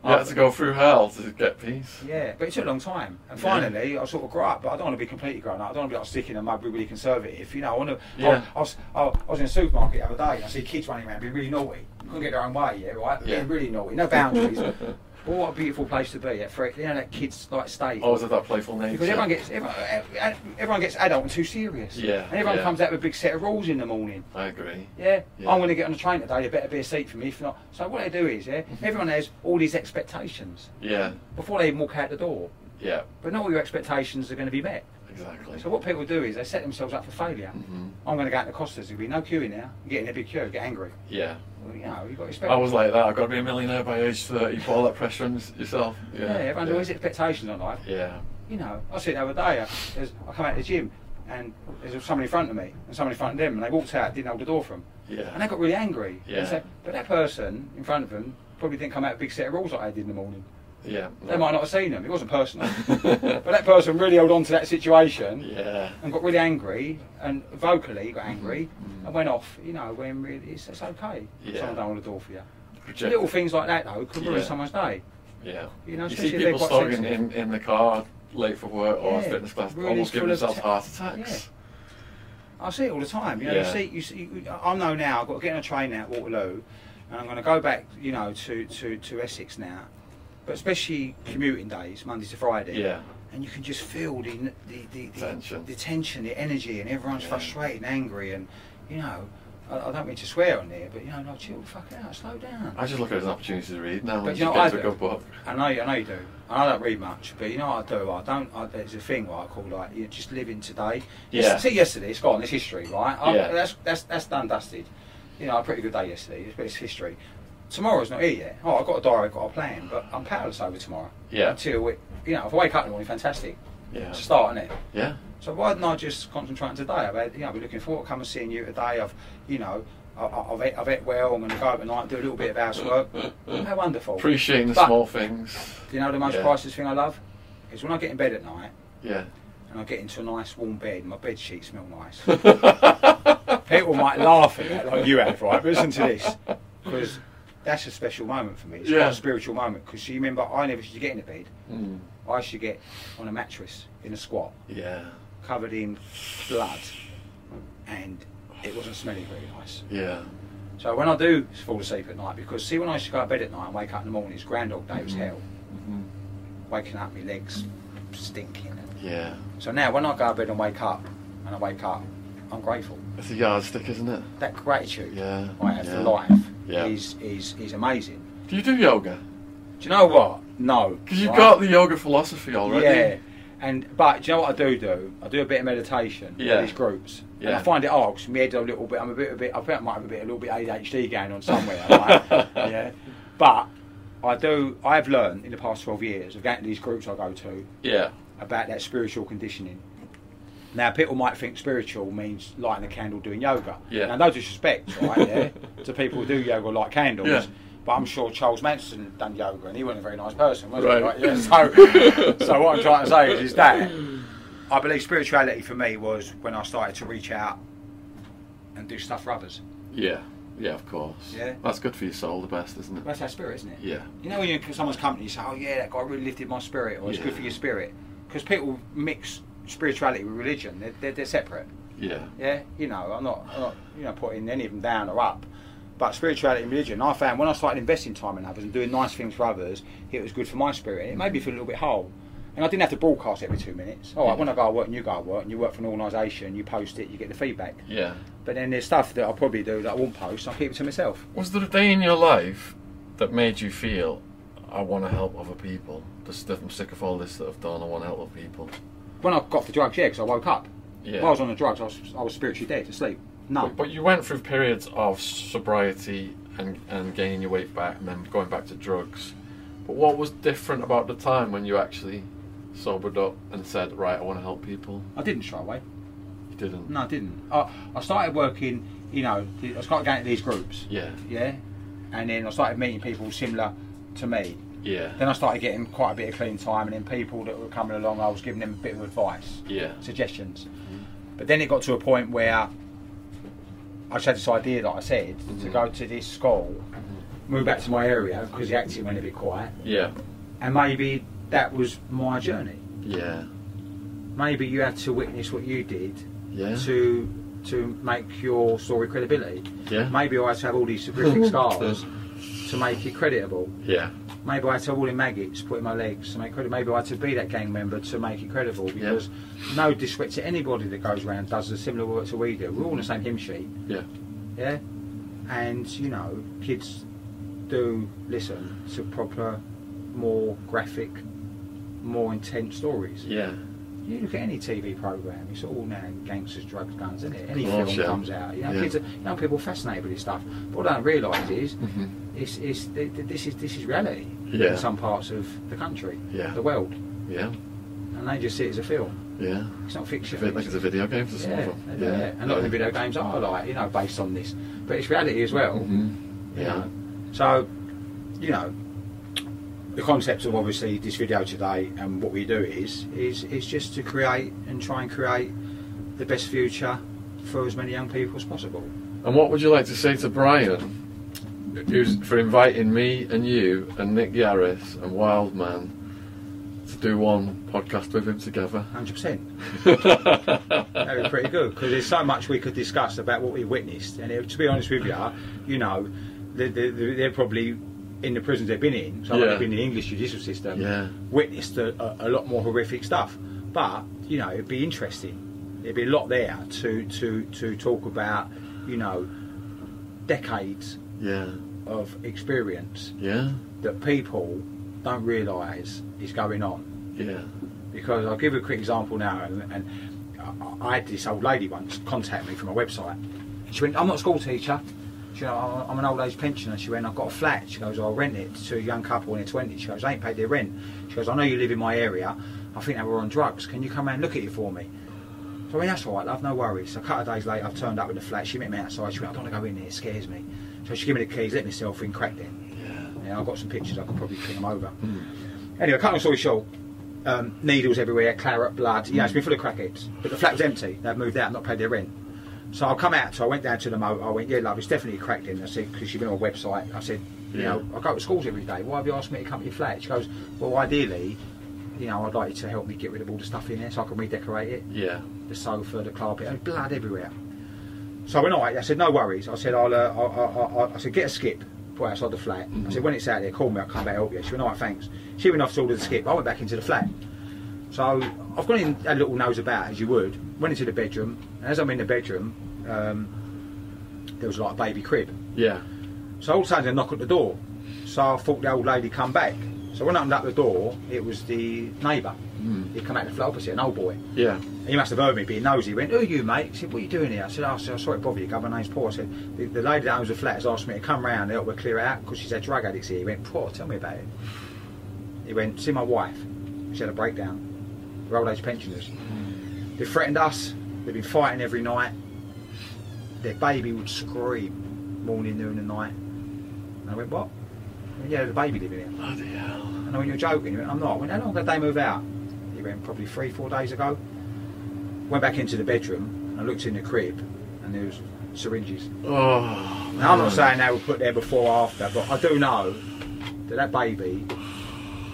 [SPEAKER 1] You had to go through hell to get peace.
[SPEAKER 2] Oh. Yeah, but it took a long time. And
[SPEAKER 1] Yeah.
[SPEAKER 2] finally, I sort of grew up, but I don't want to be completely grown up. I don't want to be like sticking in the mud, be really conservative. You know, I want to.
[SPEAKER 1] Yeah.
[SPEAKER 2] I, I, was, I, I was in a supermarket the other day and I see kids running around being really naughty. Couldn't get their own way, yeah, right?
[SPEAKER 1] Yeah.
[SPEAKER 2] Being really naughty, no boundaries. oh, what a beautiful place to be at for you know that kids like state.
[SPEAKER 1] Always have that playful nature.
[SPEAKER 2] because everyone gets everyone, eh, everyone gets adult and too serious.
[SPEAKER 1] Yeah,
[SPEAKER 2] And everyone
[SPEAKER 1] yeah.
[SPEAKER 2] comes out with a big set of rules in the morning.
[SPEAKER 1] I agree.
[SPEAKER 2] Yeah,
[SPEAKER 1] Yeah.
[SPEAKER 2] I'm going to get on the train today. There better be a seat for me. If not, so what they do is, yeah,
[SPEAKER 1] Mm-hmm.
[SPEAKER 2] everyone has all these expectations
[SPEAKER 1] Yeah.
[SPEAKER 2] before they even walk out the door
[SPEAKER 1] Yeah.
[SPEAKER 2] but not all your expectations are going to be met.
[SPEAKER 1] Exactly.
[SPEAKER 2] So what people do is they set themselves up for failure.
[SPEAKER 1] Mhm.
[SPEAKER 2] I'm going to go out to Costa's. There'll be no queuing now. You get in a big queue, get angry.
[SPEAKER 1] Yeah.
[SPEAKER 2] Well, you know, you've got to expect.
[SPEAKER 1] I was like that. I've got to be a millionaire by age 30. Put all that pressure on yourself. Yeah,
[SPEAKER 2] yeah, everyone's always expectations on life.
[SPEAKER 1] Yeah,
[SPEAKER 2] You know, I see it the other day. I, there's, I come out of the gym and there's someone in front of me and someone in front of them, and they walked out, didn't hold the door for them, and they
[SPEAKER 1] yeah,
[SPEAKER 2] got really angry.
[SPEAKER 1] Yeah.
[SPEAKER 2] And so- but that person in front of them probably didn't come out with a big set of rules like I did in the morning.
[SPEAKER 1] yeah.
[SPEAKER 2] They might not have seen them. It wasn't personal. but that person really held on to that situation.
[SPEAKER 1] Yeah,
[SPEAKER 2] and got really angry and vocally got angry
[SPEAKER 1] Mhm.
[SPEAKER 2] and went off. You know, when really it's, it's okay.
[SPEAKER 1] Yeah.
[SPEAKER 2] Someone don't want the door for you.
[SPEAKER 1] Reject-
[SPEAKER 2] Little things like that though can ruin
[SPEAKER 1] Yeah.
[SPEAKER 2] someone's day.
[SPEAKER 1] yeah.
[SPEAKER 2] You know,
[SPEAKER 1] you
[SPEAKER 2] especially
[SPEAKER 1] see
[SPEAKER 2] if
[SPEAKER 1] people
[SPEAKER 2] they've got
[SPEAKER 1] stuck in,
[SPEAKER 2] sensitive-
[SPEAKER 1] in, in the car, late for work or
[SPEAKER 2] Yeah,
[SPEAKER 1] fitness class,
[SPEAKER 2] really
[SPEAKER 1] almost giving
[SPEAKER 2] full of
[SPEAKER 1] themselves
[SPEAKER 2] te-
[SPEAKER 1] heart attacks.
[SPEAKER 2] I see it all the time. You know,
[SPEAKER 1] Yeah.
[SPEAKER 2] you see, you see. You, I know now. I've got to get on a train now at Waterloo, and I'm going to go back. You know, to, to, to Essex now, but especially commuting days, Monday to Friday.
[SPEAKER 1] Yeah,
[SPEAKER 2] And you can just feel the the, the, the
[SPEAKER 1] Tension.
[SPEAKER 2] the tension, the energy, and everyone's
[SPEAKER 1] Yeah.
[SPEAKER 2] frustrated and angry. And you know, I, I don't mean to swear on here, but you know, like, chill the fuck out, slow down.
[SPEAKER 1] I just look at it as an opportunity to read now.
[SPEAKER 2] But
[SPEAKER 1] and
[SPEAKER 2] you
[SPEAKER 1] just
[SPEAKER 2] know what
[SPEAKER 1] get
[SPEAKER 2] I
[SPEAKER 1] into a
[SPEAKER 2] do?
[SPEAKER 1] good book.
[SPEAKER 2] I know, I know you do. I don't read much, but you know what I do. I don't. I, there's a thing what I call like you just living today.
[SPEAKER 1] Yeah.
[SPEAKER 2] Yes, See, yesterday it's gone. It's history, right? I,
[SPEAKER 1] Yeah.
[SPEAKER 2] That's that's that's done dusted. You know, I had a pretty good day yesterday, but it's history. Tomorrow's not here yet. Oh, I've got a diary, I've got a plan, but I'm powerless over tomorrow.
[SPEAKER 1] Yeah.
[SPEAKER 2] Until it, you know, if I wake up in the morning, fantastic.
[SPEAKER 1] Yeah,
[SPEAKER 2] It's a start, isn't it?
[SPEAKER 1] yeah,
[SPEAKER 2] So why didn't I just concentrate on today? I've, you know, I've been looking forward to coming and seeing you today. I've, you know, I- I- I've, ate, I've ate well. I'm going to go out tonight and do a little bit of housework. How wonderful. Do
[SPEAKER 1] Appreciating the
[SPEAKER 2] But-
[SPEAKER 1] small things.
[SPEAKER 2] you know the most
[SPEAKER 1] Yeah.
[SPEAKER 2] priceless thing I love? Is when I get in bed at night
[SPEAKER 1] Yeah.
[SPEAKER 2] and I get into a nice warm bed and my bed sheets smell nice. People might laugh at that, like you have, right? But listen to this, because that's a special moment for me. It's
[SPEAKER 1] Yeah.
[SPEAKER 2] quite a spiritual moment, because you remember, I never used to get in a bed.
[SPEAKER 1] Mm,
[SPEAKER 2] I used to get on a mattress in a squat,
[SPEAKER 1] yeah.
[SPEAKER 2] covered in blood, and it wasn't smelling very nice.
[SPEAKER 1] Yeah.
[SPEAKER 2] So when I do fall asleep at night, because see, when I used to go to bed at night and wake up in the morning, it's Groundhog Day, it was hell.
[SPEAKER 1] Mhm.
[SPEAKER 2] Waking up, my legs stinking.
[SPEAKER 1] Yeah.
[SPEAKER 2] So now, when I go to bed and wake up, and I wake up, I'm grateful.
[SPEAKER 1] It's a yardstick, isn't it?
[SPEAKER 2] That gratitude
[SPEAKER 1] Yeah.
[SPEAKER 2] I have
[SPEAKER 1] yeah.
[SPEAKER 2] for life
[SPEAKER 1] Yeah.
[SPEAKER 2] is, is is amazing.
[SPEAKER 1] Do you do yoga?
[SPEAKER 2] Do you know what? No.
[SPEAKER 1] Because you've
[SPEAKER 2] right?
[SPEAKER 1] got the yoga philosophy already.
[SPEAKER 2] Yeah. And but do you know what I do do? I do a bit of meditation with
[SPEAKER 1] Yeah.
[SPEAKER 2] these groups, and
[SPEAKER 1] Yeah.
[SPEAKER 2] I find it hard because my head a little bit. I'm a bit, a bit. I think I might have a bit, a little bit ADHD going on somewhere. right? Yeah. But I do. I have learned in the past twelve years of going to these groups I go to
[SPEAKER 1] Yeah.
[SPEAKER 2] about that spiritual conditioning. Now, people might think spiritual means lighting a candle doing yoga.
[SPEAKER 1] Yeah.
[SPEAKER 2] Now, no disrespect, right, yeah, to people who do yoga like candles.
[SPEAKER 1] Yeah.
[SPEAKER 2] But I'm sure Charles Manson done yoga and he wasn't a very nice person, was
[SPEAKER 1] Right.
[SPEAKER 2] he? Like, yeah, so, so what I'm trying to say is, is that I believe spirituality for me was when I started to reach out and do stuff for others.
[SPEAKER 1] Yeah. Yeah, of course.
[SPEAKER 2] Yeah.
[SPEAKER 1] That's good for your soul, the best, isn't it?
[SPEAKER 2] That's our spirit, isn't it?
[SPEAKER 1] Yeah.
[SPEAKER 2] You know when you're in someone's company, you say, "Oh yeah, that guy really lifted my spirit," or "It's good
[SPEAKER 1] Yeah.
[SPEAKER 2] for your spirit," because people mix spirituality with religion. They're, they're, they're separate.
[SPEAKER 1] Yeah.
[SPEAKER 2] Yeah, you know, I'm not, I'm not, you know, putting any of them down or up. But spirituality and religion, I found when I started investing time in others and doing nice things for others, it was good for my spirit. It made me feel a little bit whole. And I didn't have to broadcast every two minutes. All right, when I go to work and you go to work and you work for an organisation, you post it, you get the feedback.
[SPEAKER 1] Yeah.
[SPEAKER 2] But then there's stuff that I probably do that I won't post, I keep it to myself.
[SPEAKER 1] Was there a day in your life that made you feel, I want to help other people? Just that I'm sick of all this that I've done, I want to help other people.
[SPEAKER 2] When I got off the drugs, yeah, because I woke up.
[SPEAKER 1] Yeah.
[SPEAKER 2] While I was on the drugs, I was, I was spiritually dead, asleep. No.
[SPEAKER 1] But, but you went through periods of sobriety and, and gaining your weight back and then going back to drugs. But what was different about the time when you actually sobered up and said, right, I want to help people?
[SPEAKER 2] I didn't shy away.
[SPEAKER 1] You didn't?
[SPEAKER 2] No, I didn't. I, I started working, you know, I started going to these groups.
[SPEAKER 1] Yeah.
[SPEAKER 2] yeah and then i started meeting people similar to me
[SPEAKER 1] Yeah.
[SPEAKER 2] then i started getting quite a bit of clean time and then people that were coming along i was giving them a bit of advice
[SPEAKER 1] Yeah.
[SPEAKER 2] suggestions
[SPEAKER 1] Mm-hmm.
[SPEAKER 2] but then it got to a point where i just had this idea that i said
[SPEAKER 1] Mm-hmm.
[SPEAKER 2] to go to this school move back to my area because the acting went a bit quiet
[SPEAKER 1] Yeah.
[SPEAKER 2] and maybe that was my journey
[SPEAKER 1] Yeah.
[SPEAKER 2] maybe you had to witness what you did
[SPEAKER 1] Yeah.
[SPEAKER 2] to to make your story credibility
[SPEAKER 1] Yeah.
[SPEAKER 2] maybe i had to have all these horrific scars to make it creditable
[SPEAKER 1] Yeah.
[SPEAKER 2] Maybe I had to have all the maggots put in my legs to make credit. Maybe I had to be that gang member to make it credible because no disrespect to anybody that goes around and does the similar work to we do. We're all on the same hymn sheet,
[SPEAKER 1] Yeah.
[SPEAKER 2] yeah? And, you know, kids do listen to proper, more graphic, more intense stories.
[SPEAKER 1] Yeah.
[SPEAKER 2] You look at any TV program, it's all now gangsters, drugs, guns, isn't it? Any
[SPEAKER 1] Of
[SPEAKER 2] film
[SPEAKER 1] course, yeah.
[SPEAKER 2] comes out, you know,
[SPEAKER 1] Yeah.
[SPEAKER 2] kids are, young people are fascinated with this stuff. But what I don't realise is,
[SPEAKER 1] Mhm.
[SPEAKER 2] it's, it's, th- th- this is this is reality
[SPEAKER 1] Yeah.
[SPEAKER 2] in some parts of the country,
[SPEAKER 1] Yeah.
[SPEAKER 2] the world,
[SPEAKER 1] Yeah.
[SPEAKER 2] and they just see it as a film.
[SPEAKER 1] Yeah.
[SPEAKER 2] It's not fiction.
[SPEAKER 1] If it- Like it's a video game for some
[SPEAKER 2] yeah,
[SPEAKER 1] of
[SPEAKER 2] yeah,
[SPEAKER 1] them.
[SPEAKER 2] yeah. and a lot of the video games are like you know based on this, but it's reality as well.
[SPEAKER 1] Mhm.
[SPEAKER 2] you
[SPEAKER 1] Yeah.
[SPEAKER 2] know. So, you know, the concept of obviously this video today and what we do is is is just to create and try and create the best future for as many young people as possible.
[SPEAKER 1] And what would you like to say to Brian, who's for inviting me and you and Nick Yaris and Wildman to do one podcast with him together?
[SPEAKER 2] Hundred percent. That'd be pretty good because there's so much we could discuss about what we witnessed. And it, to be honest with you, you know, they, they, they're probably in the prisons they've been in, so
[SPEAKER 1] Yeah.
[SPEAKER 2] they've been in the English judicial system,
[SPEAKER 1] Yeah.
[SPEAKER 2] witnessed a, a, a lot more horrific stuff. But you know, it'd be interesting. There'd be a lot there to to to talk about. You know, decades
[SPEAKER 1] Yeah.
[SPEAKER 2] of experience
[SPEAKER 1] Yeah.
[SPEAKER 2] that people don't realise is going on
[SPEAKER 1] Yeah.
[SPEAKER 2] because I'll give you a quick example now. And, and I- I had this old lady once contact me from a website. She went, "I'm not a school teacher. She went, "I'm- I'm an old age pensioner." She went, "I've got a flat." She goes, "I'll rent it to a young couple in their 20s." She goes, "They ain't paid their rent." She goes, "I know you live in my area. I think they were on drugs. Can you come round and look at it for me?" So I mean, that's all right, love, no worries. So a couple of days later, I've turned up in the flat. She met me outside. She went, I don't want to go in there, it scares me. So she gave me the keys, let myself in, cracked it. Yeah, I've got some pictures, I could probably clean them over. Anyway, cut long story short, um, needles everywhere, claret, blood. Yeah, it's been full of crackheads. But the flat was empty. They've moved out, not paid their rent. So I've come out, so I went down to the motor. I went, yeah, love, it's definitely cracked in. I said, because she's been on a website. I said, you
[SPEAKER 1] Yeah.
[SPEAKER 2] know, I go to schools every day. Why have you asked me to come to your flat? She goes, well, ideally, you know, I'd like you to help me get rid of all the stuff in there so I can redecorate it
[SPEAKER 1] Yeah.
[SPEAKER 2] the sofa, the carpet, and blood everywhere. So I went, all right, I said, no worries. I said, I'll, uh, I, I, I, I said, get a skip, put it outside the flat. I said, when it's out there, call me, I'll come back and help you. She went, all right, thanks. She went off to order the skip. I went back into the flat. So I've gone in, had a little nose about, as you would. Went into the bedroom, and as I'm in the bedroom, um, there was like a baby crib.
[SPEAKER 1] Yeah.
[SPEAKER 2] So all of a sudden, a knock at the door. So I thought the old lady come back. So when I opened up the door, it was the neighbour.
[SPEAKER 1] Mm.
[SPEAKER 2] He'd come out the flat opposite, an old boy.
[SPEAKER 1] Yeah.
[SPEAKER 2] He must have heard me being nosy. He went, Who are you, mate? He said, What are you doing here? I said, "Oh, I said, I saw it bother you, Gov. My name's Paul. I said, The, the lady that owns the flat has asked me to come round and help her clear it out because she's had drug addicts here. He went, Paul, tell me about it. He went, See my wife. She had a breakdown. They're old age pensioners. They threatened us. They've been fighting every night. Their baby would scream morning, noon, and night. And I went, What? He went, yeah, the baby living here.
[SPEAKER 1] Bloody hell.
[SPEAKER 2] And I went, you're joking. He went, I'm not. I went, how long did they move out? He went, probably three, four days ago. Went back into the bedroom and I looked in the crib and there was syringes.
[SPEAKER 1] Oh.
[SPEAKER 2] Now,
[SPEAKER 1] man.
[SPEAKER 2] I'm not saying they were put there before or after, but I do know that that baby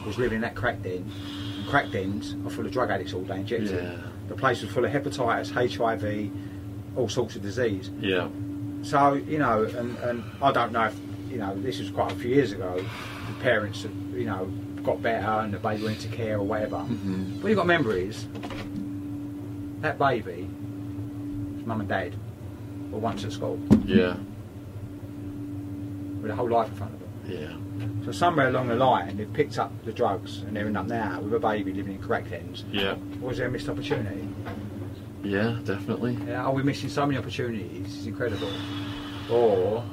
[SPEAKER 2] was living in that crack den. And crack dens are full of drug addicts all day injected.
[SPEAKER 1] Yeah.
[SPEAKER 2] The place was full of hepatitis, HIV, all sorts of disease.
[SPEAKER 1] Yeah.
[SPEAKER 2] So you know, and, and I don't know if you know this was quite a few years ago. The parents, you know, got better and the baby went to care or whatever.
[SPEAKER 1] Mhm.
[SPEAKER 2] What you got to remember is that baby, his mum and dad, were once at school
[SPEAKER 1] Yeah.
[SPEAKER 2] with a whole life in front of them.
[SPEAKER 1] Yeah.
[SPEAKER 2] So somewhere along the line, they picked up the drugs and they're up now with a baby living in correct ends.
[SPEAKER 1] Yeah.
[SPEAKER 2] Was there a missed opportunity?
[SPEAKER 1] Yeah. Definitely.
[SPEAKER 2] Yeah, Are we missing so many opportunities? It's incredible. Or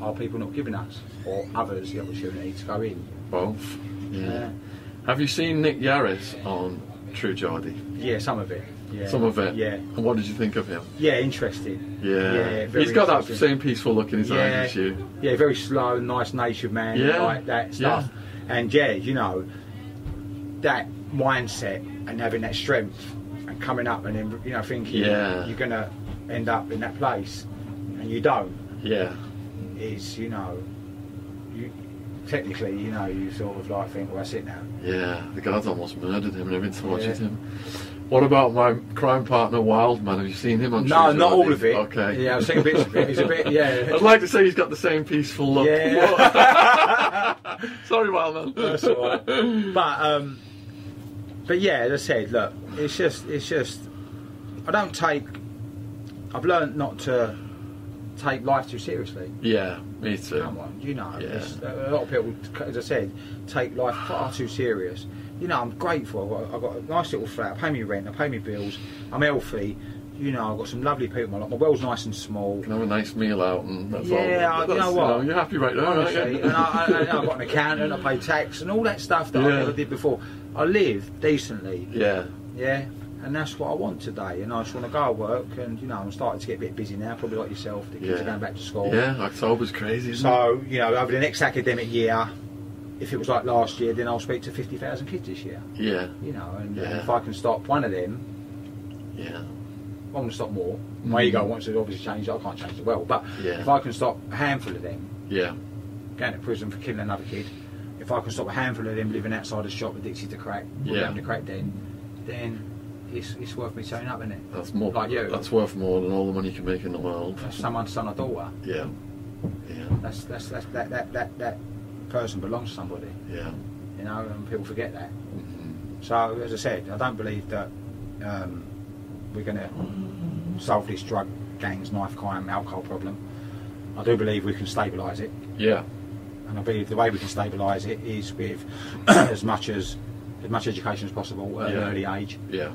[SPEAKER 2] are people not giving us or others the opportunity to go in?
[SPEAKER 1] Both. yeah. Have you seen Nick Yaris on True Geordie?
[SPEAKER 2] Yeah, some of it. Yeah.
[SPEAKER 1] Some of it.
[SPEAKER 2] Yeah.
[SPEAKER 1] And what did you think of him?
[SPEAKER 2] Yeah, interesting.
[SPEAKER 1] Yeah.
[SPEAKER 2] very
[SPEAKER 1] He's got that
[SPEAKER 2] interesting.
[SPEAKER 1] same peaceful look in his eyes as you.
[SPEAKER 2] Yeah, very slow, nice natured man,
[SPEAKER 1] Yeah,
[SPEAKER 2] like that stuff. And yeah, you know, that mindset and having that strength and coming up and then you know thinking
[SPEAKER 1] Yeah.
[SPEAKER 2] you're gonna end up in that place and you don't.
[SPEAKER 1] Yeah.
[SPEAKER 2] is you know, you technically you know you sort of like think well that's it now.
[SPEAKER 1] Yeah. The guards almost murdered him and everything tortured
[SPEAKER 2] Yeah.
[SPEAKER 1] him. What about my crime partner Wildman? Have you seen him on
[SPEAKER 2] No,
[SPEAKER 1] True
[SPEAKER 2] not all
[SPEAKER 1] Geordie?
[SPEAKER 2] of it.
[SPEAKER 1] Okay.
[SPEAKER 2] Yeah, I've seen bits of it. He's a bit- yeah.
[SPEAKER 1] I'd like to say he's got the same peaceful look.
[SPEAKER 2] Yeah.
[SPEAKER 1] Sorry, Wildman.
[SPEAKER 2] That's all right.
[SPEAKER 1] Hmm.
[SPEAKER 2] But um, but yeah, as I said, look, it's just it's just I don't take. I've learned not to take life too seriously.
[SPEAKER 1] Yeah, me too.
[SPEAKER 2] Come on, you know,
[SPEAKER 1] Yeah.
[SPEAKER 2] it's- a lot of people, as I said, take life far too serious. You know, I'm grateful. I've got, I've got a nice little flat. I pay me rent. I pay me bills. I'm healthy. You know, I've got some lovely people. in My life. My world's nice and small.
[SPEAKER 1] Can have a nice meal out and that's all.
[SPEAKER 2] Yeah, I- you
[SPEAKER 1] That's-
[SPEAKER 2] know what?
[SPEAKER 1] you're happy right now, aren't you?
[SPEAKER 2] Honestly, and I, I, and I've got an accountant. I pay tax and all that stuff that
[SPEAKER 1] Yeah.
[SPEAKER 2] I never did before. I live decently.
[SPEAKER 1] yeah,
[SPEAKER 2] Yeah, and that's what I want today. And I just want to go to work. And you know, I'm starting to get a bit busy now. Probably like yourself. The kids
[SPEAKER 1] Yeah.
[SPEAKER 2] are going back to school.
[SPEAKER 1] yeah. October's crazy. Isn't it?
[SPEAKER 2] So, you know, over the next academic year, if it was like last year, then I'll speak to 50,000 kids this year,
[SPEAKER 1] Yeah,
[SPEAKER 2] you know, and,
[SPEAKER 1] Yeah.
[SPEAKER 2] and if I can stop one of them,
[SPEAKER 1] yeah,
[SPEAKER 2] I want to stop more. My
[SPEAKER 1] Mhm.
[SPEAKER 2] ego wants to obviously change, I can't change the world, but
[SPEAKER 1] Yeah.
[SPEAKER 2] if I can stop a handful of them
[SPEAKER 1] yeah,
[SPEAKER 2] going to prison for killing another kid, if I can stop a handful of them living outside a shop addicted to crack, or
[SPEAKER 1] Yeah.
[SPEAKER 2] having a crack den, then it's, it's worth me turning up, isn't it?
[SPEAKER 1] that's more.
[SPEAKER 2] Like you.
[SPEAKER 1] That's worth more than all the money you can make in the world.
[SPEAKER 2] That's someone's son or daughter.
[SPEAKER 1] Yeah, yeah,
[SPEAKER 2] That's, that's, that's, that, that, that, that person belongs to somebody,
[SPEAKER 1] yeah.
[SPEAKER 2] you know, and people forget that.
[SPEAKER 1] Mhm.
[SPEAKER 2] So, as I said, I don't believe that um, we're going to solve this drug, gangs, knife crime, alcohol problem. I do believe we can stabilise it,
[SPEAKER 1] Yeah,
[SPEAKER 2] and I believe the way we can stabilise it is with as much as as much education as possible at an
[SPEAKER 1] Yeah.
[SPEAKER 2] early age,
[SPEAKER 1] yeah,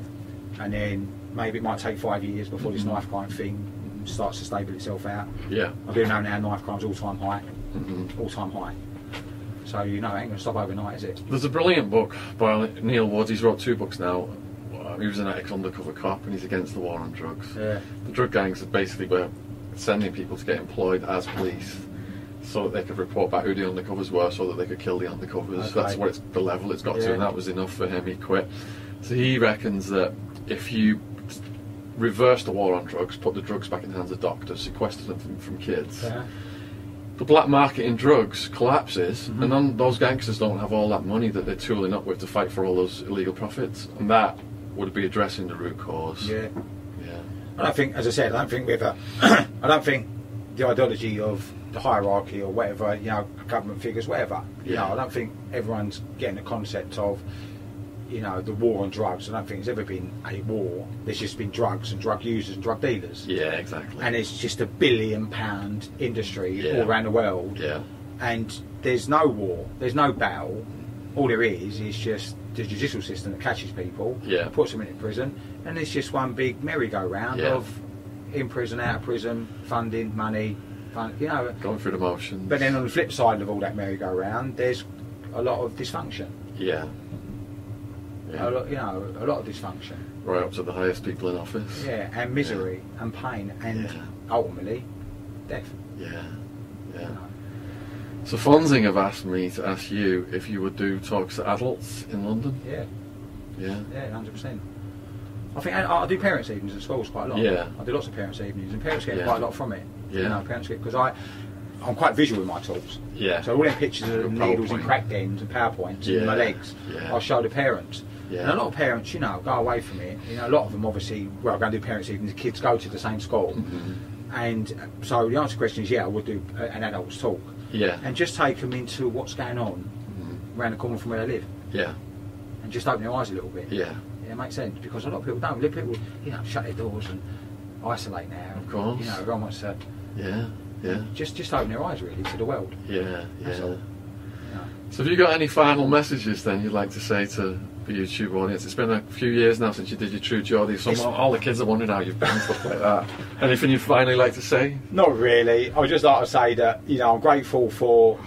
[SPEAKER 2] and then maybe it might take five years before this
[SPEAKER 1] Mhm.
[SPEAKER 2] knife crime thing starts to stable itself out.
[SPEAKER 1] yeah.
[SPEAKER 2] I do know now knife crime's all time high,
[SPEAKER 1] hmm
[SPEAKER 2] all time high. So you know, it ain't going to stop overnight, is it?
[SPEAKER 1] There's a brilliant book by Neil Woods. He's wrote two books now. Uh, He was an ex undercover cop and he's against the war on drugs.
[SPEAKER 2] Yeah.
[SPEAKER 1] The drug gangs are basically were sending people to get employed as police so that they could report back who the undercovers were so that they could kill the undercovers.
[SPEAKER 2] Okay.
[SPEAKER 1] That's what it's the level it's got
[SPEAKER 2] Yeah.
[SPEAKER 1] to, and that was enough for him. He quit. So he reckons that if you reverse the war on drugs, put the drugs back in the hands of doctors, sequester them from, from kids,
[SPEAKER 2] Yeah.
[SPEAKER 1] the black market in drugs collapses,
[SPEAKER 2] Mhm.
[SPEAKER 1] and then those gangsters don't have all that money that they're tooling up with to fight for all those illegal profits, and that would be addressing the root cause.
[SPEAKER 2] Yeah.
[SPEAKER 1] Yeah.
[SPEAKER 2] I don't think, as I said, I don't think we've. Uh, I don't think the ideology of the hierarchy or whatever, you know, government figures, whatever. You
[SPEAKER 1] Yeah.
[SPEAKER 2] know, I don't think everyone's getting the concept of, you know, the war on drugs. I don't think it's ever been a war. There's just been drugs and drug users and drug dealers.
[SPEAKER 1] Yeah, exactly.
[SPEAKER 2] And it's just a billion pound industry
[SPEAKER 1] Yeah.
[SPEAKER 2] all around the world.
[SPEAKER 1] yeah.
[SPEAKER 2] And there's no war, there's no battle. All there is is just the judicial system that catches people,
[SPEAKER 1] Yeah.
[SPEAKER 2] puts them into prison, and it's just one big merry-go-round
[SPEAKER 1] Yeah.
[SPEAKER 2] of in prison, out of prison, funding, money, fun, you know.
[SPEAKER 1] Going through the motions.
[SPEAKER 2] But then on the flip side of all that merry-go-round, there's a lot of dysfunction.
[SPEAKER 1] Yeah. yeah.
[SPEAKER 2] A lot, you know, a lot of dysfunction.
[SPEAKER 1] right up to the highest people in office.
[SPEAKER 2] Yeah, and misery and pain and
[SPEAKER 1] Yeah.
[SPEAKER 2] ultimately death.
[SPEAKER 1] Yeah.
[SPEAKER 2] you
[SPEAKER 1] Yeah.
[SPEAKER 2] know.
[SPEAKER 1] So Fonzing have asked me to ask you if you would do talks to adults in London.
[SPEAKER 2] Yeah.
[SPEAKER 1] Yeah.
[SPEAKER 2] Yeah, hundred percent. I think I, I do parents' evenings at schools quite a lot.
[SPEAKER 1] Yeah.
[SPEAKER 2] I do lots of parents' evenings, and parents get
[SPEAKER 1] Yeah.
[SPEAKER 2] quite a lot from it.
[SPEAKER 1] Yeah.
[SPEAKER 2] you know, parents get because I, I'm quite visual with my tools.
[SPEAKER 1] Yeah.
[SPEAKER 2] So all them pictures of
[SPEAKER 1] Your
[SPEAKER 2] needles and
[SPEAKER 1] PowerPoint.
[SPEAKER 2] crack dens and powerpoints
[SPEAKER 1] Yeah.
[SPEAKER 2] and my legs,
[SPEAKER 1] Yeah.
[SPEAKER 2] I'll show the parents.
[SPEAKER 1] Yeah.
[SPEAKER 2] And a lot of parents, you know, go away from it. You know, a lot of them obviously, well, go and do parents' evenings. The kids go to the same school,
[SPEAKER 1] Mm. Mm-hmm.
[SPEAKER 2] and so the answer to the question is, yeah, I would do a- an adults talk,
[SPEAKER 1] Yeah.
[SPEAKER 2] and just take them into what's going on
[SPEAKER 1] Mhm.
[SPEAKER 2] around the corner from where they live,
[SPEAKER 1] Yeah.
[SPEAKER 2] and just open their eyes a little bit.
[SPEAKER 1] Yeah.
[SPEAKER 2] Yeah, it makes sense because a lot of people don't. A lot of people, you know, shut their doors and isolate now.
[SPEAKER 1] Of course.
[SPEAKER 2] You know, everyone wants to
[SPEAKER 1] Yeah. Yeah.
[SPEAKER 2] just just open their eyes really to the world.
[SPEAKER 1] Yeah.
[SPEAKER 2] That's
[SPEAKER 1] Yeah.
[SPEAKER 2] all. You know.
[SPEAKER 1] So, have you got any final messages then you'd like to say to the YouTube audience? It's been a few years now since you did your True Geordie, so
[SPEAKER 2] It's-
[SPEAKER 1] all- all the kids are wondering how you've been and stuff like that. Anything you'd finally like to say?
[SPEAKER 2] Not really. I would just like to say that you know I'm grateful for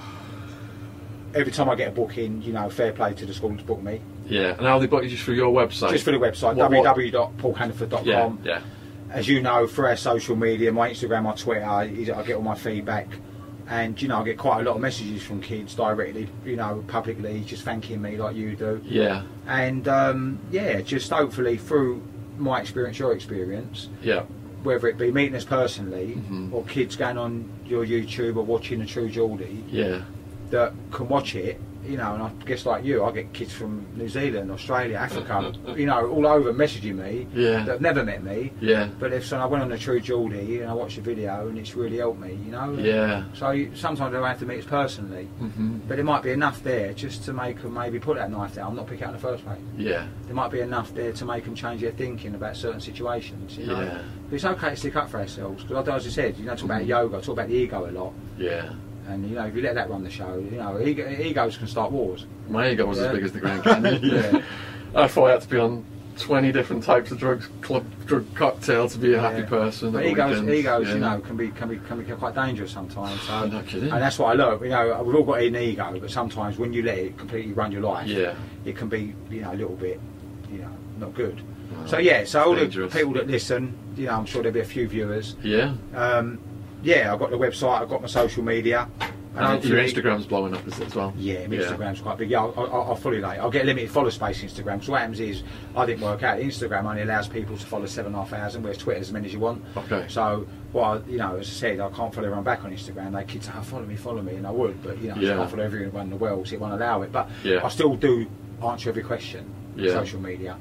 [SPEAKER 2] every time I get a booking. You know, fair play to the school that's booked me.
[SPEAKER 1] Yeah, and how they booked you through your website?
[SPEAKER 2] Just for the website E
[SPEAKER 1] What- what-
[SPEAKER 2] www.paulhannaford.com.
[SPEAKER 1] Yeah, yeah,
[SPEAKER 2] as you know, for our social media, my Instagram, my Twitter, is- I get all my feedback, and you know, I get quite a lot of messages from kids directly, you know, publicly, just thanking me like you do.
[SPEAKER 1] yeah,
[SPEAKER 2] and um, yeah, just hopefully through my experience, your experience,
[SPEAKER 1] yeah,
[SPEAKER 2] whether it be meeting us personally
[SPEAKER 1] Mhm.
[SPEAKER 2] or kids going on your YouTube or watching the True Geordie
[SPEAKER 1] yeah,
[SPEAKER 2] that can watch it, you know, and I guess like you, I get kids from New Zealand, Australia, Africa, you know, all over messaging me
[SPEAKER 1] Yeah.
[SPEAKER 2] that have never met me,
[SPEAKER 1] yeah,
[SPEAKER 2] but if so, I went on the True Geordie and I watched the video and it's really helped me, you know.
[SPEAKER 1] yeah.
[SPEAKER 2] So you, sometimes I don't have to meet us personally,
[SPEAKER 1] hmm
[SPEAKER 2] but it might be enough there just to make them maybe put that knife down, not pick it up in the first place
[SPEAKER 1] Yeah,
[SPEAKER 2] there might be enough there to make them change their thinking about certain situations. You know,
[SPEAKER 1] Yeah.
[SPEAKER 2] but it's okay to stick up for ourselves because, as I said, you know, I talk about
[SPEAKER 1] Mhm.
[SPEAKER 2] yoga, I talk about the ego a lot,
[SPEAKER 1] yeah.
[SPEAKER 2] and you know, if you let that run the show, you know, ego, egos can start wars.
[SPEAKER 1] My ego was
[SPEAKER 2] Yeah.
[SPEAKER 1] as big as the Grand Canyon.
[SPEAKER 2] Yeah.
[SPEAKER 1] I thought I had to be on 20 different types of drugs, club drug cocktail to be a happy
[SPEAKER 2] Yeah.
[SPEAKER 1] person.
[SPEAKER 2] But
[SPEAKER 1] at
[SPEAKER 2] egos,
[SPEAKER 1] weekends.
[SPEAKER 2] egos,
[SPEAKER 1] Yeah.
[SPEAKER 2] you know, can be can be can be quite dangerous sometimes. So,
[SPEAKER 1] I'm not kidding.
[SPEAKER 2] and that's what I love. You know, we've all got an ego, but sometimes when you let it completely run your life,
[SPEAKER 1] Yeah.
[SPEAKER 2] it can be you know a little bit, you know, not good.
[SPEAKER 1] Wow.
[SPEAKER 2] So yeah, so all
[SPEAKER 1] Dangerous.
[SPEAKER 2] the people that listen, you know, I'm sure there'll be a few viewers.
[SPEAKER 1] Yeah.
[SPEAKER 2] Um, yeah, I've got the website, I've got my social media.
[SPEAKER 1] And Oh, your
[SPEAKER 2] hopefully-
[SPEAKER 1] Instagram's blowing up as as well.
[SPEAKER 2] Yeah, my Instagram's quite big. Yeah, I'll, I'll, I'll follow that. I'll get a limited follow space Instagram. Because what happens is, I didn't work out. Instagram only allows people to follow seven and a half thousand, whereas Twitter as many as you want.
[SPEAKER 1] Okay.
[SPEAKER 2] So, well, you know, as I said, I can't follow everyone back on Instagram. They kids, oh, follow me, follow me, and I would, but you know, I
[SPEAKER 1] Yeah.
[SPEAKER 2] can't follow everyone in the world, so it won't allow it. But
[SPEAKER 1] Yeah.
[SPEAKER 2] I still do answer every question. on
[SPEAKER 1] Yeah.
[SPEAKER 2] Social media,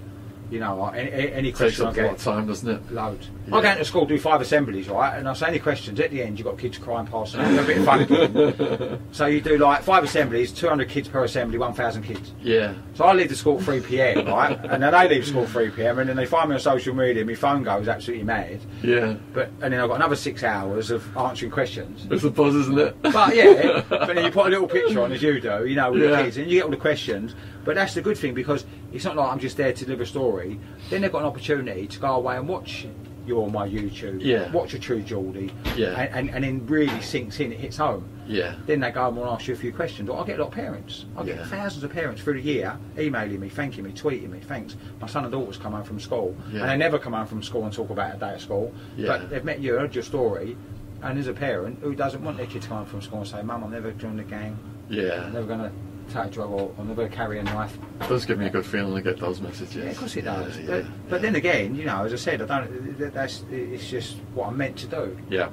[SPEAKER 2] you know, I- any, any
[SPEAKER 1] It takes
[SPEAKER 2] question I
[SPEAKER 1] up a lot
[SPEAKER 2] get,
[SPEAKER 1] of time, doesn't it?
[SPEAKER 2] Loads.
[SPEAKER 1] Yeah.
[SPEAKER 2] I go into school, do five assemblies, right? And I say any questions. At the end, you've got kids crying past them. They're a bit of fun. so you do like five assemblies, 200 kids per assembly, 1,000 kids.
[SPEAKER 1] Yeah.
[SPEAKER 2] So I leave the school at 3 pm, right? And then they leave school at 3 pm, and then they find me on social media, my phone goes absolutely mad.
[SPEAKER 1] Yeah.
[SPEAKER 2] But And then I've got another six hours of answering questions.
[SPEAKER 1] It's a buzz, isn't it?
[SPEAKER 2] But yeah, but then you put a little picture on as you do, you know, with
[SPEAKER 1] Yeah.
[SPEAKER 2] the kids, and you get all the questions. But that's the good thing because it's not like I'm just there to deliver a story. Then they've got an opportunity to go away and watch you're on my YouTube.
[SPEAKER 1] Yeah.
[SPEAKER 2] Watch a True Geordie.
[SPEAKER 1] Yeah.
[SPEAKER 2] And, and, and then really sinks in, it hits home.
[SPEAKER 1] Yeah.
[SPEAKER 2] Then they go home and ask you a few questions. Like, I get a lot of parents. I get
[SPEAKER 1] Yeah.
[SPEAKER 2] thousands of parents through the year emailing me, thanking me, tweeting me, thanks. My son and daughter's come home from school.
[SPEAKER 1] Yeah.
[SPEAKER 2] And they never come home from school and talk about a day at school.
[SPEAKER 1] Yeah.
[SPEAKER 2] But they've met you, heard your story. And as a parent who doesn't want their kid to come home from school and say, Mum, I'm never join the gang. I'm
[SPEAKER 1] Yeah.
[SPEAKER 2] never going to take a drug or I'm never going to carry a knife.
[SPEAKER 1] It does give me a good feeling to get those messages.
[SPEAKER 2] Yeah, of course it does.
[SPEAKER 1] Yeah,
[SPEAKER 2] but,
[SPEAKER 1] yeah,
[SPEAKER 2] but then again, you know, as I said, I don't. that- That's it's just what I'm meant to do.
[SPEAKER 1] Yeah.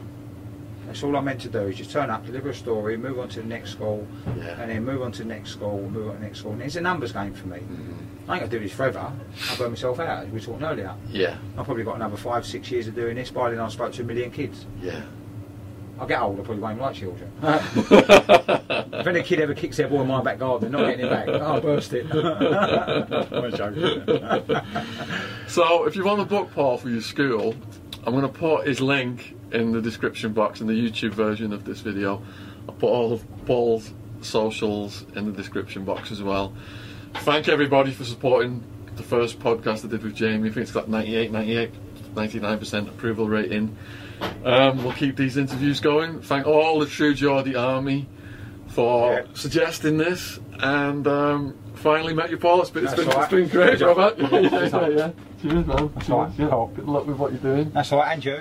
[SPEAKER 2] That's all I'm meant to do is just turn up, deliver a story, move on to the next school,
[SPEAKER 1] Yeah.
[SPEAKER 2] and then move on to the next school, move on to the next school. And it's a numbers game for me.
[SPEAKER 1] Mhm.
[SPEAKER 2] I ain't gonna do this forever. I'll burn myself out. As we were talking earlier,
[SPEAKER 1] Yeah.
[SPEAKER 2] I've probably got another five, six years of doing this. By then, I spoke to a million kids.
[SPEAKER 1] Yeah.
[SPEAKER 2] I get old, I probably won't like children.
[SPEAKER 1] if
[SPEAKER 2] If any kid ever kicks their ball in my back garden, they're not getting it back. I'll burst it. I'm joking.
[SPEAKER 1] So, if you want a book, Paul, for your school, I'm going to put his link in the description box in the YouTube version of this video. I'll put all of Paul's socials in the description box as well. Thank everybody for supporting the first podcast I did with Jamie. I think it's got 98, 98, 99% approval rating. Um, we'll keep these interviews going. Thank all the True Geordie Army for
[SPEAKER 2] Yeah.
[SPEAKER 1] suggesting this. And um, finally met you, Paul. It's been, it's
[SPEAKER 2] That's
[SPEAKER 1] been,
[SPEAKER 2] all
[SPEAKER 1] it's
[SPEAKER 2] right.
[SPEAKER 1] been great,
[SPEAKER 2] Good job.
[SPEAKER 1] Robert. Yeah, yeah, yeah. Cheers, man.
[SPEAKER 2] all right.
[SPEAKER 1] Cheers. Good luck with what you're doing.
[SPEAKER 2] That's all right, Andrew.